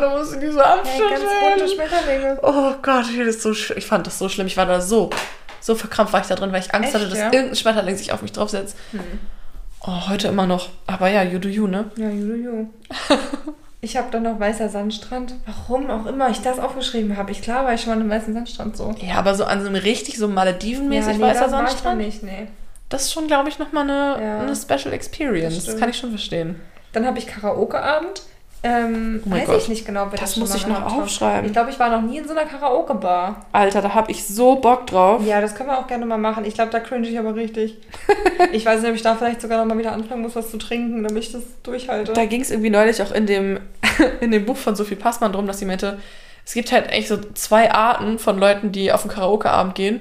S2: da musst du die so
S1: das ist ja, ganz bunte
S2: abschütteln.
S1: Schmetterlinge.
S2: Oh Gott, hier ist so sch- ich fand das so schlimm. Ich war da so, so verkrampft war ich da drin, weil ich Angst
S1: Echt,
S2: hatte, dass
S1: ja? Hm.
S2: irgendein Schmetterling sich auf mich draufsetzt. Oh, heute immer noch. Aber ja, you do you, ne?
S1: Ja, ju, ju, ju. Ich habe dann noch weißer Sandstrand. Warum auch immer ich das aufgeschrieben habe. Ich klar war ich schon mal im weißen Sandstrand so.
S2: Ja, aber so an so einem richtig so Malediven-mäßig weißer
S1: da war ich noch
S2: Sandstrand,
S1: nicht, nee.
S2: das ist schon, glaube ich, nochmal eine,
S1: Ja.
S2: eine Special Experience.
S1: Das
S2: Das,
S1: stimmt.
S2: kann ich schon verstehen.
S1: Dann habe ich Karaoke-Abend. Ähm,
S2: Oh mein
S1: weiß
S2: Gott.
S1: ich nicht genau, wer
S2: Das
S1: schon
S2: muss
S1: mal
S2: ich noch
S1: gemacht hat.
S2: aufschreiben.
S1: Ich glaube, ich war noch nie in so einer Karaoke-Bar.
S2: Alter, da hab ich so Bock drauf.
S1: Ja, das können wir auch gerne mal machen. Ich glaube, da cringe ich aber richtig. ich weiß nicht, ob ich da vielleicht sogar nochmal wieder anfangen muss, was zu trinken, damit ich das durchhalte.
S2: Da ging es irgendwie neulich auch in dem, in dem Buch von Sophie Passmann drum, dass sie meinte, es gibt halt eigentlich so zwei Arten von Leuten, die auf einen Karaoke-Abend gehen.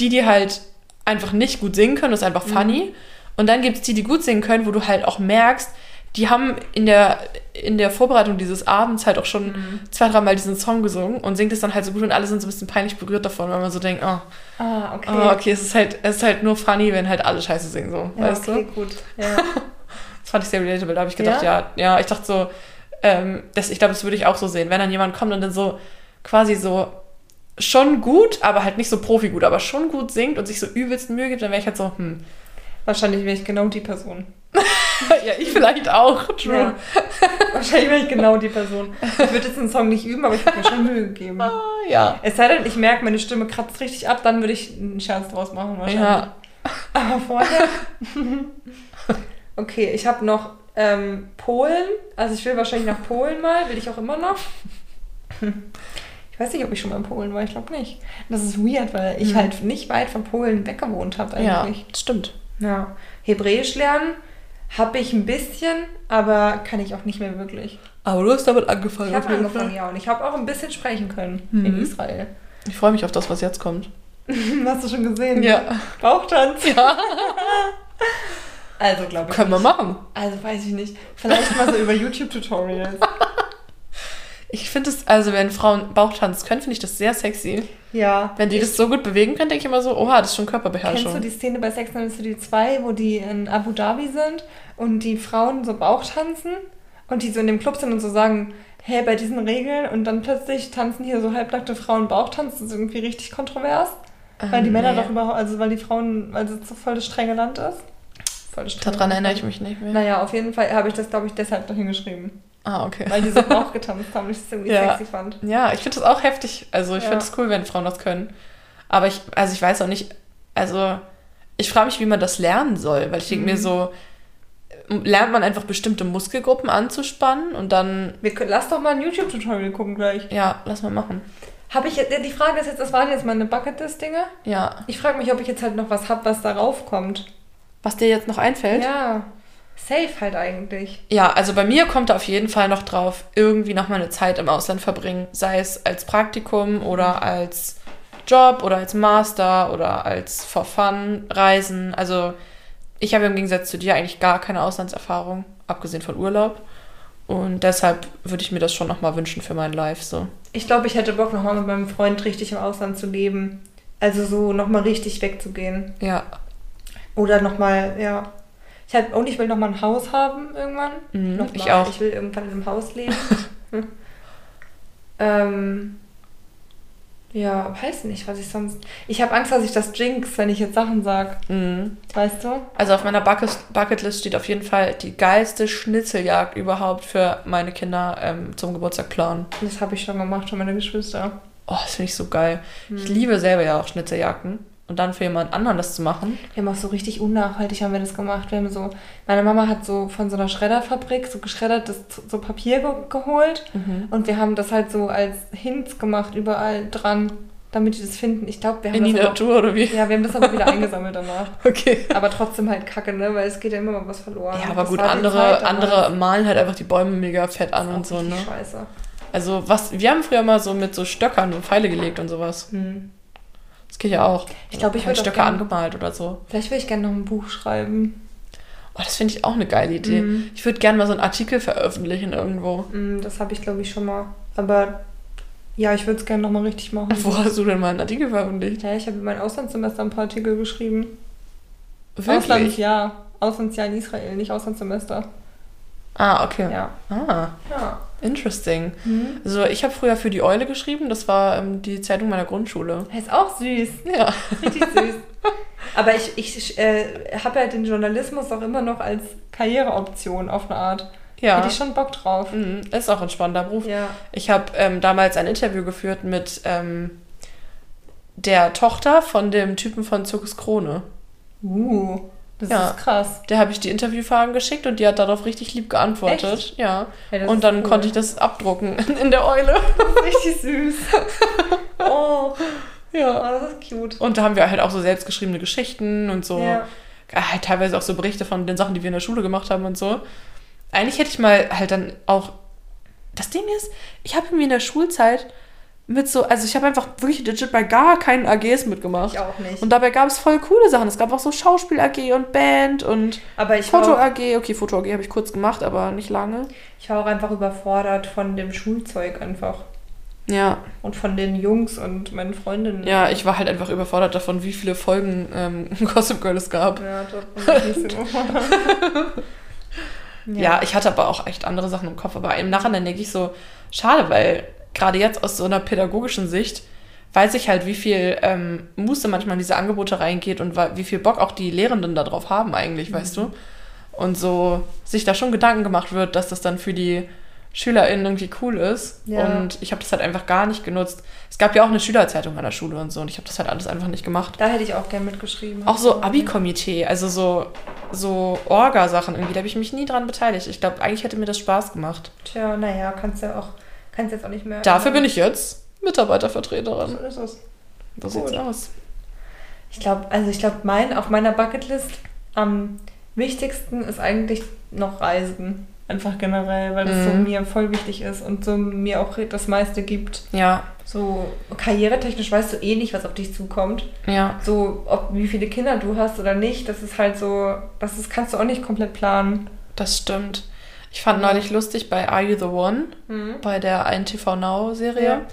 S2: Die, die halt einfach nicht gut singen können, das ist einfach
S1: Mhm.
S2: funny. Und dann gibt es die, die gut singen können, wo du halt auch merkst, die haben in der, in der Vorbereitung dieses Abends halt auch schon
S1: Mhm.
S2: zwei, dreimal diesen Song gesungen und singt es dann halt so gut und alle sind so ein bisschen peinlich berührt davon, weil man so denkt, oh,
S1: ah, okay.
S2: oh okay, es ist halt, es ist halt nur funny, wenn halt alle scheiße singen, so,
S1: ja,
S2: weißt du?
S1: okay, gut. Ja.
S2: Das fand ich sehr relatable. Da habe ich gedacht, ja? ja, ich dachte so, ähm, das, ich glaube, das würde ich auch so sehen. Wenn dann jemand kommt und dann so quasi so schon gut, aber halt nicht so Profi gut, aber schon gut singt und sich so übelst Mühe gibt, dann wäre ich halt so, hm.
S1: Wahrscheinlich wäre ich genau die Person.
S2: ja, ich vielleicht auch. True.
S1: Ja. Wahrscheinlich wäre ich genau die Person. Ich würde jetzt den Song nicht üben, aber ich habe mir schon Mühe gegeben.
S2: Ah, ja.
S1: Es sei denn, ich merke, meine Stimme kratzt richtig ab, dann würde ich einen Scherz draus machen wahrscheinlich.
S2: Ja.
S1: Aber vorher. okay, ich habe noch ähm, Polen. Also ich will wahrscheinlich nach Polen mal, will ich auch immer noch. Hm. Ich weiß nicht, ob ich schon mal in Polen war, ich glaube nicht. Das ist weird, weil ich halt nicht weit von Polen weggewohnt habe
S2: Mhm. ja,
S1: eigentlich.
S2: stimmt.
S1: Ja. Hebräisch lernen habe ich ein bisschen, aber kann ich auch nicht mehr wirklich.
S2: Aber du hast damit angefangen.
S1: Ich habe
S2: auf jeden
S1: angefangen,
S2: Fall.
S1: ja, und ich habe auch ein bisschen sprechen können in
S2: Mhm.
S1: Israel. Hm,
S2: Ich freue mich auf das, was jetzt kommt.
S1: Hast du schon gesehen?
S2: Ja.
S1: Bauchtanz.
S2: Ja.
S1: Also glaube ich.
S2: Können wir machen.
S1: Also weiß ich nicht. Vielleicht mal so über YouTube-Tutorials.
S2: Ich finde es, also wenn Frauen Bauchtanz können, finde ich das sehr sexy.
S1: Ja.
S2: Wenn die das so gut bewegen können, denke ich immer so, oha, das ist schon Körperbeherrschung.
S1: Kennst du die Szene bei Sex and the City 2, wo die in Abu Dhabi sind und die Frauen so Bauchtanzen und die so in dem Club sind und so sagen, hey, bei diesen Regeln und dann plötzlich tanzen hier so halbnackte Frauen Bauchtanz, das ist irgendwie richtig kontrovers. Weil die
S2: Ähm,
S1: Männer
S2: nee.
S1: doch überhaupt, also weil die Frauen, weil es so voll das strenge Land ist. Voll das strenge
S2: Daran
S1: Land.
S2: erinnere ich mich nicht mehr.
S1: Naja, auf jeden Fall habe ich das, glaube ich, deshalb noch hingeschrieben.
S2: Ah, okay.
S1: Weil die so Bauch getanzt haben und ich das irgendwie
S2: Ja.
S1: sexy fand.
S2: Ja, ich finde das auch heftig. Also ich
S1: Ja.
S2: finde es cool, wenn Frauen das können. Aber ich, also ich weiß auch nicht, also ich frage mich, wie man das lernen soll, weil ich denke mir
S1: Mhm.
S2: so, lernt man einfach bestimmte Muskelgruppen anzuspannen und dann,
S1: Wir, können- lass doch mal ein YouTube-Tutorial gucken gleich.
S2: ja, lass mal machen.
S1: Habe ich jetzt, die Frage ist jetzt, das waren jetzt meine Bucketlist-Dinge.
S2: Ja.
S1: Ich frage mich, ob ich jetzt halt noch was hab, was darauf kommt.
S2: Was dir jetzt noch einfällt? Ja.
S1: Ja, safe halt eigentlich.
S2: also bei mir kommt da auf jeden Fall noch drauf, irgendwie noch mal eine Zeit im Ausland verbringen, sei es als Praktikum oder als Job oder als Master oder als For Fun Reisen. Also ich habe im Gegensatz zu dir eigentlich gar keine Auslandserfahrung, abgesehen von Urlaub. Und deshalb würde ich mir das schon nochmal wünschen für mein Life. So.
S1: Ich glaube, ich hätte Bock, nochmal mit meinem Freund richtig im Ausland zu leben. Also so nochmal richtig wegzugehen.
S2: Ja.
S1: Oder nochmal, ja. Ich hab, und ich will nochmal ein Haus haben irgendwann.
S2: Mhm,
S1: Nochmal.
S2: ich auch.
S1: Ich will irgendwann in einem Haus leben. Hm. ähm, ja, weiß nicht, was ich sonst. Ich habe Angst, dass ich das jinx, wenn ich jetzt Sachen sag.
S2: Mhm.
S1: Weißt du?
S2: Also auf meiner Bucket- Bucketlist steht auf jeden Fall die geilste Schnitzeljagd überhaupt für meine Kinder ähm, zum Geburtstag planen.
S1: Das habe ich schon gemacht, schon meine Geschwister.
S2: Oh, das finde ich so geil.
S1: Hm.
S2: Ich liebe selber ja auch Schnitzeljagden. Und dann für jemand anderen das zu machen.
S1: Wir haben auch so richtig unnachhaltig haben wir das gemacht. Wir haben so, meine Mama hat so von so einer Schredderfabrik so geschreddertes Z- so Papier ge geholt und wir haben das halt so als Hints gemacht überall dran, damit die das finden. Ich glaube, wir haben
S2: In die
S1: das aber,
S2: Natur oder wie?
S1: ja, wir haben das aber wieder eingesammelt danach.
S2: Okay.
S1: Aber trotzdem halt Kacke, ne, weil es geht ja immer mal was verloren.
S2: Ja,
S1: Und
S2: aber
S1: das
S2: gut,
S1: war die Zeit
S2: andere,
S1: damals.
S2: andere malen halt einfach die Bäume mega fett an
S1: Auch
S2: und so,
S1: richtig
S2: ne?
S1: Scheiße.
S2: Also was, wir haben früher mal so mit so Stöckern und Pfeile gelegt und sowas.
S1: Hm.
S2: Das geht ja auch.
S1: Ich glaube, ich
S2: halt
S1: würde auch
S2: Stöcker
S1: gern-
S2: angemalt oder so.
S1: Vielleicht würde ich gerne noch ein Buch schreiben.
S2: Oh, das finde ich auch eine geile Idee.
S1: Mhm.
S2: Ich würde gerne mal so einen Artikel veröffentlichen irgendwo.
S1: Hm, das habe ich glaube ich schon mal. Aber ja, ich würde es gerne noch mal richtig machen.
S2: Wo hast du denn mal einen Artikel veröffentlicht?
S1: Ja, ich habe in meinem Auslandssemester ein paar Artikel geschrieben.
S2: Wirklich?
S1: Auslandsjahr. Auslandsjahr in Israel, nicht Auslandssemester.
S2: Ah, okay.
S1: Ja.
S2: Ah,
S1: Ja.
S2: interesting. Also ich habe früher für die Eule geschrieben. Das war ähm, die Zeitung meiner Grundschule.
S1: Er ist auch süß.
S2: Ja.
S1: Richtig süß. Aber ich, ich äh, habe ja den Journalismus auch immer noch als Karriereoption auf eine Art.
S2: Ja.
S1: Hätte ich schon Bock drauf.
S2: Mhm, Ist auch ein spannender Beruf.
S1: Ja.
S2: Ich habe ähm, damals ein Interview geführt mit ähm, der Tochter von dem Typen von Zirkus Krone.
S1: Uh. Das
S2: Ja.
S1: ist krass.
S2: Der habe ich die Interviewfragen geschickt und die hat darauf richtig lieb geantwortet. Ja.
S1: Ja, das
S2: und
S1: ist
S2: dann
S1: cool.
S2: konnte ich das abdrucken in der Eule.
S1: Richtig süß. Oh, oh,
S2: Ja.
S1: das ist cute.
S2: Und da haben wir halt auch so selbstgeschriebene Geschichten und so.
S1: Ja.
S2: Halt teilweise auch so Berichte von den Sachen, die wir in der Schule gemacht haben und so. Eigentlich hätte ich mal halt dann auch. Das Ding ist, ich habe mir in der Schulzeit mit so, also ich habe einfach wirklich legit bei gar keinen AGs mitgemacht.
S1: Ich auch nicht.
S2: Und dabei gab es voll coole Sachen. Es gab auch so Schauspiel-AG und Band und
S1: Aber ich war, auch,
S2: Foto-AG. Okay, Foto-AG habe ich kurz gemacht, aber nicht lange.
S1: ich war auch einfach überfordert von dem Schulzeug einfach.
S2: Ja,
S1: Und von den Jungs und meinen Freundinnen.
S2: ja, ich war halt einfach überfordert davon, wie viele Folgen ähm, Gossip Girl es gab.
S1: Ja, da bin ich nicht so überfordert.
S2: Ja. ich hatte aber auch echt andere Sachen im Kopf. Aber im Nachhinein denke ich so, schade, weil gerade jetzt aus so einer pädagogischen Sicht weiß ich halt, wie viel ähm, Muße manchmal in diese Angebote reingeht und wa- wie viel Bock auch die Lehrenden darauf haben eigentlich, weißt du? Und so sich da schon Gedanken gemacht wird, dass das dann für die SchülerInnen irgendwie cool ist.
S1: Ja.
S2: Und ich habe das halt einfach gar nicht genutzt. Es gab ja auch eine Schülerzeitung an der Schule und so und ich habe das halt alles einfach nicht gemacht.
S1: Da hätte ich auch gern mitgeschrieben.
S2: Auch so Abi-Komitee, also so, so Orga-Sachen irgendwie, da habe ich mich nie dran beteiligt. Ich glaube, eigentlich hätte mir das Spaß gemacht.
S1: Tja, naja, kannst ja auch, kannst jetzt auch nicht mehr.
S2: Dafür bin ich jetzt Mitarbeitervertreterin.
S1: So ist es.
S2: So sieht's
S1: Gut.
S2: aus.
S1: Ich glaube, also ich glaube, mein, auf meiner Bucketlist am wichtigsten ist eigentlich noch Reisen. Einfach generell, weil das so
S2: Mhm.
S1: mir voll wichtig ist und so mir auch das meiste gibt.
S2: Ja,
S1: So karrieretechnisch weißt du eh nicht, was auf dich zukommt.
S2: ja,
S1: So, ob wie viele Kinder du hast oder nicht, das ist halt so, das ist, kannst du auch nicht komplett planen.
S2: das stimmt. Ich fand neulich lustig bei Are You the One, bei der einen TV Now-Serie.
S1: Mhm. Ja.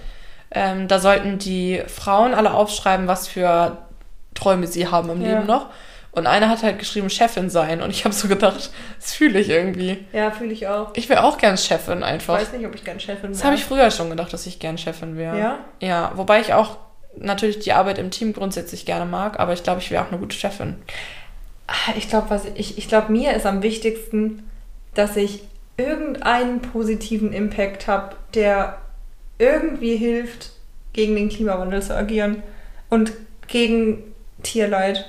S2: Ähm, da sollten die Frauen alle aufschreiben, was für Träume sie haben im
S1: Ja.
S2: Leben noch. Und eine hat halt geschrieben, Chefin sein. Und ich habe so gedacht, das fühle ich irgendwie.
S1: Ja, fühle ich auch.
S2: Ich wäre auch gern Chefin
S1: Ich
S2: einfach.
S1: weiß nicht, ob ich gern Chefin
S2: Das
S1: wär.
S2: habe ich früher schon gedacht, dass ich gern Chefin wäre.
S1: Ja?
S2: Ja, wobei ich auch natürlich die Arbeit im Team grundsätzlich gerne mag, aber ich glaube, ich wäre auch eine gute Chefin.
S1: Ah, Ich glaube, was ich, ich glaube, mir ist am wichtigsten, dass ich irgendeinen positiven Impact habe, der irgendwie hilft, gegen den Klimawandel zu agieren und gegen Tierleid.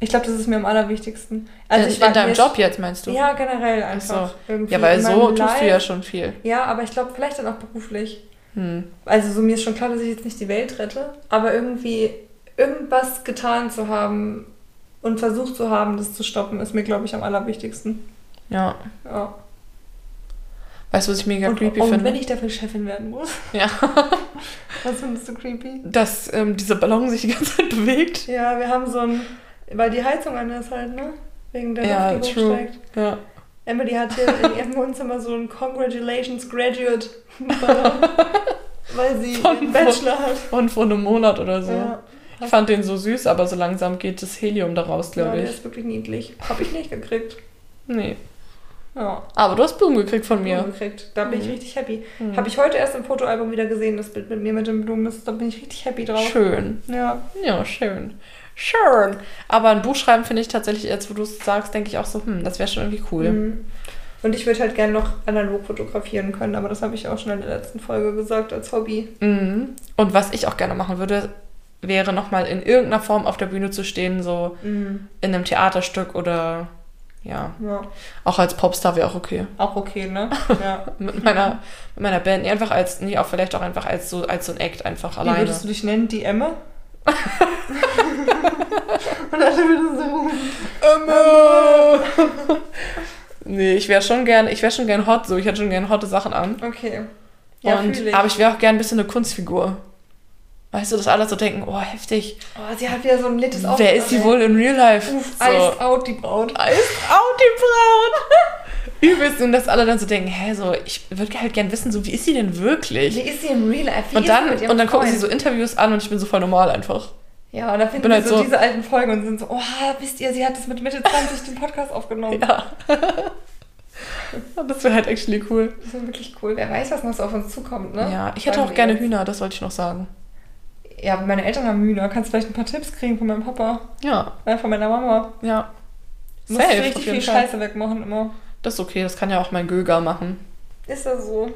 S1: Ich glaube, das ist mir am allerwichtigsten.
S2: in,
S1: Also ich war-
S2: in deinem
S1: mir ist-
S2: Job jetzt meinst du?
S1: Ja, generell
S2: Ach so.
S1: einfach. irgendwie
S2: ja weil
S1: in
S2: so
S1: meinem
S2: tust du
S1: Life.
S2: ja schon viel.
S1: Ja, aber ich glaube, vielleicht dann auch beruflich.
S2: Hm.
S1: Also so mir ist schon klar, dass ich jetzt nicht die Welt rette, aber irgendwie irgendwas getan zu haben und versucht zu haben, das zu stoppen, ist mir, glaube ich, am allerwichtigsten.
S2: Ja.
S1: Ja.
S2: Weißt du, was ich mega
S1: und
S2: creepy
S1: und
S2: finde?
S1: wenn ich dafür Chefin werden muss,
S2: ja.
S1: was findest du creepy?
S2: Dass ähm, dieser Ballon sich die ganze Zeit bewegt.
S1: Ja, wir haben so ein, weil die Heizung an ist halt, ne? Wegen der
S2: Ja,
S1: Luft, die
S2: true.
S1: hochsteigt.
S2: Ja.
S1: Emily hat hier in ihrem Wohnzimmer so einen Congratulations Graduate Ballon, weil sie
S2: Von
S1: ihren
S2: wo?
S1: Bachelor hat.
S2: Und vor einem Monat oder so.
S1: Ja.
S2: Ich fand den so süß, aber so langsam geht das Helium daraus,
S1: Ja,
S2: glaube
S1: der
S2: ich.
S1: ist wirklich niedlich. Hab ich nicht gekriegt.
S2: Nee.
S1: Ja,
S2: Aber du hast Blumen gekriegt von
S1: Blumen
S2: mir.
S1: gekriegt. Da bin ich
S2: Mhm.
S1: richtig happy.
S2: Mhm.
S1: Habe ich heute erst im Fotoalbum wieder gesehen, das Bild mit mir mit den Blumen. Das, da bin ich richtig happy drauf.
S2: Schön.
S1: Ja.
S2: Ja, schön. Schön. Aber ein Buch schreiben finde ich tatsächlich, jetzt wo du es sagst, denke ich auch so, hm, das wäre schon irgendwie cool.
S1: Mhm. Und ich würde halt gerne noch analog fotografieren können, aber das habe ich auch schon in der letzten Folge gesagt als Hobby.
S2: Mhm. Und was ich auch gerne machen würde, wäre nochmal in irgendeiner Form auf der Bühne zu stehen, so in einem Theaterstück oder ja,
S1: Mhm. Ja.
S2: auch als Popstar wäre auch okay.
S1: Auch okay, ne? Ja.
S2: Mit meiner, mit meiner Band, nee, einfach als, nee, auch vielleicht auch einfach als so, als so ein Act einfach
S1: Wie
S2: alleine.
S1: würdest du dich nennen? Die Emme? Und alle würden so rufen.
S2: Emma! nee, ich wäre schon gern, ich wäre schon gern hot, so, ich hätte schon gern hotte Sachen an.
S1: Okay.
S2: und,
S1: fühl ich.
S2: aber ich wäre auch gern ein bisschen eine Kunstfigur. Weißt du, dass alle so denken, oh, heftig.
S1: oh, sie hat wieder so ein littes Outfit
S2: Wer ist sie
S1: an,
S2: wohl in real life?
S1: ey. Uff,
S2: so.
S1: Eis out, die Braut.
S2: Eis out, die Braut. Übelst. Und dass alle dann so denken, hä, so, ich würde halt gern wissen, so, wie ist sie denn wirklich?
S1: Wie ist sie im Real Life? Wie
S2: und
S1: ist halt,
S2: dann,
S1: mit ihrem
S2: und dann gucken sie
S1: Freund?
S2: so Interviews an und ich bin so voll normal einfach.
S1: Ja, und da finden
S2: Bin
S1: sie
S2: halt
S1: so,
S2: so-
S1: diese alten Folgen und sind so, oh, wisst ihr, sie hat das mit Mitte 20 den Podcast aufgenommen.
S2: Ja. das wäre halt actually cool.
S1: Das ist wirklich cool. Wer weiß, was noch so auf uns zukommt, ne?
S2: Ja, ich hätte
S1: Sagen
S2: auch
S1: wir
S2: gerne
S1: jetzt.
S2: Hühner, das wollte ich noch sagen.
S1: Ja, meine Eltern haben Hühner. Kannst du vielleicht ein paar Tipps kriegen von meinem Papa?
S2: Ja,
S1: Nein, von meiner Mama.
S2: ja.
S1: Muss
S2: Safe, auf
S1: richtig
S2: jeden
S1: viel
S2: Fall.
S1: Scheiße wegmachen immer.
S2: Das ist okay, das kann ja auch mein Göger machen.
S1: Ist das so?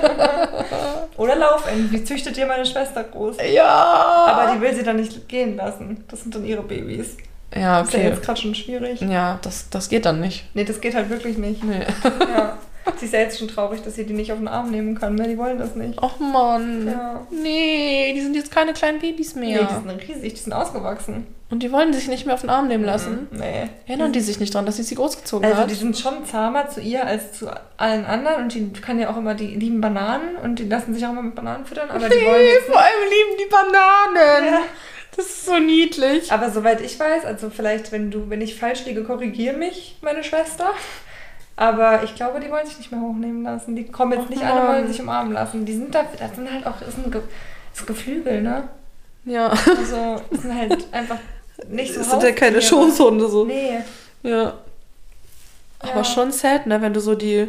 S1: Oder Laufenden. Wie züchtet ihr meine Schwester groß?
S2: Ja!
S1: Aber die will sie dann nicht gehen lassen. Das sind dann ihre Babys.
S2: Ja,
S1: Ist ja
S2: okay.
S1: jetzt gerade schon schwierig.
S2: Ja, das, das geht dann nicht.
S1: Nee, das geht halt wirklich nicht.
S2: Nee.
S1: Ja. Sie ist ja jetzt schon traurig, dass sie die nicht auf den Arm nehmen kann, weil die wollen das nicht.
S2: Och Mann.
S1: Ja.
S2: Nee, die sind jetzt keine kleinen Babys mehr.
S1: Nee, die sind riesig, die sind ausgewachsen.
S2: Und die wollen sich nicht mehr auf den Arm nehmen lassen.
S1: Nee.
S2: Erinnern die sich nicht dran, dass sie sie großgezogen
S1: Also
S2: hat?
S1: die sind schon zahmer zu ihr als zu allen anderen und die kann ja auch immer, die lieben Bananen und die lassen sich auch immer mit Bananen füttern, aber die wollen jetzt
S2: vor allem lieben die Bananen.
S1: Ja.
S2: Das ist so niedlich.
S1: Aber soweit ich weiß, also vielleicht, wenn du, wenn ich falsch liege, korrigiere mich, meine Schwester. Aber ich glaube, die wollen sich nicht mehr hochnehmen lassen. Die kommen jetzt
S2: Och,
S1: nicht alle wollen
S2: Mann.
S1: sich umarmen lassen. Die sind da, das sind halt auch, ist ein, Ge ist Geflügel, ne?
S2: Ja.
S1: Also das sind halt einfach nicht so
S2: Das sind ja keine
S1: Haustiere.
S2: Schoßhunde so.
S1: Nee.
S2: Ja. Aber
S1: Ja.
S2: schon sad, ne, wenn du so die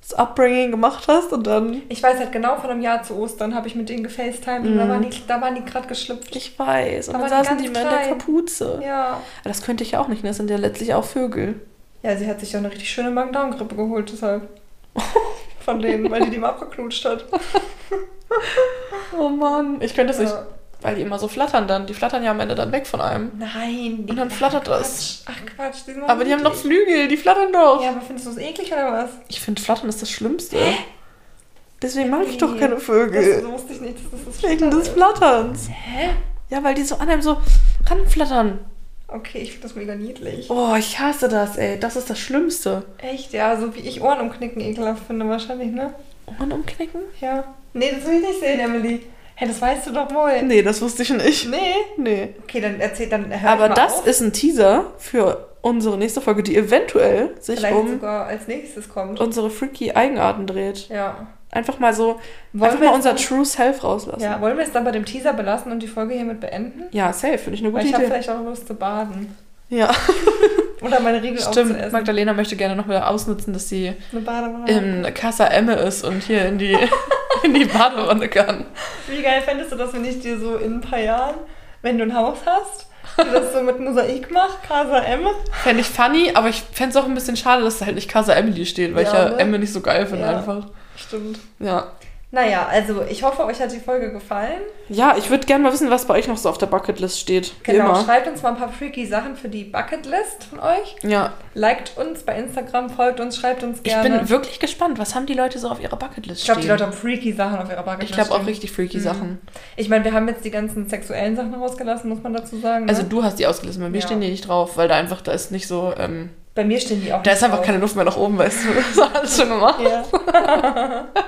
S2: das Upbringing gemacht hast und dann.
S1: Ich weiß halt genau, vor einem Jahr zu Ostern habe ich mit denen gefacetimed und
S2: Mhm.
S1: da waren die, da waren die gerade geschlüpft.
S2: Ich weiß. Und
S1: Aber
S2: dann saßen
S1: ganz
S2: die mal in der
S1: klein.
S2: Kapuze.
S1: Ja.
S2: Aber Das könnte ich ja auch nicht, ne? Das sind ja letztlich auch Vögel.
S1: Ja, sie hat sich ja eine richtig schöne Magen-Darm-Grippe geholt, deshalb. Von denen, weil die die mal abgeknutscht hat.
S2: Oh Mann. Ich könnte das nicht.
S1: Ja.
S2: Weil die immer so flattern dann. Die flattern ja am Ende dann weg von einem.
S1: Nein, die
S2: Und dann flattert das.
S1: Ach Quatsch, die sind
S2: Aber die haben doch
S1: niedlich.
S2: Flügel, die flattern doch.
S1: Ja, aber findest du es eklig oder was?
S2: Ich finde Flattern ist das Schlimmste. Deswegen mag ich doch
S1: Nee.
S2: keine
S1: Das
S2: Vögel.
S1: wusste ich nicht, dass das das
S2: Wegen
S1: Flattern
S2: des
S1: ist.
S2: Flatterns.
S1: Hä?
S2: Ja, weil die so an einem so ranflattern.
S1: Okay, ich finde das mega niedlich.
S2: Oh, ich hasse das, ey. Das ist das Schlimmste.
S1: Echt, ja, so wie ich Ohren umknicken ekelhaft finde wahrscheinlich, ne?
S2: Ohren umknicken?
S1: Ja. Nee, das will ich nicht sehen, Emily. Hä, das weißt du doch wohl.
S2: Nee, das wusste ich nicht.
S1: Nee.
S2: Nee.
S1: Okay, dann erzähl, dann hör ich
S2: Aber
S1: mal
S2: das
S1: auf.
S2: ist ein Teaser für unsere nächste Folge, die eventuell sich
S1: Vielleicht
S2: um
S1: sogar als nächstes kommt.
S2: unsere freaky Eigenarten dreht.
S1: Ja.
S2: Einfach mal so,
S1: Wollen
S2: einfach
S1: wir
S2: mal
S1: jetzt
S2: unser
S1: noch-
S2: True Self rauslassen.
S1: Ja, wollen wir es dann bei dem Teaser belassen und die Folge hiermit beenden?
S2: Ja, safe, finde ich eine
S1: Weil
S2: gute
S1: ich habe
S2: Idee.
S1: vielleicht auch Lust zu baden.
S2: Ja,
S1: Oder meine Riegel
S2: stimmt.
S1: aufzuessen.
S2: Magdalena möchte gerne noch wieder ausnutzen, dass sie
S1: Eine Badewanne.
S2: in Casa Emme ist und hier in die, in die Badewanne kann.
S1: Wie geil fändest du das, wenn ich dir so in ein paar Jahren, wenn du ein Haus hast, dir das so mit Mosaik mach, Casa M?
S2: Fände ich funny, aber ich fände es auch ein bisschen schade, dass da halt nicht Casa Emily steht, weil ich
S1: Ja,
S2: ja
S1: ne?
S2: Emme nicht so geil finde
S1: Ja.
S2: einfach.
S1: Stimmt.
S2: Ja.
S1: Naja, also ich hoffe, euch hat die Folge gefallen.
S2: Ja, ich würde gerne mal wissen, was bei euch noch so auf der Bucketlist steht. Wie
S1: Genau,
S2: immer.
S1: schreibt uns mal ein paar freaky Sachen für die Bucketlist von euch.
S2: Ja,
S1: Liked uns bei Instagram, folgt uns, schreibt uns
S2: ich
S1: gerne.
S2: bin wirklich gespannt, was haben die Leute so auf ihrer Bucketlist
S1: ne? ich glaube,
S2: stehen.
S1: die Leute haben freaky Sachen auf ihrer Bucketlist.
S2: ich glaube auch
S1: stehen.
S2: richtig freaky
S1: Mhm.
S2: Sachen.
S1: Ich meine, wir haben jetzt die ganzen sexuellen Sachen rausgelassen, muss man dazu sagen. Ne?
S2: Also du hast die ausgelesen, bei mir
S1: Ja.
S2: stehen die nicht drauf, weil da einfach, da ist nicht so, ähm,
S1: bei mir stehen die auch.
S2: da
S1: nicht
S2: ist einfach
S1: drauf.
S2: keine Luft mehr nach oben, weißt du, das hat alles schon gemacht.
S1: Ja.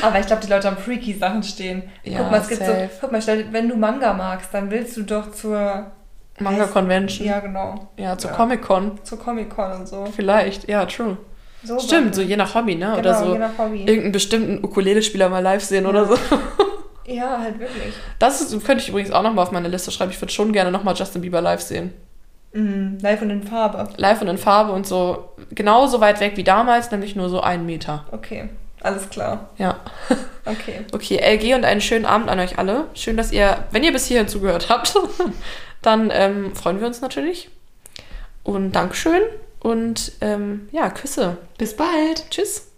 S1: Aber ich glaube, die Leute haben freaky Sachen stehen.
S2: Ja,
S1: guck mal, es gibt so,
S2: safe.
S1: guck mal, stell, dir- wenn du Manga magst, dann willst du doch zur,
S2: Manga Convention, ja,
S1: ja genau,
S2: zur
S1: Ja.
S2: Comic Con,
S1: zur Comic Con und so.
S2: vielleicht, ja, true.
S1: so
S2: Stimmt, so
S1: Sachen.
S2: je nach Hobby, ne,
S1: genau,
S2: oder so.
S1: je nach Hobby.
S2: irgendeinen bestimmten Ukulele-Spieler mal live sehen
S1: Ja.
S2: oder so.
S1: Ja, halt wirklich.
S2: Das ist, könnte ich übrigens auch nochmal auf meine Liste schreiben. Ich würde schon gerne nochmal Justin Bieber live sehen.
S1: Mhm, live und in Farbe.
S2: Live und in Farbe und so genauso weit weg wie damals, nämlich nur so einen Meter.
S1: Okay, alles klar.
S2: Ja.
S1: Okay.
S2: Okay, LG und einen schönen Abend an euch alle. Schön, dass ihr, wenn ihr bis hierhin zugehört habt, dann ähm, freuen wir uns natürlich. Und Dankeschön und ähm, ja, Küsse. Bis bald. Tschüss.